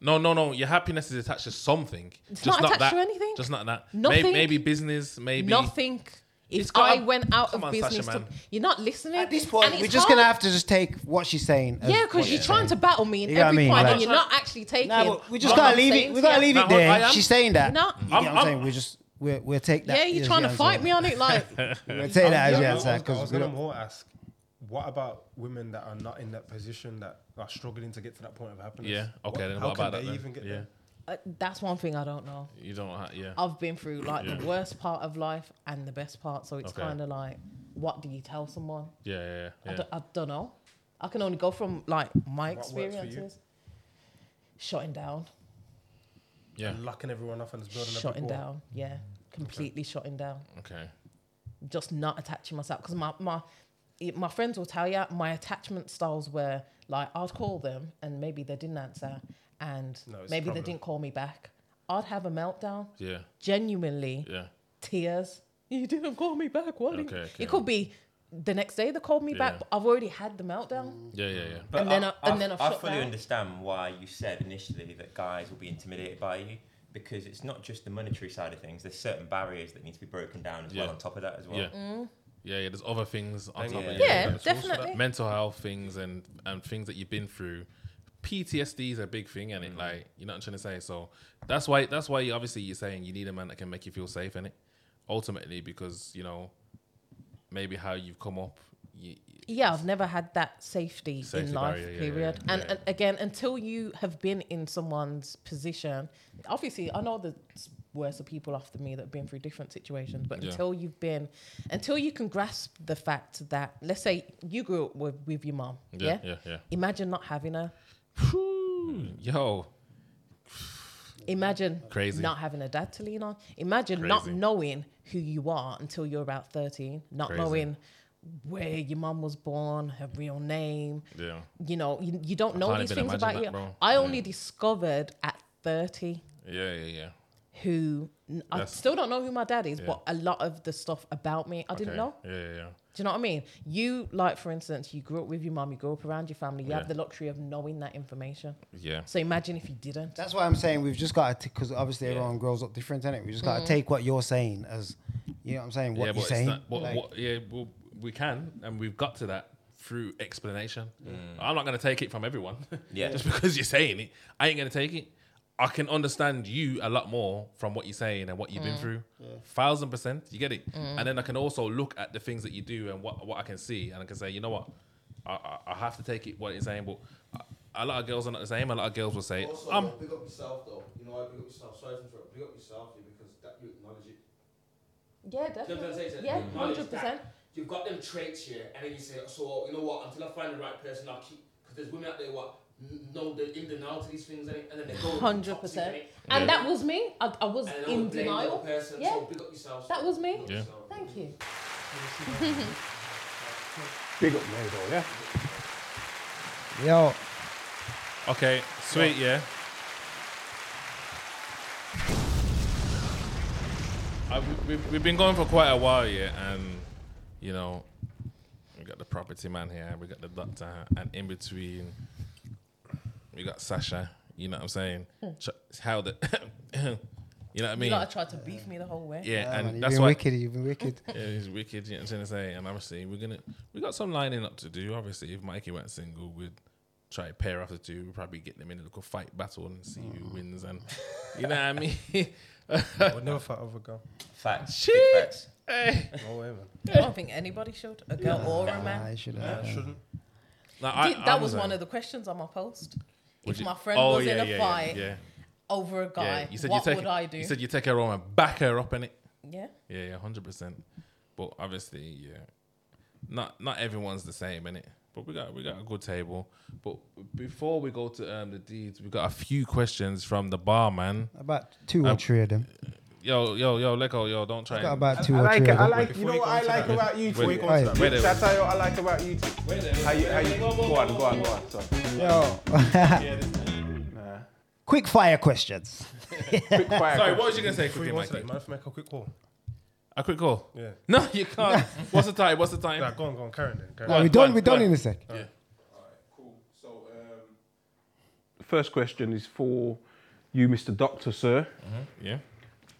No, no, no. Your happiness is attached to something.
It's
just
not
not
attached
that.
to anything.
Just not that. May- Maybe,
Nothing.
business, maybe
Nothing. If
It's got
I
a-
went out
Come
of
on, Sasha,
business, to,
man.
you're not listening.
At this point,
And it's
we're just
hard.
gonna have to just take what she's saying. as
Yeah,
what
because you're
she's
trying
saying.
to battle me in
You know what I
every
mean?
point,
Like-
and you're not actually taking.
Nah, but we just
what
gotta
I'm
leave
saying
it. We
to
gotta
you.
leave
Nah,
it
hold- I
there.
am-
She's saying that.
No.
You know what
I'm-
I'm
I'm-
saying? We're just we're we'll take that.
Yeah, you're
as
trying to
the
fight
answer.
me on it, like
We'll take that as your
I was- I
answer
was- I was
because we
gonna
don't.
more ask, what about women that are not in that position that are struggling to get to that point of happiness?
Yeah. Okay. then
how
what
can
about that?
they
then?
even get
yeah.
there?
uh, that's one thing I don't know.
You don't. Ha- yeah.
I've been through like
Yeah.
the worst part of life and the best part, so it's
Okay.
kind of like, what do you tell someone?
yeah. Yeah. Yeah.
I,
yeah.
don't, I don't know. I can only go from like my
What works for you?
experiences. Shutting down,
Yeah.
Locking everyone off and just building up. a
shutting
wall.
down. Yeah, completely shutting down.
Okay.
just not attaching myself because my my it- my friends will tell you my attachment styles were like I'd call them and maybe they didn't answer and
No, it's a
maybe they
problem.
didn't call me back. I'd have a meltdown,
Yeah.
genuinely
Yeah.
tears. You didn't call me back. Why? didn't
Okay,
you?
okay.
It could be the next day they called me
Yeah.
back, but I've already had the meltdown.
Yeah. Yeah. Yeah.
But
And then I- and then I've
I
shut
fully
down.
understand why you said initially that guys will be intimidated by you because it's not just the monetary side of things. There's certain barriers that need to be broken down as
Yeah.
well. On top of that as well.
Yeah. Yeah, yeah, there's other things on
Hang
top
on,
of it.
yeah,
mm. Yeah,
that's also
definitely.
Mental health things and and things that you've been through. PTSD is a big thing, and it like you know what I'm trying to say. So that's why that's why you obviously you're saying you need a man that can make you feel safe in it. Ultimately, because you know maybe how you've come up. You,
Yeah, I've never had that safety,
Safety
in life.
barrier, yeah,
period.
yeah,
And,
yeah.
and again, until you have been in someone's position, obviously, I know the worst of people after me that have been through different situations, but
Yeah.
until you've been, until you can grasp the fact that, let's say, you grew up with, with your mom.
yeah,
Yeah,
yeah, yeah.
Imagine not having her.
Whew, Yo,
Imagine
Crazy.
not having a dad to lean on. Imagine not
Crazy.
knowing who you are until you're about 13, not
Crazy.
knowing where your mom was born, her real name,
yeah,
you know, you, you don't
can't
know these
even
things
imagine
about
that,
you.
bro.
I
Yeah.
only discovered at 30
yeah, yeah, yeah.
who n- I
That's-
still don't know who my dad is, but a lot of the stuff about me I didn't know.
Yeah, yeah, yeah.
Do you know what I mean? You like, for instance, you grew up with your mum, you grew up around your family, you have
Yeah.
the luxury of knowing that information.
Yeah.
So imagine if you didn't.
That's why I'm saying we've just got to, because obviously everyone grows up different, innit? We just
Mm.
got to take what you're saying as, you know what I'm saying, what
yeah,
you're
it's
saying.
not- but
Like,
what- yeah, well, we can, and we've got to that through explanation. I'm not going to take it from everyone.
Yeah.
Just because you're saying it, I ain't going to take it. I can understand you a lot more from what you're saying and what you've been
Mm.
through. Thousand percent. You get it? And then I can also look at the things that you do and what, what I can see, and I can say, you know what? I, I, I have to take it what it's saying, but a, a lot of girls are not the same. A lot of girls will say,
Also,
um,
pick up yourself though. You know, I pick up yourself. Sorry for interrupting. Pick up yourself yeah, because that you acknowledge it.
Yeah,
You know what I'm
definitely.
saying? So
Yeah,
acknowledge
hundred percent.
that You've got them traits here, and then you say, so you know what? Until I find the right person, I'll keep. Because there's women out there what n- know the in denial to these things, and then they go.
Hundred percent. And that was me. I, I was
And
in
in denial.
denial.
Person,
Yeah.
So pick up yourself.
That was me.
Yeah.
Thank you.
Big up Mabel, yeah?
Yo, uh,
okay, sweet, yeah. I, Uh, we, we- we've been going for quite a while, yeah, and you know, we got the property man here, we got the doctor, and in between, we got Sasha. You know what I'm saying? Ch- How the, you know what I
You
mean?
lot have tried to beef me the whole way.
Yeah,
man,
and
you've
that's
been
why
wicked, you've been wicked.
Yeah, he's wicked. You know what I'm trying to say? And obviously, we're gonna we got some lining up to do. Obviously, if Mikey went single, we'd try to pair after two. We'd probably get them in a little fight battle and see
Mm.
who wins. And you know what I mean?
I would never fight over a girl.
Facts. Big
Shit.
facts.
hey.
No way, man.
I don't think anybody should, a girl or a
Nah,
man.
I should
Yeah,
have.
I shouldn't.
Like,
Did- that was one of the questions on my post. If my friend was in a fight
Oh, yeah, yeah,
over a guy,
You said
what
you take,
would I do?
You said you take her home and back her up in it.
yeah.
Yeah, yeah, hundred percent. But obviously, yeah, not not everyone's the same in it. But we got we got a good table. But before we go to um, the deeds, we got a few questions from the barman.
About two or
Um,
three of them.
Yo, yo, yo, let go, yo, don't try.
Got
and-
about two
I
or
like
three
it.
of
I
them.
like. You know what I like about you two.
Wait,
Should
wait,
wait, wait.
I tell you what I like about you two? How you? How you? Go on. Go on. Go on. Sorry.
Yo.
Nah.
Quick fire questions.
Quick fire.
Sorry, what was you gonna say?
Free
Quickly,
one
Mikey?
second. Man, if I make a quick call.
A quick call.
Yeah.
No, you can't. What's the time? What's the time?
Nah, go on, go on, Karen then. Karen.
No, we're
go
done,
on,
we're
go
done
on.
in a sec.
Cool. So, um,
um,
first question is for you, Mr. Doctor, sir.
Yeah.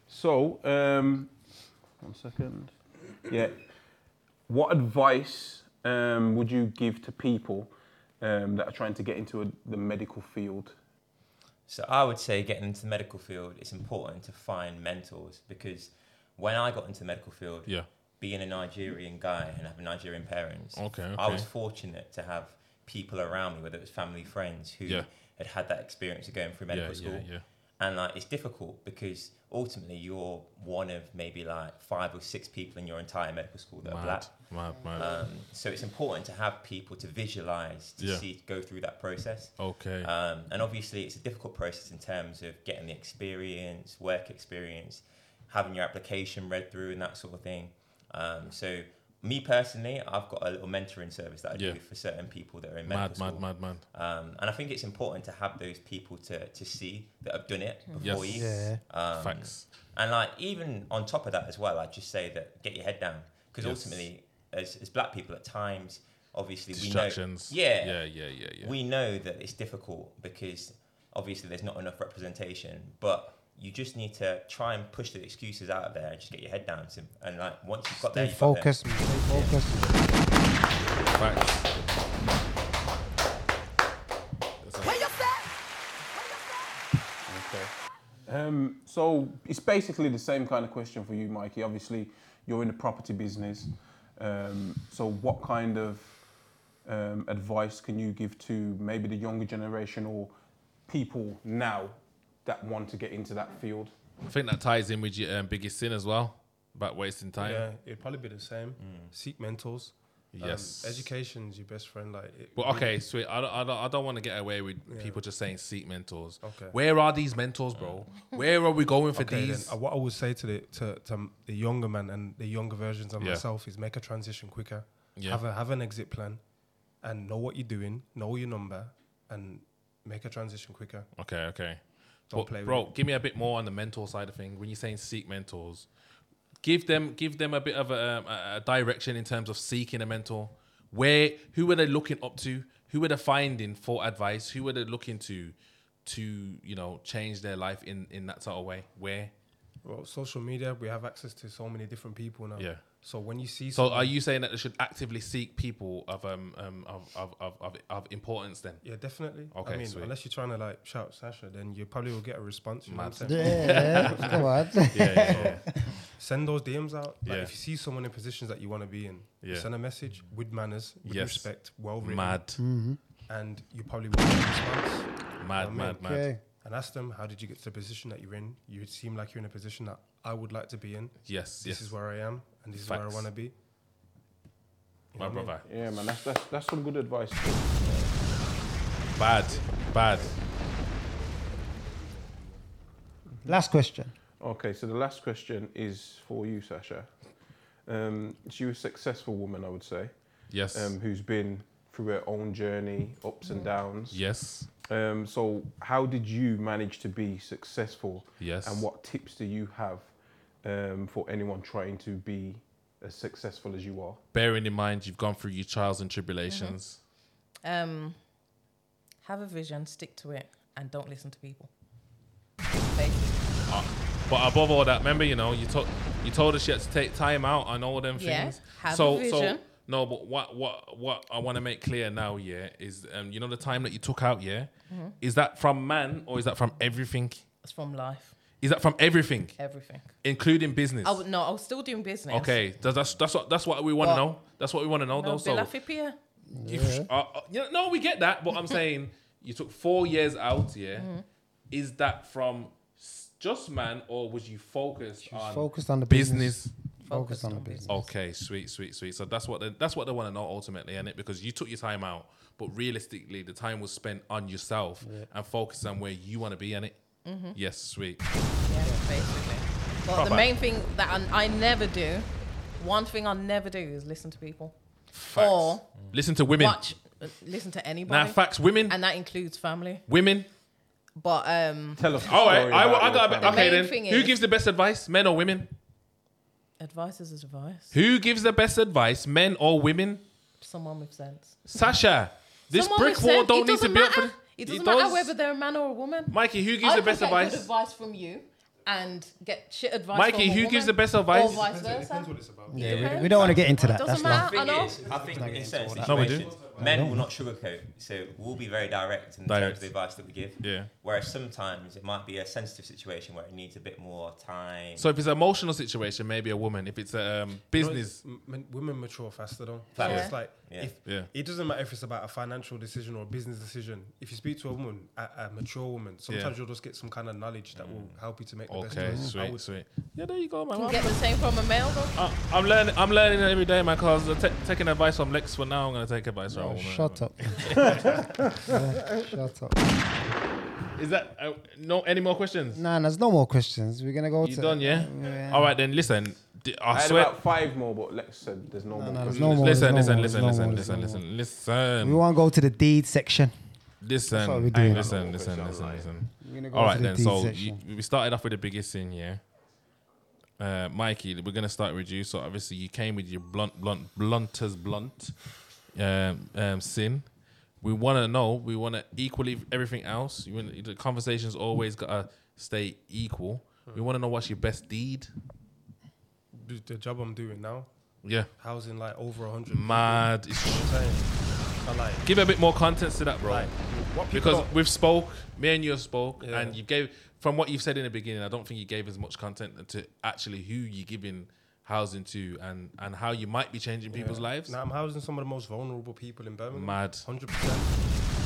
So, um, one second. Yeah. What advice um, would you give to people um, that are trying to get into a, the medical field?
So I would say getting into the medical field, it's important to find mentors because when I got into the medical field,
Yeah.
being a Nigerian guy and having Nigerian parents,
Okay,
I
okay.
was fortunate to have people around me, whether it was family, friends, who
Yeah.
had had that experience of going through medical
Yeah,
school.
yeah, yeah.
And like it's difficult because ultimately you're one of maybe like five or six people in your entire medical school that are
Mad, mad,
black.
mad.
Um, so it's important to have people to visualize, to
Yeah.
see, to go through that process.
okay.
Um, and obviously, it's a difficult process in terms of getting the experience, work experience, having your application read through, and that sort of thing. Um, so, me personally, I've got a little mentoring service that I
Yeah.
do for certain people that are in medical
mad,
school.
mad, mad, mad.
Um, and I think it's important to have those people to, to see that have done it before
Yes.
you.
Yeah.
Um,
Facts.
And like even on top of that as well, I'd just say that get your head down because
Yes.
ultimately, as, as black people at times, obviously we know
Distractions.
Yeah.
Yeah, yeah, yeah, yeah.
we know that it's difficult because obviously there's not enough representation, but you just need to try and push the excuses out of there and just get your head down. To, and like once you've got there,
Stay
you've got there.
focused, man, stay focused.
Facts.
Um, so it's basically the same kind of question for you, Mikey. Obviously, you're in the property business. Um, so, what kind of um, advice can you give to maybe the younger generation or people now that want to get into that field?
I think that ties in with your um, biggest sin as well about wasting time.
Yeah, it'd probably be the same. Seek mentors. Um,
Mm. Yes.
education's your best friend. Like, it
But
really-
okay, sweet. I don't, I don't, I don't want to get away with people just saying seek mentors.
Okay.
Where are these mentors, bro? Where are we going for
Okay, then,
these?
uh, what I would say to the to, to m- the younger man and the younger versions of
Yeah.
myself is make a transition quicker.
Yeah.
Have a have an exit plan, and know what you're doing, know your number, and make a transition quicker.
Okay, okay.
Don't
But,
play with
bro,
it.
give me a bit more on the mentor side of things. When you're saying seek mentors, give them give them a bit of a, um, a, a direction in terms of seeking a mentor. Where who are they looking up to? Who are they finding for advice? Who are they looking to to you know change their life in in that sort of way? Where
Well, social media, we have access to so many different people now.
Yeah.
So when you see
so
someone-
are you saying that they should actively seek people of um, um of, of, of, of of importance then?
Yeah, definitely.
Okay,
I mean,
sweet.
unless you're trying to like shout Sasha, then you probably will get a response. You know what I'm saying?
Yeah, come on.
Send those DMs out. Like,
Yeah.
If you see someone in positions that you want to be in, you
Yeah.
send a message with manners, with
Yes.
respect, well written,
Mad,
Hmm. and you probably will get a response.
mad,
mean,
mad, mad.
Okay.
And ask them, how did you get to the position that you're in? You seem like you're in a position that I would like to be in.
Yes,
This
yes.
is where I am, and this is where I
Facts.
want to be.
my brother.
Yeah, man, that's, that's, that's some good advice. too.
Bad, bad.
Last question.
Okay, so the last question is for you, Sasha. Um, she was a successful woman, I would say,
Yes,
um, who's been through her own journey, ups and downs.
yes,
Um, so, how did you manage to be successful?
Yes.
And what tips do you have um, for anyone trying to be as successful as you are?
bearing in mind you've gone through your trials and tribulations.
Um, have a vision, stick to it, and don't listen to people. Basically. Mm-hmm.
But above all that, remember, you know, you told you told us she had to take time out on all them
Yeah,
things.
have a
so so
vision.
no, but what what what I want to make clear now, yeah, is um, you know the time that you took out, yeah,
Mm-hmm.
is that from man or is that from everything?
It's from life,
Is that from everything,
everything.
including business?
I would no, I was still doing business.
Okay, that's that's that's what, that's what we want to
But-
know. That's what we want to know,
No,
though.
Bill
So
Afipia.
you, uh, uh, you know, no, we get that, but I'm saying you took four years out. Yeah,
Mm-hmm.
is that from s- just man, or was you focused on
Focused on the business.
Um, business?
Focused on the business.
Okay, sweet, sweet, sweet. So that's what they, that's what they want to know ultimately, and it because you took your time out, but realistically, the time was spent on yourself and focus on where you want to be in it.
Mm-hmm.
Yes, sweet.
Yeah, basically. Well,
Proper.
the main thing that I, I never do, one thing I never do is listen to people
Facts.
or
Listen to women.
watch, uh, listen to
Now,
anybody,
facts, women,
and that includes family.
women.
But um,
Tell us.
All right, I, I, got.
The
okay
main
then.
thing
Who
is-
gives the best advice, men or women?
advice is advice.
Who gives the best advice, men or women?
Someone with sense.
Sasha, this
Someone
brick
with
wall
sense,
don't
it
need to
doesn't
be up
matter.
for.
It doesn't matter
does.
whether they're a man or a woman.
Mikey, who gives
I
the
could
best
get
advice?
Good advice from you, and get shit advice.
Mikey,
from a
who
woman,
gives the best advice?
Or vice
Depends, it
versa.
depends what it's about.
Yeah, we, we don't want to get into that.
Doesn't
That's not.
matter. I
thing
know.
is, I think in certain
No, we do.
situations, men will not sugarcoat, so we'll be very direct in terms
Direct.
of the advice that we give.
Yeah.
Whereas sometimes it might be a sensitive situation where it needs a bit more time.
So if it's an emotional situation, maybe a woman. If it's a um,
You know,
business,
m- men- women mature faster though. So
Facts.
it's like
Yeah.
if-
Yeah.
it doesn't matter if it's about a financial decision or a business decision. If you speak to a woman, a, a mature woman, sometimes you'll just get some kind of knowledge that will help you to make the
Mm. okay,
best choice. I
sweet,
would-
sweet. Yeah, there you go, man.
Get the same from a male though.
I- I'm learning. I'm learning every day, man. Cause I'm ta- taking advice from Lex for now. I'm gonna take advice from. a woman.
Shut up. shut up.
Is that uh, no any more questions?
Nah, there's no more questions. We're gonna go
You
to.
done, yeah?
Yeah.
All right then. Listen, d- I,
I had
swear.
about five more, but Lex said there's no, more.
no, there's
questions.
no more.
Listen,
there's
listen,
no
listen,
more,
listen,
there's
listen,
no more, there's no
listen,
more. We
listen,
want to go to the deed section.
listen,
what we're
listen,
doing.
listen,
no
listen,
question,
listen,
like-
listen.
We're gonna go
All right
to the
then.
deed
So you,
section.
we started off with the biggest sin, yeah. Uh, Mikey, we're gonna start with you. So obviously you came with your blunt, blunt, blunt as blunt um, um, sin. We want to know. We want to equally everything else. You wanna, the conversation's always gotta stay equal. We want to know what's your best deed.
The- The job I'm doing now,
Yeah,
housing like over a hundred.
mad. It's-
people, you know what I'm saying? But like,
Give a bit more context to that, bro.
like what people
because
don't-
we've spoke, me and you have spoke,
Yeah.
and you gave from what you've said in the beginning. I don't think you gave as much content to actually who you're giving housing to and and how you might be changing people's lives.
Now I'm housing some of the most vulnerable people in Birmingham.
Mad.
Hundred percent.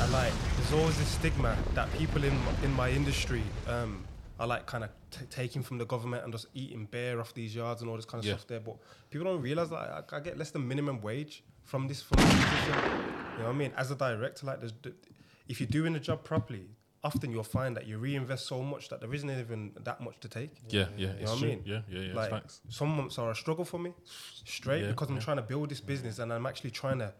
And like, there's always this stigma that people in my, in my industry um, are like kind of t- taking from the government and just eating bare off these yards and all this kind of
Yeah.
stuff there. But people don't realize that I, I get less than minimum wage from this from this position. You know what I mean? As a director, like, there's, th- if you're doing the job properly, often you'll find that you reinvest so much that there isn't even that much to take.
Yeah, yeah,
You
it's
know what
true.
I mean?
Yeah, yeah, yeah.
Like,
it's facts.
some months are a struggle for me, straight
Yeah,
because I'm
yeah.
trying to build this business and I'm actually trying to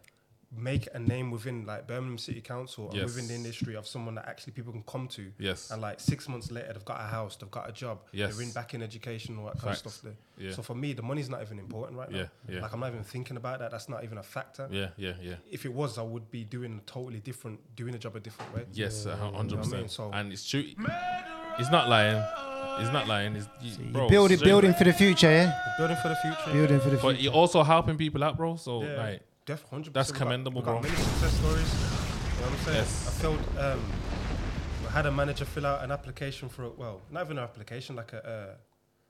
make a name within like Birmingham City Council and
Yes.
within the industry of someone that actually people can come to.
Yes.
And like six months later, they've got a house, they've got a job,
Yes.
they're in back in education, all that kind of
Facts.
stuff. There.
Yeah.
So for me, the money's not even important right
Yeah,
now.
yeah.
Like I'm not even thinking about that. That's not even a factor.
Yeah, yeah, yeah.
If it was, I would be doing a totally different, doing a job a different way.
Yes, a
You know
hundred
what I mean?
percent.
So-
And it's true. He's not lying. He's not lying. He's, you, bro,
Building,
straight-
building for the future, yeah.
Building for the future.
Building for the
But
future.
you're also helping people out, bro. So
Yeah,
like,
def- 100%.
that's
We've got-
commendable,
we've got
bro.
Many success stories. You know what I'm saying?
Yes.
I filled, um, I had a manager fill out an application for a, well, not even an application, like a uh,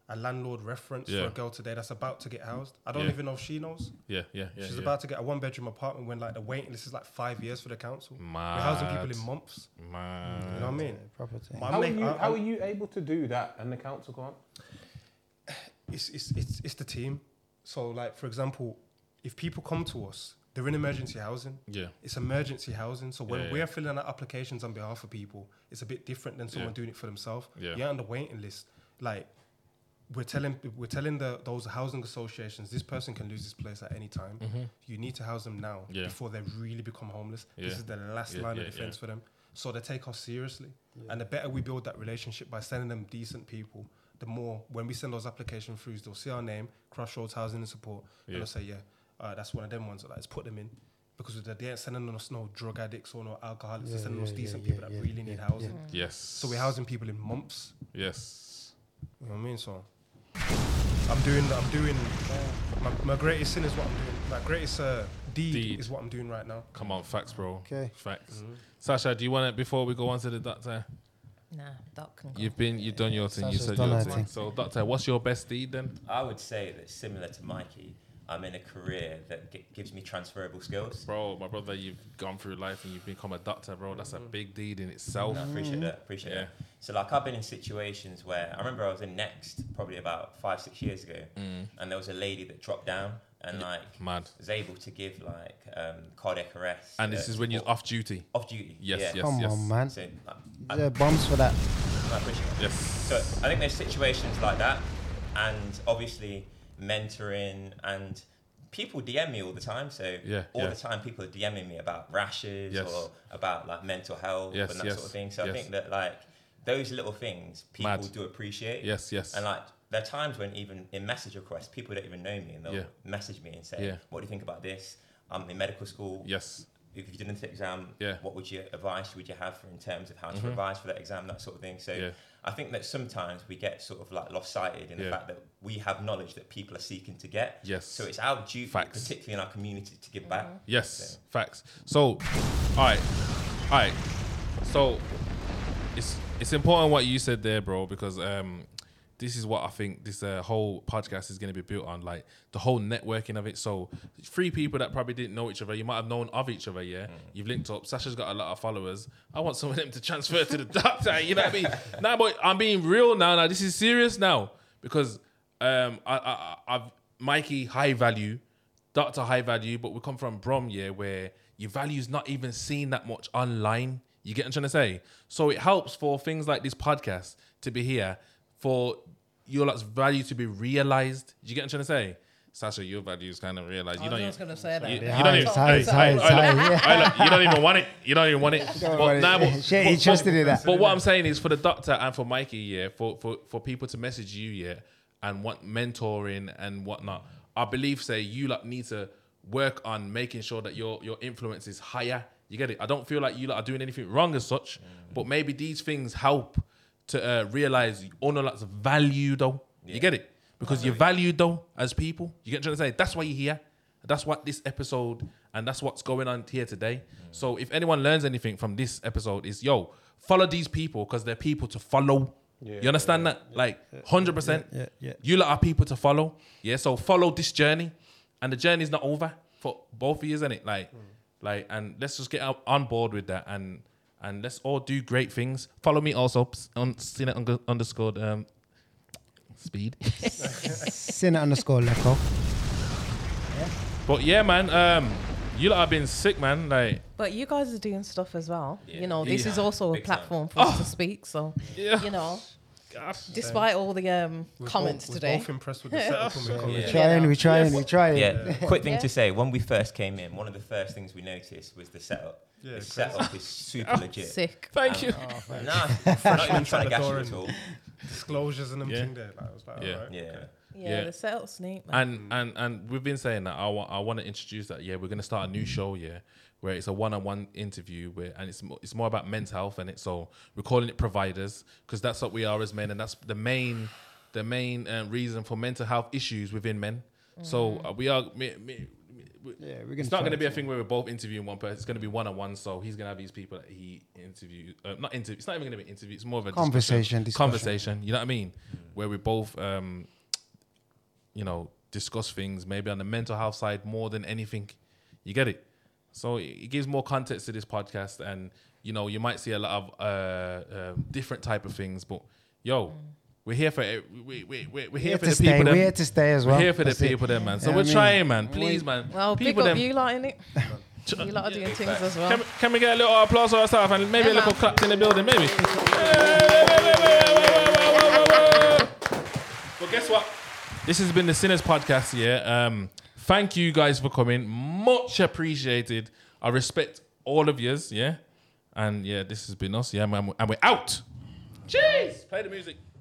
a landlord reference
Yeah.
for a girl today that's about to get housed. I don't
Yeah.
even know if she knows.
yeah, yeah, yeah.
She's
yeah.
about to get a one bedroom apartment when like the waiting list is like five years for the council. We're housing people
Mad.
in months.
man.
You know what I mean?
Proper thing.
My
How are,
mate-
you,
I-
how
I-
are you able to do that and the council can't?
it's, it's it's it's the team. So like for example, if people come to us, they're in emergency housing.
Yeah.
It's emergency housing. So when
Yeah, yeah.
we're filling out applications on behalf of people, it's a bit different than someone
Yeah.
doing it for themselves.
Yeah.
You're on the waiting list. Like we're telling we're telling the those housing associations, this person can lose this place at any time. You need to house them now
Mm-hmm. Yeah.
before they really become homeless.
Yeah.
This is the last
Yeah,
line
yeah,
of defense
yeah.
for them. So they take us seriously. And the better we build that relationship by sending them decent people, the more when we send those application throughs, they'll see our name, Crossroads Housing and Support,
Yeah.
and they'll say, yeah, uh, that's one of them ones. Let's put them in. Because they ain't sending us no drug addicts or no alcoholics. they're
Yeah,
sending
yeah,
us
yeah,
decent
yeah,
people that
yeah,
really need
yeah,
housing.
Yes.
So we're housing people in months.
Yes.
You know what I mean? So I'm doing, I'm doing, my, my greatest sin is what I'm doing. My greatest uh, deed,
Deed.
is what I'm doing right now.
Come on, facts, bro.
Okay.
Facts. Sasha, do you want it before we go on to the doctor?
Nah, that can go.
You've been, you've done your thing.
Sasha's
you said
done
your
her
thing.
thing.
So, doctor, what's your best deed then?
I would say that similar to Mikey, I'm in a career that g- gives me transferable skills.
Bro, my brother, you've gone through life and you've become a doctor, bro. That's a big deed in itself.
No, I appreciate that. Appreciate
Yeah.
that. So like I've been in situations where I remember I was in Next probably about five six years ago, and there was a lady that dropped down and like
Mm. Mad.
was able to give like um, cardiac arrest.
And
uh,
this is when you're
support-
off duty.
off duty.
Yes,
yeah.
yes,
Come
yes.
on, man.
So like, I,
There are bombs for that.
I appreciate that.
Yes.
So I think there's situations like that, and obviously mentoring and people DM me all the time. So
Yeah,
all
yeah.
the time people are DMing me about rashes
Yes.
or about like mental health
Yes,
and that
yes,
sort of thing. So
yes.
I think that like those little things people
Mad.
do appreciate.
Yes, yes.
And like there are times when even in message requests, people don't even know me and they'll
Yeah.
message me and say,
Yeah.
"What do you think about this? I'm in medical school
Yes.
if you didn't take the exam,
Yeah. Mm-hmm.
what would your advice would you have for in terms of how to revise for that exam, that sort of thing. So
Yeah.
I think that sometimes we get sort of like lost sighted in
Yeah.
the fact that we have knowledge that people are seeking to get.
Yes.
So it's our duty,
Facts.
particularly in our community, to give back.
Mm-hmm.
Yes, facts. So, all right, all right. So, it's it's important what you said there, bro, because um, this is what I think this uh, whole podcast is going to be built on, like the whole networking of it. So, three people that probably didn't know each other, you might have known of each other, yeah. You've linked up. Sasha's got a lot of followers. I want some of them to transfer to the doctor. You know what I mean? Now, but I'm being real now. Now, this is serious now because um, I, I, I- I've Mikey high value. Doctor high value, but we come from Brom, yeah, where your value's not even seen that much online. You get what I'm trying to say? So it helps for things like this podcast to be here, for your lot's value to be realized. You get what I'm trying to say? Sasha, your value's kind of realized.
I
You
was
don't
just
even,
gonna say that.
you,
Yeah,
you don't
High,
even,
high, high,
hey, hey,
high,
look,
yeah.
hey, look, you don't even want it. You don't even want it.
want
But,
it.
nah, but,
She ain't
but-
interested in that.
But what I'm saying is for the doctor and for Mikey, yeah, for, for, for people to message you, yeah, and want mentoring and whatnot, I believe say you like need to work on making sure that your your influence is higher. You get it? I don't feel like you lot are doing anything wrong as such, but maybe these things help to uh, realize owner lot's value though. You get it? Because you're valued though as people. You get what I'm trying to say? That's why you're here. That's what this episode and that's what's going on here today. So if anyone learns anything from this episode, is yo follow these people because they're people to follow. you understand that? like hundred percent.
yeah, yeah.
You lot are people to follow. Yeah. So follow this journey, and the journey's not over for both of you, isn't it?
Hmm.
Like, like, and let's just get out on board with that, and and let's all do great things. Follow me also ps- on Cine under- underscore um, speed.
Sin underscore Leco.
but yeah, man. Um, you lot have been sick, man. Like.
But you guys are doing stuff as well. You know, this
Yeah.
is also a
Big time.
platform for us to speak. So,
Yeah.
you know, Despite all the um,
We're
comments
both, We're
today.
both impressed with the setup and we're coming.
Yeah.
Trying, we trying, we trying.
Yeah. Quick thing
Yeah.
to say: when we first came in, one of the first things we noticed was the setup.
Yeah,
the
crazy.
setup is super legit.
Oh, Sick. Um,
Thank you.
Nah, I'm not even trying to
Shut the
gash you
door
at
and-
all.
Disclosures and
Yeah.
everything there. Like, I was like,
Yeah.
alright.
Yeah.
Yeah,
Yeah.
the setup's neat, man.
And
Mm.
and and we've been saying that I want to introduce that. Yeah, we're gonna start
Mm.
a new show. Yeah, where it's a one-on-one interview where and it's mo- it's more about men's health and it. So we're calling it providers because that's what we are as men, and that's the main the main uh, reason for mental health issues within men. So
Mm.
uh, we are. Me, me, me- we-
Yeah, we're gonna
it's not
try
going to be a
to-
thing where we're both interviewing one person. It's going to be one on one. So he's going to have these people that he interviews. Uh, not interview. It's not even going to be an interview. It's more of a discussion.
Conversation, discussion. Mm.
Conversation. You know what I mean? Where we both um, you know, discuss things maybe on the mental health side more than anything. You get it? So it it gives more context to this podcast, and you know, you might see a lot of uh, um, different type of things. But yo, we're here for e- we we we we're here
Here
for
to
the
stay.
people.
Mm. We're
them-
here to stay as
We're
well.
here for the
That's it.
people, then, man. So
Yeah, I
we're
mean,
trying, man. Please, man.
well, big
people,
up
them.
you lot, innit? you lot are doing things as well.
Can, we- can we get a little applause for ourselves and maybe a
Yeah,
little
man.
clap in the building, maybe? Well, guess what? This has been the Sinners Podcast. Yeah. Um, thank you guys for coming. Much appreciated. I respect all of yous. Yeah. And yeah, this has been us. Yeah, man. And we're out. Cheers. Play the music.